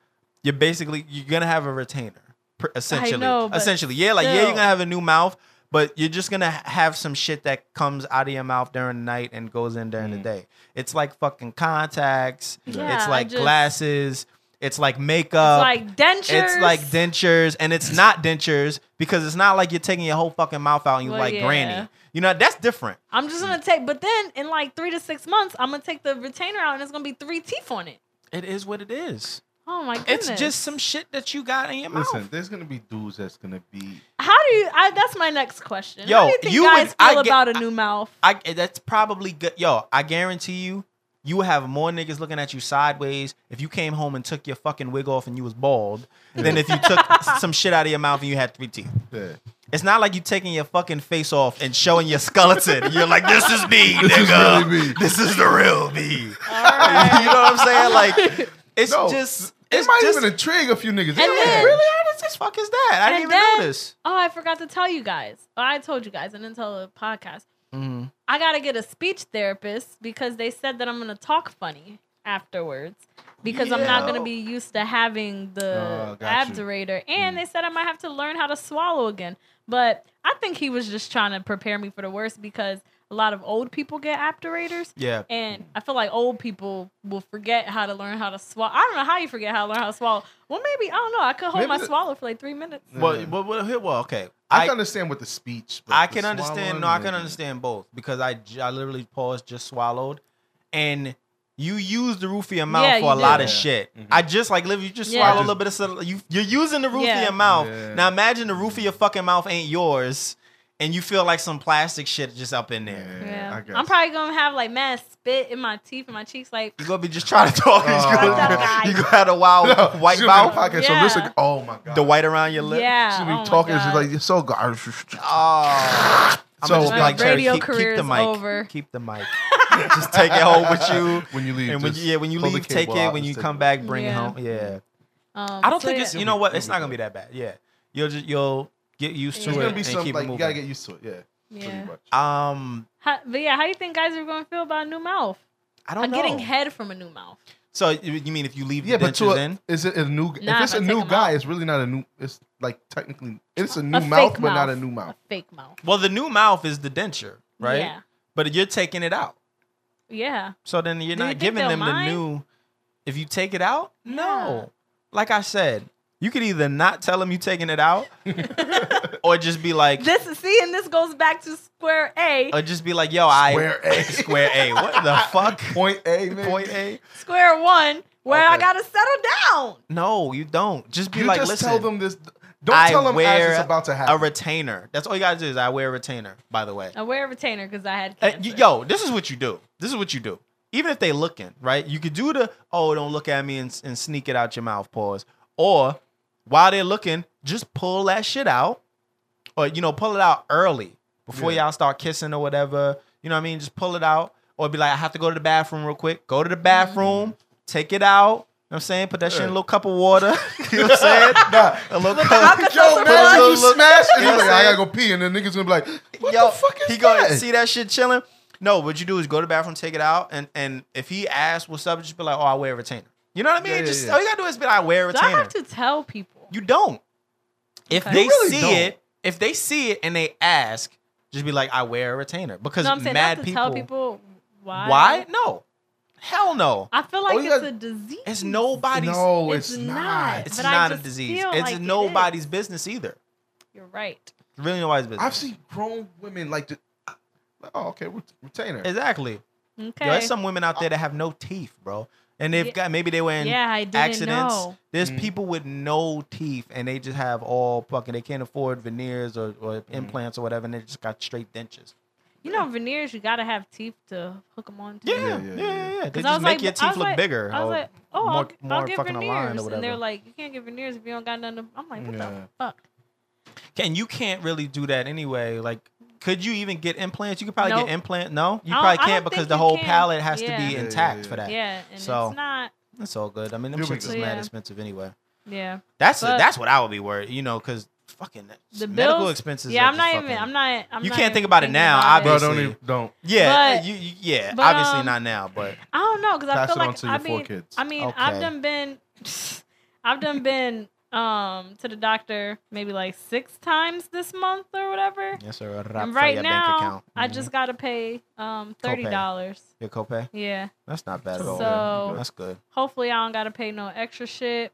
Speaker 4: You're basically you're gonna have a retainer, pr- essentially.
Speaker 3: know, but
Speaker 4: essentially, yeah, like yeah, you're
Speaker 3: still.
Speaker 4: gonna have a new mouth, but you're just gonna have some shit that comes out of your mouth during the night and goes in during the day. It's like fucking contacts.
Speaker 3: Yeah,
Speaker 4: it's
Speaker 3: I
Speaker 4: like
Speaker 3: just-
Speaker 4: glasses. It's like makeup.
Speaker 3: like dentures.
Speaker 4: It's like dentures, and it's not dentures because it's not like you're taking your whole fucking mouth out and you
Speaker 3: Well,
Speaker 4: like
Speaker 3: yeah.
Speaker 4: granny. You know that's different.
Speaker 3: I'm just gonna take, but then in like three to six months, I'm gonna take the retainer out and it's gonna be three teeth on it.
Speaker 4: It is what it is.
Speaker 3: Oh my goodness!
Speaker 4: It's just some shit that you got in your mouth.
Speaker 2: Listen, there's gonna be dudes that's gonna be
Speaker 3: how do you? I, that's my next question.
Speaker 4: Yo,
Speaker 3: how do you think
Speaker 4: you
Speaker 3: guys
Speaker 4: would- I
Speaker 3: feel
Speaker 4: get-
Speaker 3: about a new mouth?
Speaker 4: I that's probably good. Yo, I guarantee you, you would have more niggas looking at you sideways if you came home and took your fucking wig off and you was bald than if you took some shit out of your mouth and you had three teeth.
Speaker 2: there.
Speaker 4: It's not like you taking your fucking face off and showing your skeleton. You're like, this is me,
Speaker 2: This is
Speaker 4: nigga.
Speaker 2: really me.
Speaker 4: This is the real me.
Speaker 3: All right.
Speaker 4: You know what I'm saying? Like, it's
Speaker 2: No,
Speaker 4: just,
Speaker 2: It
Speaker 4: it's
Speaker 2: might
Speaker 4: just,
Speaker 2: even intrigue a few niggas.
Speaker 3: And
Speaker 2: Yeah.
Speaker 3: then-
Speaker 4: really honest as fuck is that? I didn't even
Speaker 3: And then-
Speaker 4: notice.
Speaker 3: Oh, I forgot to tell you guys. Oh, I told you guys. I didn't tell the podcast.
Speaker 2: Mm-hmm.
Speaker 4: Mhm.
Speaker 3: I gotta get a speech therapist because they said that I'm gonna talk funny afterwards because I'm not gonna be used to having the
Speaker 2: Oh, got you. Mm.
Speaker 3: abdurator, and they said I might have to learn how to swallow again. But I think he was just trying to prepare me for the worst because a lot of old people get abdurators.
Speaker 4: Yeah.
Speaker 3: And I feel like old people will forget how to learn how to swallow. I don't know how you forget how to learn how to swallow. Well, maybe I don't know. I could hold
Speaker 2: Maybe
Speaker 3: my
Speaker 2: the-
Speaker 3: swallow for like three minutes.
Speaker 4: Well, well, well, here- well, okay.
Speaker 2: I, can understand with the speech. but
Speaker 4: I
Speaker 2: the
Speaker 4: can understand.
Speaker 2: swallowing,
Speaker 4: No, I can
Speaker 2: maybe.
Speaker 4: understand both because I, j- I literally paused, just swallowed, and you use the roof of your mouth
Speaker 3: Yeah,
Speaker 4: for a
Speaker 3: you
Speaker 4: lot
Speaker 3: do.
Speaker 4: of
Speaker 2: Yeah. Mm-hmm.
Speaker 4: shit. I just like live. You just
Speaker 3: Yeah.
Speaker 4: swallow
Speaker 2: I
Speaker 4: a little bit of sal- you. You're using the roof of
Speaker 3: Yeah.
Speaker 4: your mouth.
Speaker 2: Yeah.
Speaker 4: Now imagine the roof of your fucking mouth ain't yours, and you feel like some plastic shit just up in there.
Speaker 2: Yeah, I guess.
Speaker 3: I'm probably gonna have like mad spit in my teeth and my cheeks. Like,
Speaker 4: You gonna be just trying to talk. you,
Speaker 2: Oh. Fuck
Speaker 4: gonna,
Speaker 3: that guy.
Speaker 4: you gonna have a wild
Speaker 2: No,
Speaker 4: white
Speaker 2: she'll be in the
Speaker 4: mouth,
Speaker 2: Podcast, So this,
Speaker 3: Yeah.
Speaker 2: like, oh my god,
Speaker 4: the white around your lip.
Speaker 3: yeah,
Speaker 2: She'll be
Speaker 3: oh my
Speaker 2: talking. She's
Speaker 3: God.
Speaker 2: like, you're so god.
Speaker 4: Oh. I'm
Speaker 2: So-
Speaker 4: gonna just be like,
Speaker 2: My
Speaker 4: Cherry,
Speaker 3: radio
Speaker 4: keep, keep
Speaker 3: career
Speaker 4: the
Speaker 3: is
Speaker 4: mic.
Speaker 3: over.
Speaker 4: Keep the mic. just take it home with you.
Speaker 2: when you leave.
Speaker 4: and when you,
Speaker 2: just
Speaker 4: yeah, when you
Speaker 2: pull the
Speaker 4: leave, take
Speaker 2: cable
Speaker 4: it.
Speaker 2: out
Speaker 4: When
Speaker 2: and
Speaker 4: you
Speaker 2: stick
Speaker 4: come
Speaker 2: it.
Speaker 4: back, bring it
Speaker 3: Yeah.
Speaker 4: home. Yeah,
Speaker 3: Um,
Speaker 4: I don't
Speaker 3: so
Speaker 4: think
Speaker 3: yeah.
Speaker 4: it's. You know what? It's
Speaker 2: You'll
Speaker 4: not
Speaker 2: be
Speaker 4: gonna be that bad. Yeah, you'll just you'll get used to
Speaker 3: It's
Speaker 2: It's
Speaker 4: it
Speaker 2: gonna be
Speaker 4: and
Speaker 2: something
Speaker 4: keep
Speaker 2: like
Speaker 4: it
Speaker 2: you
Speaker 4: moving.
Speaker 2: gotta get used to it. Yeah,
Speaker 3: Yeah.
Speaker 2: pretty much.
Speaker 4: um,
Speaker 3: How, but yeah, how do you think guys are gonna feel about a new mouth?
Speaker 4: I
Speaker 3: I'm
Speaker 4: don't know.
Speaker 3: getting head from a new mouth.
Speaker 4: so you you mean if you leave
Speaker 2: Yeah,
Speaker 4: the
Speaker 2: but to
Speaker 4: dentures
Speaker 2: a,
Speaker 4: in?
Speaker 2: is it a new?
Speaker 3: Nah,
Speaker 2: if it's
Speaker 3: if
Speaker 2: a
Speaker 3: I
Speaker 2: new
Speaker 3: take 'em
Speaker 2: guy,
Speaker 3: out.
Speaker 2: it's really not a new. It's like technically, it's a new
Speaker 3: a
Speaker 2: mouth,
Speaker 3: fake
Speaker 2: but not a
Speaker 3: mouth.
Speaker 2: new
Speaker 3: A
Speaker 2: mouth.
Speaker 3: fake mouth.
Speaker 4: Well, the new mouth is the denture, right?
Speaker 3: Yeah.
Speaker 4: But you're taking it out,
Speaker 3: Yeah.
Speaker 4: so then you're
Speaker 3: Do you
Speaker 4: not
Speaker 3: think
Speaker 4: giving
Speaker 3: they'll
Speaker 4: them
Speaker 3: mind?
Speaker 4: the new. If you take it out,
Speaker 3: Yeah.
Speaker 4: no. Like I said, you could either not tell them you taking it out, or just be like,
Speaker 3: This is see, and this goes back to square A.
Speaker 4: or just be like, yo, I
Speaker 2: Square A.
Speaker 4: square A. What the fuck?
Speaker 2: eh, Point A, man.
Speaker 4: Point A.
Speaker 3: Square one where I
Speaker 2: Okay.
Speaker 3: gotta settle down.
Speaker 4: No, you don't. Just be
Speaker 2: You
Speaker 4: like,
Speaker 2: just
Speaker 4: listen.
Speaker 2: tell them this. Don't
Speaker 4: I
Speaker 2: tell them
Speaker 4: wear
Speaker 2: as it's about to
Speaker 4: a
Speaker 2: happen.
Speaker 4: retainer. That's all you gotta do is I wear a retainer. By the way,
Speaker 3: I wear a retainer because I had
Speaker 4: Uh,
Speaker 3: cancer.
Speaker 4: y- yo, this is what you do. This is what you do. Even if they looking, right? You could do the oh, don't look at me and, and sneak it out your mouth, pause. Or while they're looking, just pull that shit out, or you know, pull it out early before
Speaker 2: Yeah.
Speaker 4: y'all start kissing or whatever. You know what I mean? Just pull it out, or be like, I have to go to the bathroom real quick. Go to
Speaker 2: Mm-hmm.
Speaker 4: the bathroom, take it out. You know what I'm saying? Put that shit in a
Speaker 2: Yeah.
Speaker 4: little cup of water. you know what I'm saying?
Speaker 2: nah,
Speaker 4: A little
Speaker 3: I
Speaker 4: cup.
Speaker 3: could
Speaker 2: yo,
Speaker 3: tell
Speaker 2: man,
Speaker 3: somebody-
Speaker 2: you smashed it.
Speaker 4: You know
Speaker 2: He's
Speaker 4: what
Speaker 2: like, I
Speaker 4: I'm
Speaker 2: gotta go pee, and the niggas gonna be like, "What
Speaker 4: Yo,
Speaker 2: the fuck is
Speaker 4: he go
Speaker 2: that?"
Speaker 4: see that shit chilling. No, what you do is go to the bathroom, take it out, and and if he asks what's up, just be like, oh, I wear a retainer. You know what I mean?
Speaker 2: Yeah, yeah,
Speaker 4: just
Speaker 2: yeah.
Speaker 4: all you gotta do is be like, I wear a
Speaker 3: Do I
Speaker 4: retainer.
Speaker 3: have to tell people?
Speaker 4: You don't. If
Speaker 3: Okay.
Speaker 4: they
Speaker 3: You
Speaker 2: really
Speaker 4: see
Speaker 2: don't.
Speaker 4: it, if they see it and they ask, just be like, I wear a retainer because
Speaker 3: no, I'm saying
Speaker 4: mad
Speaker 3: not to
Speaker 4: people,
Speaker 3: tell people why.
Speaker 4: Why? No, hell no.
Speaker 3: I feel like
Speaker 2: Oh,
Speaker 3: it's
Speaker 2: you
Speaker 3: a
Speaker 2: got-
Speaker 3: disease.
Speaker 4: It's nobody's.
Speaker 2: No,
Speaker 3: It's
Speaker 2: it's,
Speaker 3: not.
Speaker 2: not.
Speaker 4: It's
Speaker 3: But I
Speaker 4: not a
Speaker 3: just
Speaker 4: disease.
Speaker 3: feel
Speaker 4: It's
Speaker 3: like it is.
Speaker 4: nobody's business either.
Speaker 3: You're right.
Speaker 4: Really nobody's business.
Speaker 2: I've seen grown women like, the, like, oh, okay, ret- retainer.
Speaker 4: Exactly.
Speaker 3: Okay.
Speaker 4: Yo, there's some women out there that have no teeth, bro, and they've
Speaker 3: Yeah.
Speaker 4: got maybe they wearing
Speaker 3: yeah, I didn't
Speaker 4: accidents.
Speaker 3: know.
Speaker 4: There's
Speaker 2: Mm.
Speaker 4: people with no teeth and they just have all fucking they can't afford veneers or, or implants or whatever and they just got straight dentures.
Speaker 3: You know, veneers, you gotta have teeth to hook them on. to.
Speaker 4: Yeah,
Speaker 2: Yeah,
Speaker 4: yeah,
Speaker 2: yeah,
Speaker 4: yeah. They
Speaker 3: 'Cause
Speaker 4: just
Speaker 3: I was
Speaker 4: make
Speaker 3: like-
Speaker 4: your
Speaker 3: I was
Speaker 4: teeth look
Speaker 3: like-
Speaker 4: bigger.
Speaker 3: I was
Speaker 4: or
Speaker 3: like, oh, I'll,
Speaker 4: more-
Speaker 3: g- I'll
Speaker 4: more
Speaker 3: get
Speaker 4: fucking aligned
Speaker 3: veneers,
Speaker 4: or
Speaker 3: and they're
Speaker 4: whatever.
Speaker 3: like, you can't get veneers if you don't got none. to-" I'm like, what
Speaker 2: Yeah.
Speaker 3: the fuck?
Speaker 4: and you can't really do that anyway. Like, could you even get implants? You could probably
Speaker 3: Nope.
Speaker 4: get implant. No, you
Speaker 3: I don't-
Speaker 4: probably
Speaker 3: I don't
Speaker 4: can't because
Speaker 3: think
Speaker 4: the
Speaker 3: you
Speaker 4: whole
Speaker 3: can.
Speaker 4: palate has
Speaker 3: Yeah.
Speaker 4: to be
Speaker 3: Yeah,
Speaker 2: yeah,
Speaker 4: intact
Speaker 2: yeah.
Speaker 4: for that.
Speaker 3: Yeah, and
Speaker 4: So-
Speaker 3: it's not.
Speaker 4: That's all good. I mean, them
Speaker 2: Here we
Speaker 4: shits
Speaker 2: go.
Speaker 4: is mad
Speaker 3: Yeah.
Speaker 4: expensive anyway.
Speaker 3: Yeah.
Speaker 4: That's a,
Speaker 3: But-
Speaker 4: that's what I would be worried. You know, because fucking
Speaker 3: The
Speaker 4: medical
Speaker 3: bills-
Speaker 4: expenses.
Speaker 3: Yeah,
Speaker 4: are
Speaker 3: I'm
Speaker 4: just
Speaker 3: not even.
Speaker 4: fucking-
Speaker 3: I'm not. I'm
Speaker 4: You
Speaker 3: not
Speaker 4: can't
Speaker 3: even
Speaker 4: think about it
Speaker 3: thinking
Speaker 4: now,
Speaker 3: about it.
Speaker 2: Bro,
Speaker 4: obviously.
Speaker 2: don't even, don't.
Speaker 4: Yeah,
Speaker 3: But-
Speaker 4: you, you- yeah.
Speaker 3: but,
Speaker 4: obviously
Speaker 3: um,
Speaker 4: not now, but
Speaker 3: I don't know because I
Speaker 2: Pass
Speaker 3: feel
Speaker 2: it on
Speaker 3: like
Speaker 2: to your
Speaker 3: I
Speaker 2: four
Speaker 3: mean,
Speaker 2: kids.
Speaker 3: I mean,
Speaker 4: Okay.
Speaker 3: I've done been, I've done been um to the doctor maybe like six times this month or whatever.
Speaker 4: yes, sir.
Speaker 3: and right now, I
Speaker 4: Mm-hmm.
Speaker 3: just gotta pay um thirty dollars.
Speaker 4: your copay.
Speaker 3: Yeah,
Speaker 4: That's not bad at all.
Speaker 3: So-
Speaker 4: that's good.
Speaker 3: hopefully I don't gotta pay no extra shit.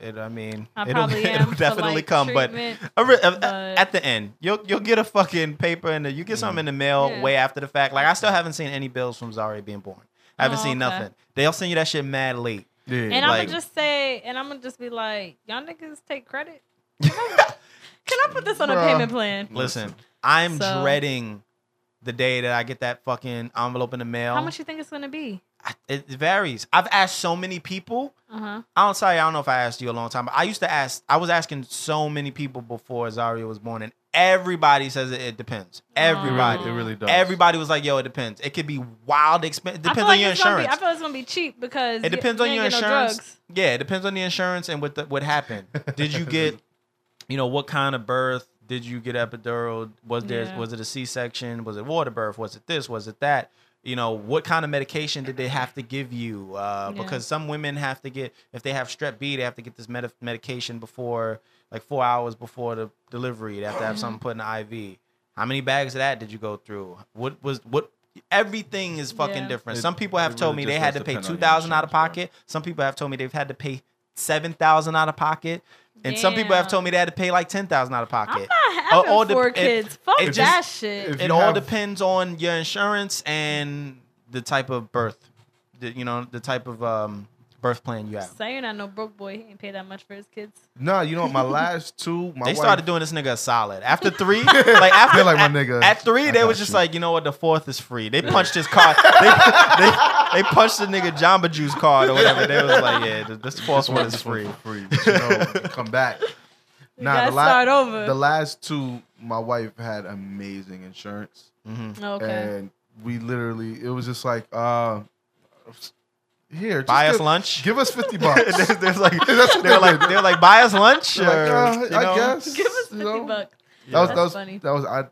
Speaker 4: It, I mean,
Speaker 3: I
Speaker 4: it'll,
Speaker 3: probably am
Speaker 4: it'll
Speaker 3: for,
Speaker 4: definitely
Speaker 3: like,
Speaker 4: come, but,
Speaker 3: treatment,
Speaker 4: I re- at-
Speaker 3: but-
Speaker 4: at the end, you'll you'll get a fucking paper and you get something in the mail
Speaker 3: Yeah.
Speaker 4: way after the fact. Like I still haven't seen any bills from Zari being born. I haven't
Speaker 3: Oh,
Speaker 4: seen
Speaker 3: okay.
Speaker 4: nothing. They'll send you that shit mad late.
Speaker 2: Yeah,
Speaker 3: And I'm
Speaker 4: like-
Speaker 3: gonna just say, and I'm gonna just be like, y'all niggas take credit. Can I put this on a
Speaker 2: Bruh.
Speaker 3: payment plan?
Speaker 4: Listen, I'm
Speaker 3: So-
Speaker 4: dreading the day that I get that fucking envelope in the mail.
Speaker 3: How much you think it's gonna be?
Speaker 4: I- it varies. I've asked so many people.
Speaker 3: Uh huh.
Speaker 4: I don't sorry, I don't know if I asked you a long time, but I used to ask I was asking so many people before Zaria was born, and everybody says it, it depends. Everybody.
Speaker 2: It really does.
Speaker 4: Everybody was like, yo, it depends. It could be wild expense. It
Speaker 3: I feel
Speaker 4: depends
Speaker 3: like
Speaker 4: on your
Speaker 3: it's gonna be-
Speaker 4: insurance.
Speaker 3: I feel like it's gonna be cheap because you-
Speaker 4: it depends
Speaker 3: you
Speaker 4: on
Speaker 3: ain't
Speaker 4: your
Speaker 3: get no
Speaker 4: insurance.
Speaker 3: drugs.
Speaker 4: yeah, it depends on the insurance and what the, what happened. Did you get you know, what kind of birth? Did you get epidural? Was there
Speaker 3: Yeah.
Speaker 4: was it a C section? Was it water birth? Was it this? Was it that? You know, what kind of medication did they have to give you? Uh,
Speaker 3: Yeah.
Speaker 4: Because some women have to get if they have strep B, they have to get this medi medication before like four hours before the delivery. They have to have something put in the IV. How many bags of that did you go through? What was what? Everything is fucking
Speaker 3: Yeah.
Speaker 4: different.
Speaker 2: It-
Speaker 4: Some people have
Speaker 2: it
Speaker 4: told
Speaker 2: really
Speaker 4: me they
Speaker 2: just
Speaker 4: had
Speaker 2: does
Speaker 4: to pay
Speaker 2: depend on
Speaker 4: two
Speaker 2: your
Speaker 4: thousand out of
Speaker 2: insurance, bro.
Speaker 4: pocket. Some people have told me they've had to pay seven thousand out of pocket, and some people have
Speaker 3: Damn.
Speaker 4: told me they had to pay like ten thousand out of
Speaker 3: I'm
Speaker 4: pocket.
Speaker 3: not
Speaker 4: All-
Speaker 3: having
Speaker 4: all
Speaker 3: four
Speaker 4: dep- Oh, it-
Speaker 3: kids. Fuck
Speaker 4: it just-
Speaker 3: that shit.
Speaker 2: if
Speaker 4: It
Speaker 2: you
Speaker 4: all
Speaker 2: have-
Speaker 4: depends on your insurance and the type of birth, the, you know, the type of um, birth plan you have.
Speaker 3: So you're not no broke boy. He ain't pay that much for his kids.
Speaker 2: Nah, you know what? My last two, my
Speaker 4: they
Speaker 2: wife,
Speaker 4: started doing this nigga a solid. After three, like after
Speaker 2: They're like, "My
Speaker 4: at-
Speaker 2: nigga,
Speaker 4: At three,
Speaker 2: I
Speaker 4: they
Speaker 2: got
Speaker 4: was just
Speaker 2: you."
Speaker 4: like, you know what? The fourth is free. They punched his card. they, they, they punched the nigga Jamba Juice card or whatever. They was like, yeah, th- this fourth one is
Speaker 2: this one
Speaker 4: free.
Speaker 2: for free. but you know, come back.
Speaker 3: We
Speaker 2: Nah,
Speaker 3: gotta
Speaker 2: the la-
Speaker 3: start over.
Speaker 2: The last two, my wife had amazing insurance,
Speaker 4: hmm
Speaker 3: okay.
Speaker 2: and we literally, it was just like, uh, here, just
Speaker 4: Buy us
Speaker 2: give-
Speaker 4: lunch.
Speaker 2: Give us fifty bucks.
Speaker 4: There's- there's like-
Speaker 2: That's what
Speaker 4: they're like, they're like, buy us lunch.
Speaker 2: Like,
Speaker 4: or,
Speaker 2: uh,
Speaker 4: you
Speaker 2: I
Speaker 4: know?
Speaker 2: guess.
Speaker 3: Give us
Speaker 2: you
Speaker 3: fifty
Speaker 2: know?
Speaker 3: bucks.
Speaker 2: That was that
Speaker 3: That's
Speaker 2: was
Speaker 3: funny.
Speaker 2: that was I.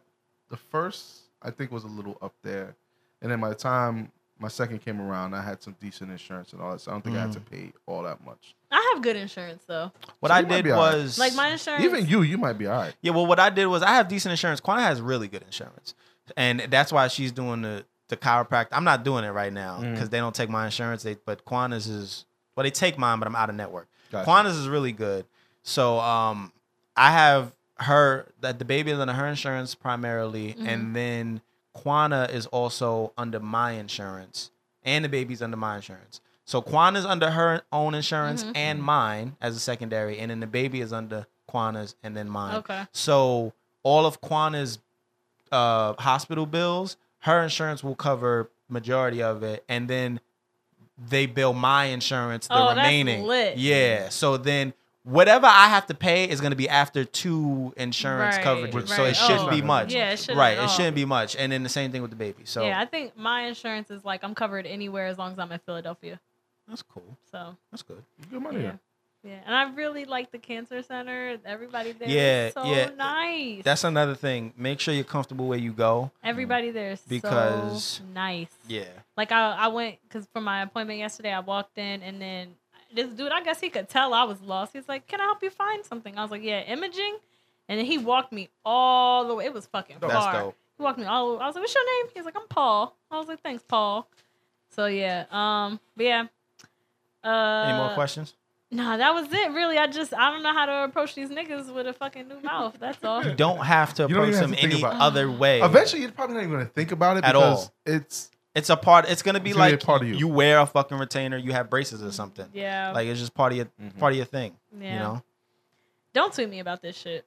Speaker 2: The first I think was a little up there, and then by the time my second came around, I had some decent insurance and all that. So I don't think I had to
Speaker 4: Mm.
Speaker 2: pay all that much.
Speaker 3: I have good insurance though.
Speaker 4: What
Speaker 2: So
Speaker 4: I
Speaker 2: you might
Speaker 4: did
Speaker 2: be all right.
Speaker 4: was
Speaker 3: Like my insurance.
Speaker 2: Even you, you might be all right.
Speaker 4: Yeah, well, what I did was I have decent insurance. Quana has really good insurance, and that's why she's doing the the chiropractor. I'm not doing it right now
Speaker 2: Mm.
Speaker 4: because they don't take my insurance. They but Quana's is well, they take mine, but I'm out of network.
Speaker 2: Gotcha.
Speaker 4: Quana's is really good. So um, I have her that the baby is under her insurance primarily, and then Quana is also under my insurance, and the baby's under my insurance. So Quan is under her own insurance and mine as a secondary, and then the baby is under Quana's and then mine.
Speaker 3: Okay.
Speaker 4: So all of Quana's uh, hospital bills, her insurance will cover majority of it, and then they bill my insurance the
Speaker 3: Oh, that's
Speaker 4: remaining.
Speaker 3: lit.
Speaker 4: Yeah. So then whatever I have to pay is going to be after two insurance
Speaker 3: Right,
Speaker 4: coverages, so
Speaker 3: right.
Speaker 4: it shouldn't be
Speaker 2: Oh,
Speaker 4: much.
Speaker 3: yeah, it shouldn't
Speaker 4: right.
Speaker 3: at all.
Speaker 4: It shouldn't be much, and then the same thing with the baby. So
Speaker 3: yeah, I think my insurance is like I'm covered anywhere as long as I'm in Philadelphia.
Speaker 4: that's cool.
Speaker 3: So
Speaker 4: That's good.
Speaker 2: Good money.
Speaker 3: Oh, yeah. Yeah, and I really like the cancer center. Everybody there is
Speaker 4: Yeah,
Speaker 3: so
Speaker 4: yeah.
Speaker 3: nice.
Speaker 4: That's another thing. Make sure you're comfortable where you go.
Speaker 3: Everybody there is
Speaker 4: Because-
Speaker 3: so nice.
Speaker 4: Yeah.
Speaker 3: Like I, I went because for my appointment yesterday, I walked in and then this dude, I guess he could tell I was lost. He's like, "Can I help you find something?" I was like, "Yeah, imaging." And then he walked me all the way. It was fucking
Speaker 4: That's
Speaker 3: far.
Speaker 4: dope.
Speaker 3: He walked me all. the way. I was like, "What's your name?" He's like, "I'm Paul." I was like, "Thanks, Paul." So yeah, um, but yeah. Uh,
Speaker 4: Any more questions?
Speaker 3: Nah, that was it. Really, I just I don't know how to approach these niggas with a fucking new mouth. That's all.
Speaker 4: You don't have to
Speaker 2: You don't
Speaker 4: approach
Speaker 2: even have
Speaker 4: them
Speaker 2: to think
Speaker 4: any
Speaker 2: about it.
Speaker 4: other way.
Speaker 2: Eventually, you're probably not even going to think about it
Speaker 4: At
Speaker 2: because
Speaker 4: all.
Speaker 2: it's
Speaker 4: it's a part. It's gonna be
Speaker 2: It's gonna be
Speaker 4: like
Speaker 2: a part of you.
Speaker 4: wear a fucking retainer. You have braces or something.
Speaker 3: Yeah.
Speaker 4: Like it's just part of your
Speaker 2: Mhm.
Speaker 4: part of your thing.
Speaker 3: yeah.
Speaker 4: You know.
Speaker 3: Don't tweet me about this shit.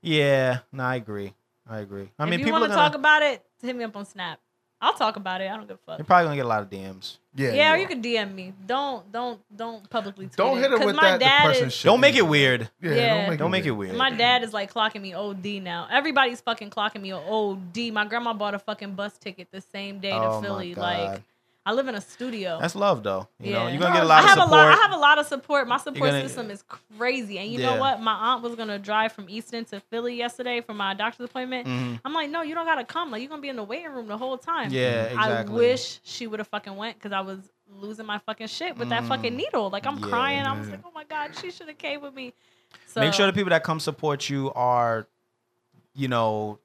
Speaker 4: Yeah. No, I agree. I agree. I mean,
Speaker 3: if you
Speaker 4: people
Speaker 3: want to
Speaker 4: are gonna.
Speaker 3: talk about it, hit me up on Snap. I'll talk about it. I don't give a
Speaker 4: you're
Speaker 3: fuck.
Speaker 4: probably gonna get a lot of DMs.
Speaker 2: yeah.
Speaker 3: Yeah, or you can DM me. Don't don't don't publicly tweet.
Speaker 2: Don't hit her
Speaker 3: 'Cause
Speaker 2: with
Speaker 3: my
Speaker 2: that
Speaker 3: dad
Speaker 2: depression
Speaker 3: is,
Speaker 2: shit.
Speaker 4: Don't make it weird.
Speaker 2: Yeah,
Speaker 3: Yeah.
Speaker 4: Don't make it weird.
Speaker 3: My dad is like clocking me OD now. Everybody's fucking clocking me OD. My grandma bought a fucking bus ticket the same day to
Speaker 4: Oh, my
Speaker 3: Philly.
Speaker 4: God.
Speaker 3: Like I live in a studio.
Speaker 4: That's love, though. You know,
Speaker 3: Yeah.
Speaker 4: you're gonna get a
Speaker 2: No,
Speaker 4: lot
Speaker 3: I
Speaker 4: of
Speaker 3: have
Speaker 4: support.
Speaker 3: a lot. I have a lot of support. My support
Speaker 4: gonna-
Speaker 3: system is crazy. And you
Speaker 4: Yeah.
Speaker 3: know what? My aunt was gonna drive from Easton to Philly yesterday for my doctor's appointment.
Speaker 2: Mm-hmm.
Speaker 4: Mhm.
Speaker 3: I'm like, no, you don't gotta come. Like you're gonna be in the waiting room the whole time.
Speaker 4: Yeah, exactly.
Speaker 3: I wish she would have fucking went because I was losing my fucking shit with that
Speaker 4: Mm.
Speaker 3: fucking needle. Like I'm
Speaker 4: Yeah,
Speaker 3: crying. I was
Speaker 2: yeah.
Speaker 3: like, oh my god, she should have came with me. So
Speaker 4: Make sure the people that come support you are, you know,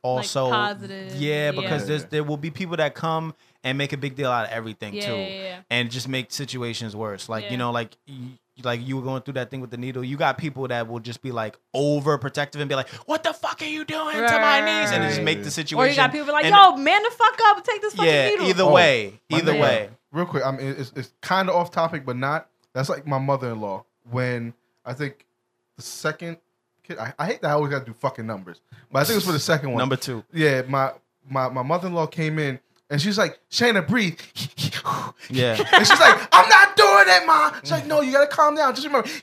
Speaker 4: also
Speaker 3: positive,
Speaker 4: Yeah,
Speaker 3: yeah.
Speaker 4: because
Speaker 2: Yeah.
Speaker 4: there's there will be people that come and make a big deal out of everything
Speaker 3: yeah,
Speaker 4: too,
Speaker 3: yeah, yeah.
Speaker 4: and just make situations worse. Like
Speaker 3: Yeah.
Speaker 4: you know, like. You, like you were going through that thing with the needle, you got people that will just be like overprotective and be like, "What the fuck are you doing to my knees?" and just
Speaker 2: Right.
Speaker 4: make the
Speaker 3: Or
Speaker 4: situation.
Speaker 3: you got people like,
Speaker 4: and-
Speaker 3: yo, man, the fuck up, take this fucking
Speaker 4: yeah.
Speaker 3: needle.
Speaker 4: Either
Speaker 2: Oh,
Speaker 4: way,
Speaker 2: my
Speaker 4: either
Speaker 2: nigga.
Speaker 4: way.
Speaker 2: Real quick, I mean, it's, it's kind of off topic, but not. That's like my mother-in-law. When I think the second kid, I, I hate that I always got to do fucking numbers, but I think it was for the second one.
Speaker 4: Number two,
Speaker 2: yeah, my my my mother-in-law came in and she's like, "Shayna, breathe."
Speaker 4: yeah.
Speaker 2: And she's like, I'm not doing it, ma. She's like, no, you gotta calm down. Just remember.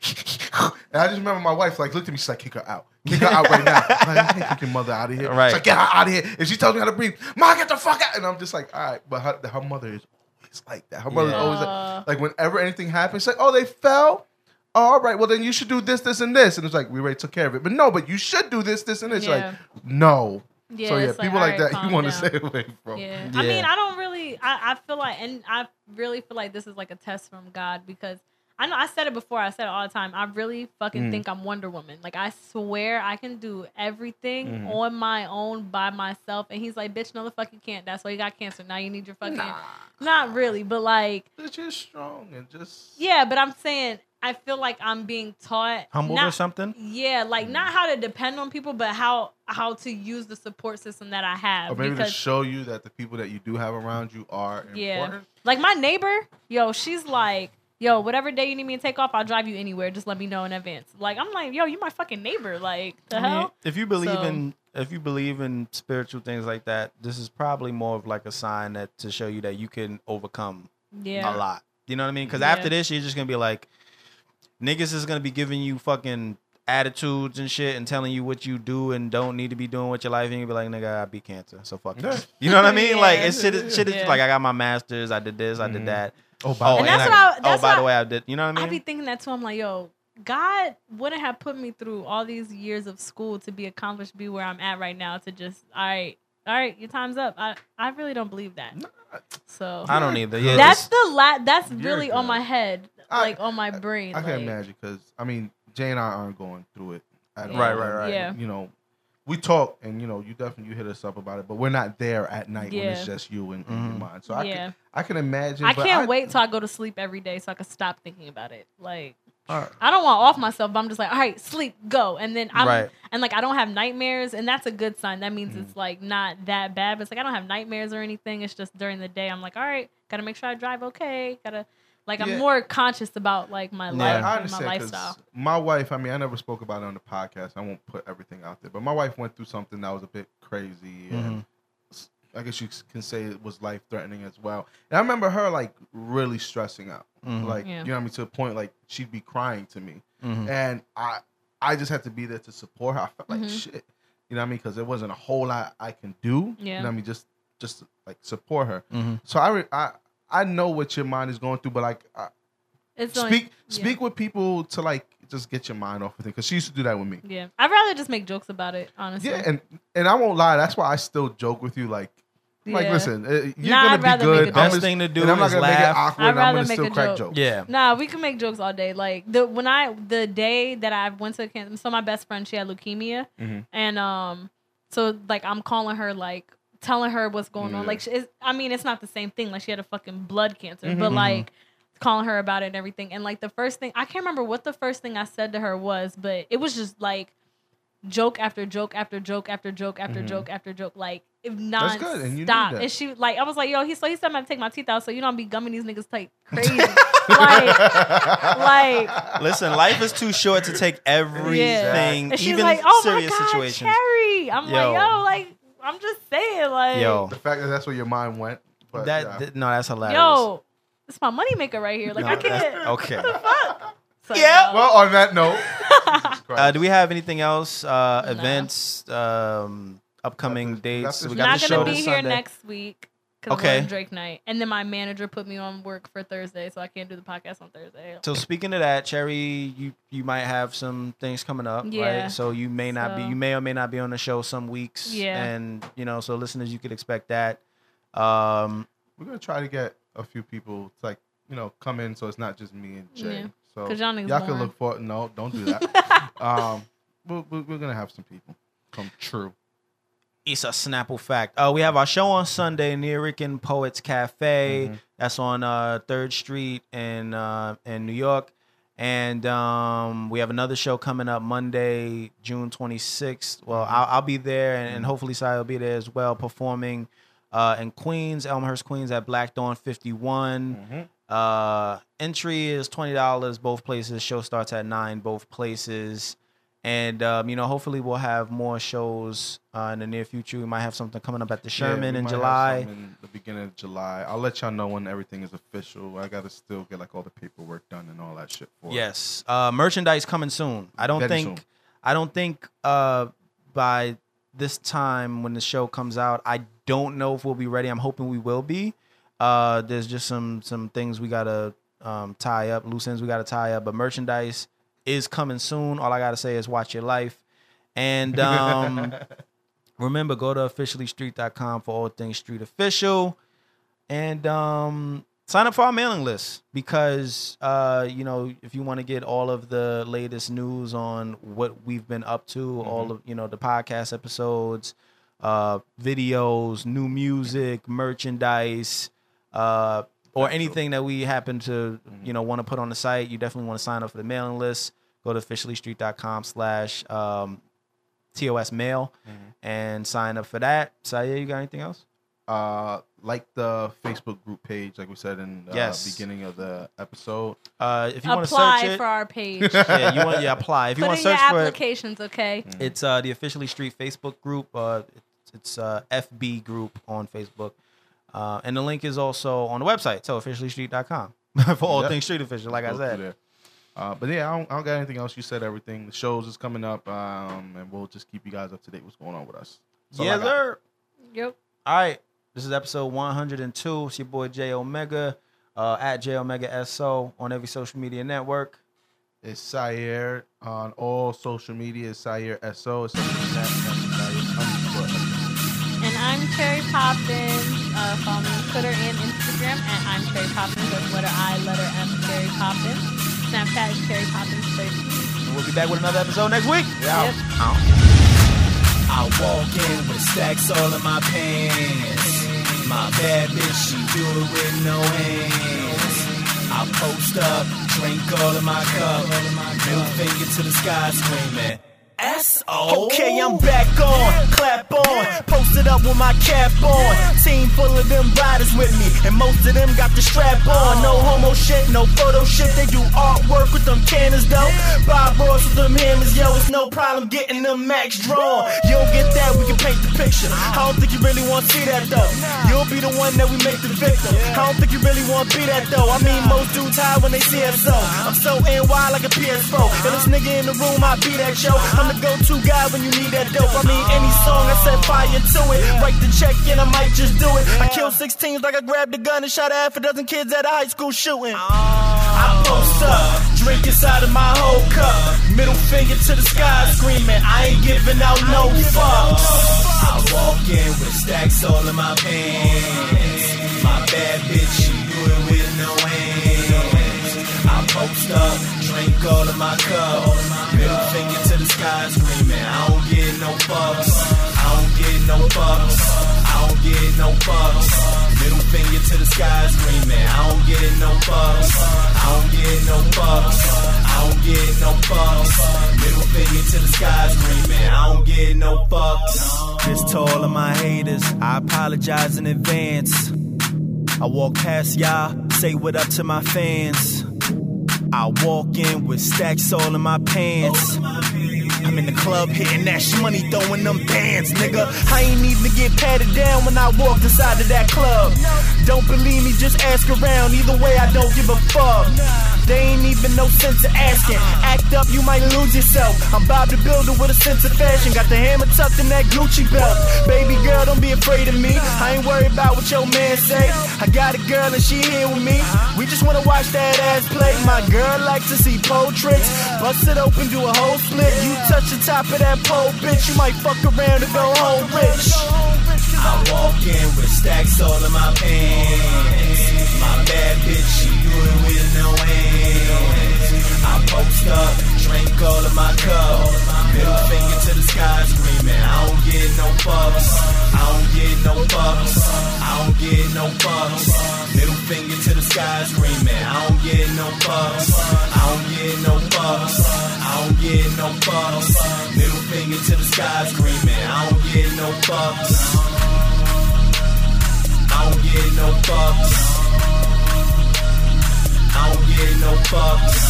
Speaker 2: And I just remember my wife like looked at me. She's like, kick her out. Kick her out right now. I'm like, I can't kick your mother out of here.
Speaker 4: Right.
Speaker 2: She's like, get her out of here. And she tells me how to breathe. Ma, get the fuck out. And I'm just like, all right. But her, her mother is always like that. Her mother's
Speaker 4: Yeah.
Speaker 2: always
Speaker 3: Uh.
Speaker 2: like, like whenever anything happens, she's like, oh, they fell. Oh, all right, well then you should do this, this, and this, and it's like we already took care of it. But no, but you should do this, this, and this.
Speaker 3: Yeah.
Speaker 2: Like no,
Speaker 3: Yeah,
Speaker 2: so yeah,
Speaker 3: it's like,
Speaker 2: people
Speaker 3: all
Speaker 2: like that
Speaker 3: right, calm
Speaker 2: you want to
Speaker 3: down.
Speaker 2: stay away from.
Speaker 3: Yeah.
Speaker 4: Yeah.
Speaker 3: I mean, I don't really. I, I feel like, and I really feel like this is like a test from God because I know I said it before. I said it all the time. I really fucking
Speaker 2: Mm.
Speaker 3: think I'm Wonder Woman. Like I swear I can do everything
Speaker 2: Mhm.
Speaker 3: on my own by myself. And he's like, "Bitch, no the fuck you can't. That's why you got cancer. Now you need your fucking."
Speaker 2: Nah,
Speaker 3: Not really, but like,
Speaker 2: but you're strong and just
Speaker 3: yeah. But I'm saying I feel like I'm being taught
Speaker 4: Humbled or
Speaker 3: not-
Speaker 4: something?
Speaker 3: Yeah, like not how to depend on people, but how how to use the support system that I have.
Speaker 2: Or maybe
Speaker 3: because
Speaker 2: to show you that the people that you do have around you are
Speaker 3: Yeah.
Speaker 2: important.
Speaker 3: Like my neighbor, yo, she's like, yo, whatever day you need me to take off, I'll drive you anywhere. Just let me know in advance. Like I'm like, yo, you my fucking neighbor. Like the
Speaker 4: I mean,
Speaker 3: hell.
Speaker 4: if you believe
Speaker 3: So-
Speaker 4: in if you believe in spiritual things like that, this is probably more of like a sign that to show you that you can overcome a
Speaker 3: Yeah,
Speaker 4: lot. You know what I mean? Because
Speaker 3: Yeah.
Speaker 4: after this, you're just gonna be like, niggas is gonna be giving you fucking attitudes and shit and telling you what you do and don't need to be doing with your life, and you be like, nigga, I beat cancer, so fuck
Speaker 2: Yeah.
Speaker 4: it. You know what I mean? Like
Speaker 3: Yeah.
Speaker 4: it's shit. Is, shit is
Speaker 3: Yeah.
Speaker 4: like I got my masters. I did this. I
Speaker 2: Mhm.
Speaker 4: did that.
Speaker 2: Oh, by
Speaker 4: Oh,
Speaker 2: the
Speaker 3: And
Speaker 2: way,
Speaker 3: that's
Speaker 4: I,
Speaker 3: what I- that's
Speaker 4: oh, by
Speaker 3: what
Speaker 4: the
Speaker 3: I-
Speaker 4: way, I did. You know what I
Speaker 3: I
Speaker 4: mean?
Speaker 3: be thinking that too. I'm like, yo, God wouldn't have put me through all these years of school to be accomplished, be where I'm at right now. To just, all right, all right, your time's up. I I really don't believe that. So
Speaker 4: I don't either. Yeah,
Speaker 3: that's
Speaker 4: that's
Speaker 3: the la- That's
Speaker 2: You're
Speaker 3: really on
Speaker 2: good.
Speaker 3: my head,
Speaker 2: I-
Speaker 3: like on my brain.
Speaker 2: I can
Speaker 3: like,
Speaker 2: imagine because I mean Jay and I aren't going through it at all.
Speaker 4: Right, right, right.
Speaker 3: Yeah.
Speaker 2: You know, we talk and you know you definitely you hit us up about it, but we're not there at night when it's
Speaker 3: Yeah.
Speaker 2: just you and, and
Speaker 4: Mhm.
Speaker 2: your mind. So I
Speaker 3: yeah.
Speaker 2: can I can imagine.
Speaker 3: I
Speaker 2: but
Speaker 3: can't wait till I go to sleep every day so I can stop thinking about it. Like
Speaker 2: All right.
Speaker 3: I don't want to off myself, but I'm just like, all right, sleep, go, and then I'm
Speaker 4: Right. Mm.
Speaker 3: and like I don't have nightmares, and that's a good sign. That means it's like not that bad. But it's like I don't have nightmares or anything. It's just during the day I'm like, all right, gotta make sure I drive okay. Gotta Like I'm
Speaker 2: Yeah.
Speaker 3: more conscious about like my
Speaker 4: Yeah.
Speaker 3: life
Speaker 2: I
Speaker 3: and my
Speaker 2: understand 'cause
Speaker 3: lifestyle.
Speaker 2: my wife. I mean, I never spoke about it on the podcast. I won't put everything out there, but my wife went through something that was a bit crazy, and s- I guess you s- can say it was life threatening as well. And I remember her like really stressing out,
Speaker 4: Mhm.
Speaker 2: like
Speaker 3: Yeah.
Speaker 2: you know what I mean, to the point like she'd be crying to me,
Speaker 4: Mhm.
Speaker 2: and I I just had to be there to support her. I felt like
Speaker 3: Mhm.
Speaker 2: shit, you know what I mean, because there wasn't a whole lot I can do. you
Speaker 3: Yeah.
Speaker 2: know what I mean, just just like support her.
Speaker 4: Mhm.
Speaker 2: So I re- I I know what your mind is going through, but like. I,
Speaker 3: It's only-
Speaker 2: speak speak with people to like just get your mind off of things because she used to do that with me.
Speaker 3: Yeah, I'd rather just make jokes about it. Honestly.
Speaker 2: Yeah, and and I won't lie, that's why I still joke with you. Like, I'm like
Speaker 3: Yeah.
Speaker 2: listen, uh, you're
Speaker 3: Nah, I'd
Speaker 2: gonna be
Speaker 3: rather make
Speaker 2: good.
Speaker 3: a
Speaker 2: I'm
Speaker 3: joke.
Speaker 2: just-
Speaker 4: Best thing to do
Speaker 2: and I'm not
Speaker 4: is
Speaker 2: gonna make
Speaker 4: laugh.
Speaker 2: it awkward.
Speaker 3: I'd
Speaker 2: and I'm
Speaker 3: rather
Speaker 2: gonna
Speaker 3: make
Speaker 2: still
Speaker 3: a
Speaker 2: crack
Speaker 3: joke.
Speaker 2: jokes.
Speaker 4: Yeah.
Speaker 3: Nah, we can make jokes all day. Like the when I the day that I went to camp, so my best friend she had leukemia,
Speaker 2: Mhm.
Speaker 3: and um, so like I'm calling her like telling her what's going on.
Speaker 2: Yeah.
Speaker 3: Like she, it's, I mean, it's not the same thing. Like she had a fucking blood cancer,
Speaker 2: Mhm.
Speaker 3: but
Speaker 4: Mhm.
Speaker 3: like calling her about it and everything. And like the first thing I can't remember what the first thing I said to her was, but it was just like joke after joke after joke after joke after
Speaker 2: Mhm.
Speaker 3: joke after joke. Like if
Speaker 2: That's
Speaker 3: not
Speaker 2: good, and you need
Speaker 3: stop.
Speaker 2: that.
Speaker 3: And she like I was like, yo, he so he said I'm gonna take my teeth out so you don't be gumming these niggas tight crazy. like like
Speaker 4: Listen, life is too short to take everything,
Speaker 3: and she's
Speaker 4: even
Speaker 3: like, "Oh my
Speaker 4: serious
Speaker 3: god,
Speaker 4: situations.
Speaker 3: Cherry!" I'm
Speaker 4: Yo.
Speaker 3: like, "Yo, like, I'm just saying, like,
Speaker 4: Yo,
Speaker 2: the fact that that's where your mind went. But
Speaker 4: that,
Speaker 2: yeah.
Speaker 4: th- no, that's hilarious.
Speaker 3: yo, it's my moneymaker right here. Like,
Speaker 4: No,
Speaker 3: I
Speaker 4: that's-
Speaker 3: can't."
Speaker 4: Okay.
Speaker 3: So,
Speaker 4: Yeah.
Speaker 3: yo,
Speaker 2: well, on that note, Jesus Christ.
Speaker 4: Uh, do we have anything else? Uh,
Speaker 3: No.
Speaker 4: events, um, upcoming
Speaker 2: Got the- got
Speaker 4: dates.
Speaker 2: the
Speaker 4: We got
Speaker 3: not
Speaker 4: the
Speaker 2: show
Speaker 4: show
Speaker 3: gonna
Speaker 4: this
Speaker 3: be here
Speaker 4: Sunday.
Speaker 3: next week because
Speaker 4: Okay.
Speaker 3: okay. Drake night, and then my manager put me on work for Thursday, so I can't do the podcast on Thursday.
Speaker 4: So speaking of that, Cherry, you you might have some things coming up,
Speaker 3: Yeah.
Speaker 4: right? So you may not be,
Speaker 3: So-
Speaker 4: you may or may not be on the show some weeks,
Speaker 3: Yeah.
Speaker 4: And you know, so listeners, you could expect that. Um,
Speaker 2: we're gonna try to get a few people to like you know come in so it's not just me and Jay.
Speaker 3: Yeah.
Speaker 2: So
Speaker 3: 'Cause y'all niggas
Speaker 2: y'all can
Speaker 3: boring.
Speaker 2: look for no, don't do that. um, we're, we're we're gonna have some people come true.
Speaker 4: it's a Snapple fact. Uh, we have our show on Sunday, Near Rick and Poets Cafe.
Speaker 2: Mhm.
Speaker 4: That's on uh, Third Street in uh, in New York, and um, we have another show coming up Monday, June 26th. Well, I'll, I'll be there, and, and hopefully Sai will be there as well, performing uh, in Queens, Elmhurst, Queens, at Black Dawn 51.
Speaker 2: Mm-hmm.
Speaker 4: Uh, entry is twenty dollars both places. Show starts at nine both places, and um, you know hopefully we'll have more shows uh, in the near future. We might have something coming up at the Sherman
Speaker 2: Yeah, we
Speaker 4: in
Speaker 2: might have
Speaker 4: July.
Speaker 2: some In the beginning of July. I'll let y'all know when everything is official. I gotta still get like all the paperwork done and all that shit for it.
Speaker 4: Yes, uh, merchandise coming soon. I don't
Speaker 2: Very
Speaker 4: think
Speaker 2: soon.
Speaker 4: I don't think uh, by this time when the show comes out, I don't know if we'll be ready. I'm hoping we will be. Uh, there's just some some things we gotta um, tie up, loose ends we gotta tie up, but merchandise is coming soon. All I gotta say is watch your life, and um, remember go to officiallystreet.com for all things street official and um, sign up for our mailing list because uh, you know if you want to get all of the latest news on what we've been up to, all of you know the podcast episodes, uh, videos, new music, merchandise, uh, or anything that we happen to you know want to put on the site, you definitely want to sign up for the mailing list. Go to officiallystreet.com slash um, TOS mail and sign up for that. Saya, you got anything else?
Speaker 2: Uh, like the Facebook group page, like we said in the
Speaker 4: Yes.
Speaker 2: beginning of the episode.
Speaker 4: Uh, if you want to search
Speaker 3: Apply
Speaker 4: it,
Speaker 3: for our page.
Speaker 4: yeah, you want yeah apply. If you
Speaker 3: Put
Speaker 4: want
Speaker 3: in
Speaker 4: to
Speaker 3: your
Speaker 4: search for it,
Speaker 3: applications, okay?
Speaker 2: Mm.
Speaker 4: it's uh, the officially street Facebook group. Uh, it's- it's uh, FB group on Facebook, uh, and the link is also on the website. So officiallystreet.com for all
Speaker 2: Yep.
Speaker 4: things street official. Like I
Speaker 2: Go through
Speaker 4: said,
Speaker 2: there. Uh, but yeah, I don't, I don't got anything else. You said everything. The shows is coming up, um, and we'll just keep you guys up to date. What's going on with us? That's all I
Speaker 4: yeah,
Speaker 2: got.
Speaker 4: sir.
Speaker 3: Yep.
Speaker 4: All right, this is episode 102. It's your boy J Omega uh, at J Omega SO on every social media network.
Speaker 2: It's Sire on all social media. It's Sire SO. It's Sire underscore
Speaker 3: And I'm Cherry Poppins. Uh, follow me on Twitter and Instagram at I'm Cherry Poppins. That's letter I, letter M, Cherry Poppins. Snapchat is Cherry Poppins 13.
Speaker 4: And we'll be back with another episode next week.
Speaker 3: Yep.
Speaker 8: I walk in with stacks all in my pants. My bad bitch, she do it with no hands. I post up, drink all in my cup, middle finger to the sky screaming. S O. Okay, I'm back on, clap on, post posted up with my cap on. Team full of them riders with me, and most of them got the strap on. No homo shit, no photo shit. They do artwork with them cannons though. Bob Ross with them hammers, yo. It's no problem getting them max drawn. You'll get that, we can paint the picture. I don't think you really want to see that though. You'll be the one that we make the victim. I don't think you really want to be that though. I mean, most dudes high when they see us so. I'm so NY like a PS4. And this nigga in the room, I be that yo. I'm the go-to guy when you need that dope. I mean, any song, I set fire to it. Write the check and I might just do it. I killed 16s like I grabbed a gun and shot a half a dozen kids at a high school shooting. I post up, drink inside of my whole cup. Middle finger to the sky, screaming, I ain't giving out no fucks. I walk in with stacks all in my pants. My bad bitch, she do it with no hands. I post up, drink all of my cup. Middle finger to the sky, screaming, I don't get no fucks. I don't get no fucks. I don't get no fucks. Middle finger to the sky, screaming, I don't get no fucks. I don't get no fucks. I don't get no fucks. Middle finger to the sky, screaming, I don't get no fucks. This to all of my haters, I apologize in advance. I walk past y'all, say what up to my fans. I walk in with stacks all in my pants. I'm in the club hitting that sh- money, throwing them bands, nigga. I ain't even get patted down when I walked inside of that club. Don't believe me, just ask around. Either way, I don't give a fuck. They ain't even no sense of asking. Act up, you might lose yourself. I'm Bob the Builder with a sense of fashion. Got the hammer tucked in that Gucci belt. Baby girl, don't be afraid of me. I ain't worried about what your man say. I got a girl and she here with me. We just wanna watch that ass play. My girl likes to see pole tricks. Bust it open, do a whole split. You touch the top of that pole, bitch. You might fuck around and go home rich. I walk in with stacks all in my pants. My bad bitch, she do it with no hands. I post up, drink all of my cup. Middle finger to the sky, screaming. I don't get no fucks. I don't get no fucks. I don't get no fucks. Middle finger to the sky, screaming. I don't get no fucks. I don't get no fucks. I don't get no fucks. Middle finger to the sky, screaming. I don't get no fucks. I don't get no fucks. I don't get no fucks.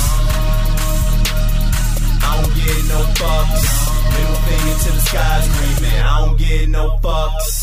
Speaker 8: I don't get no fucks. Middle finger to the sky, screaming. I don't get no fucks.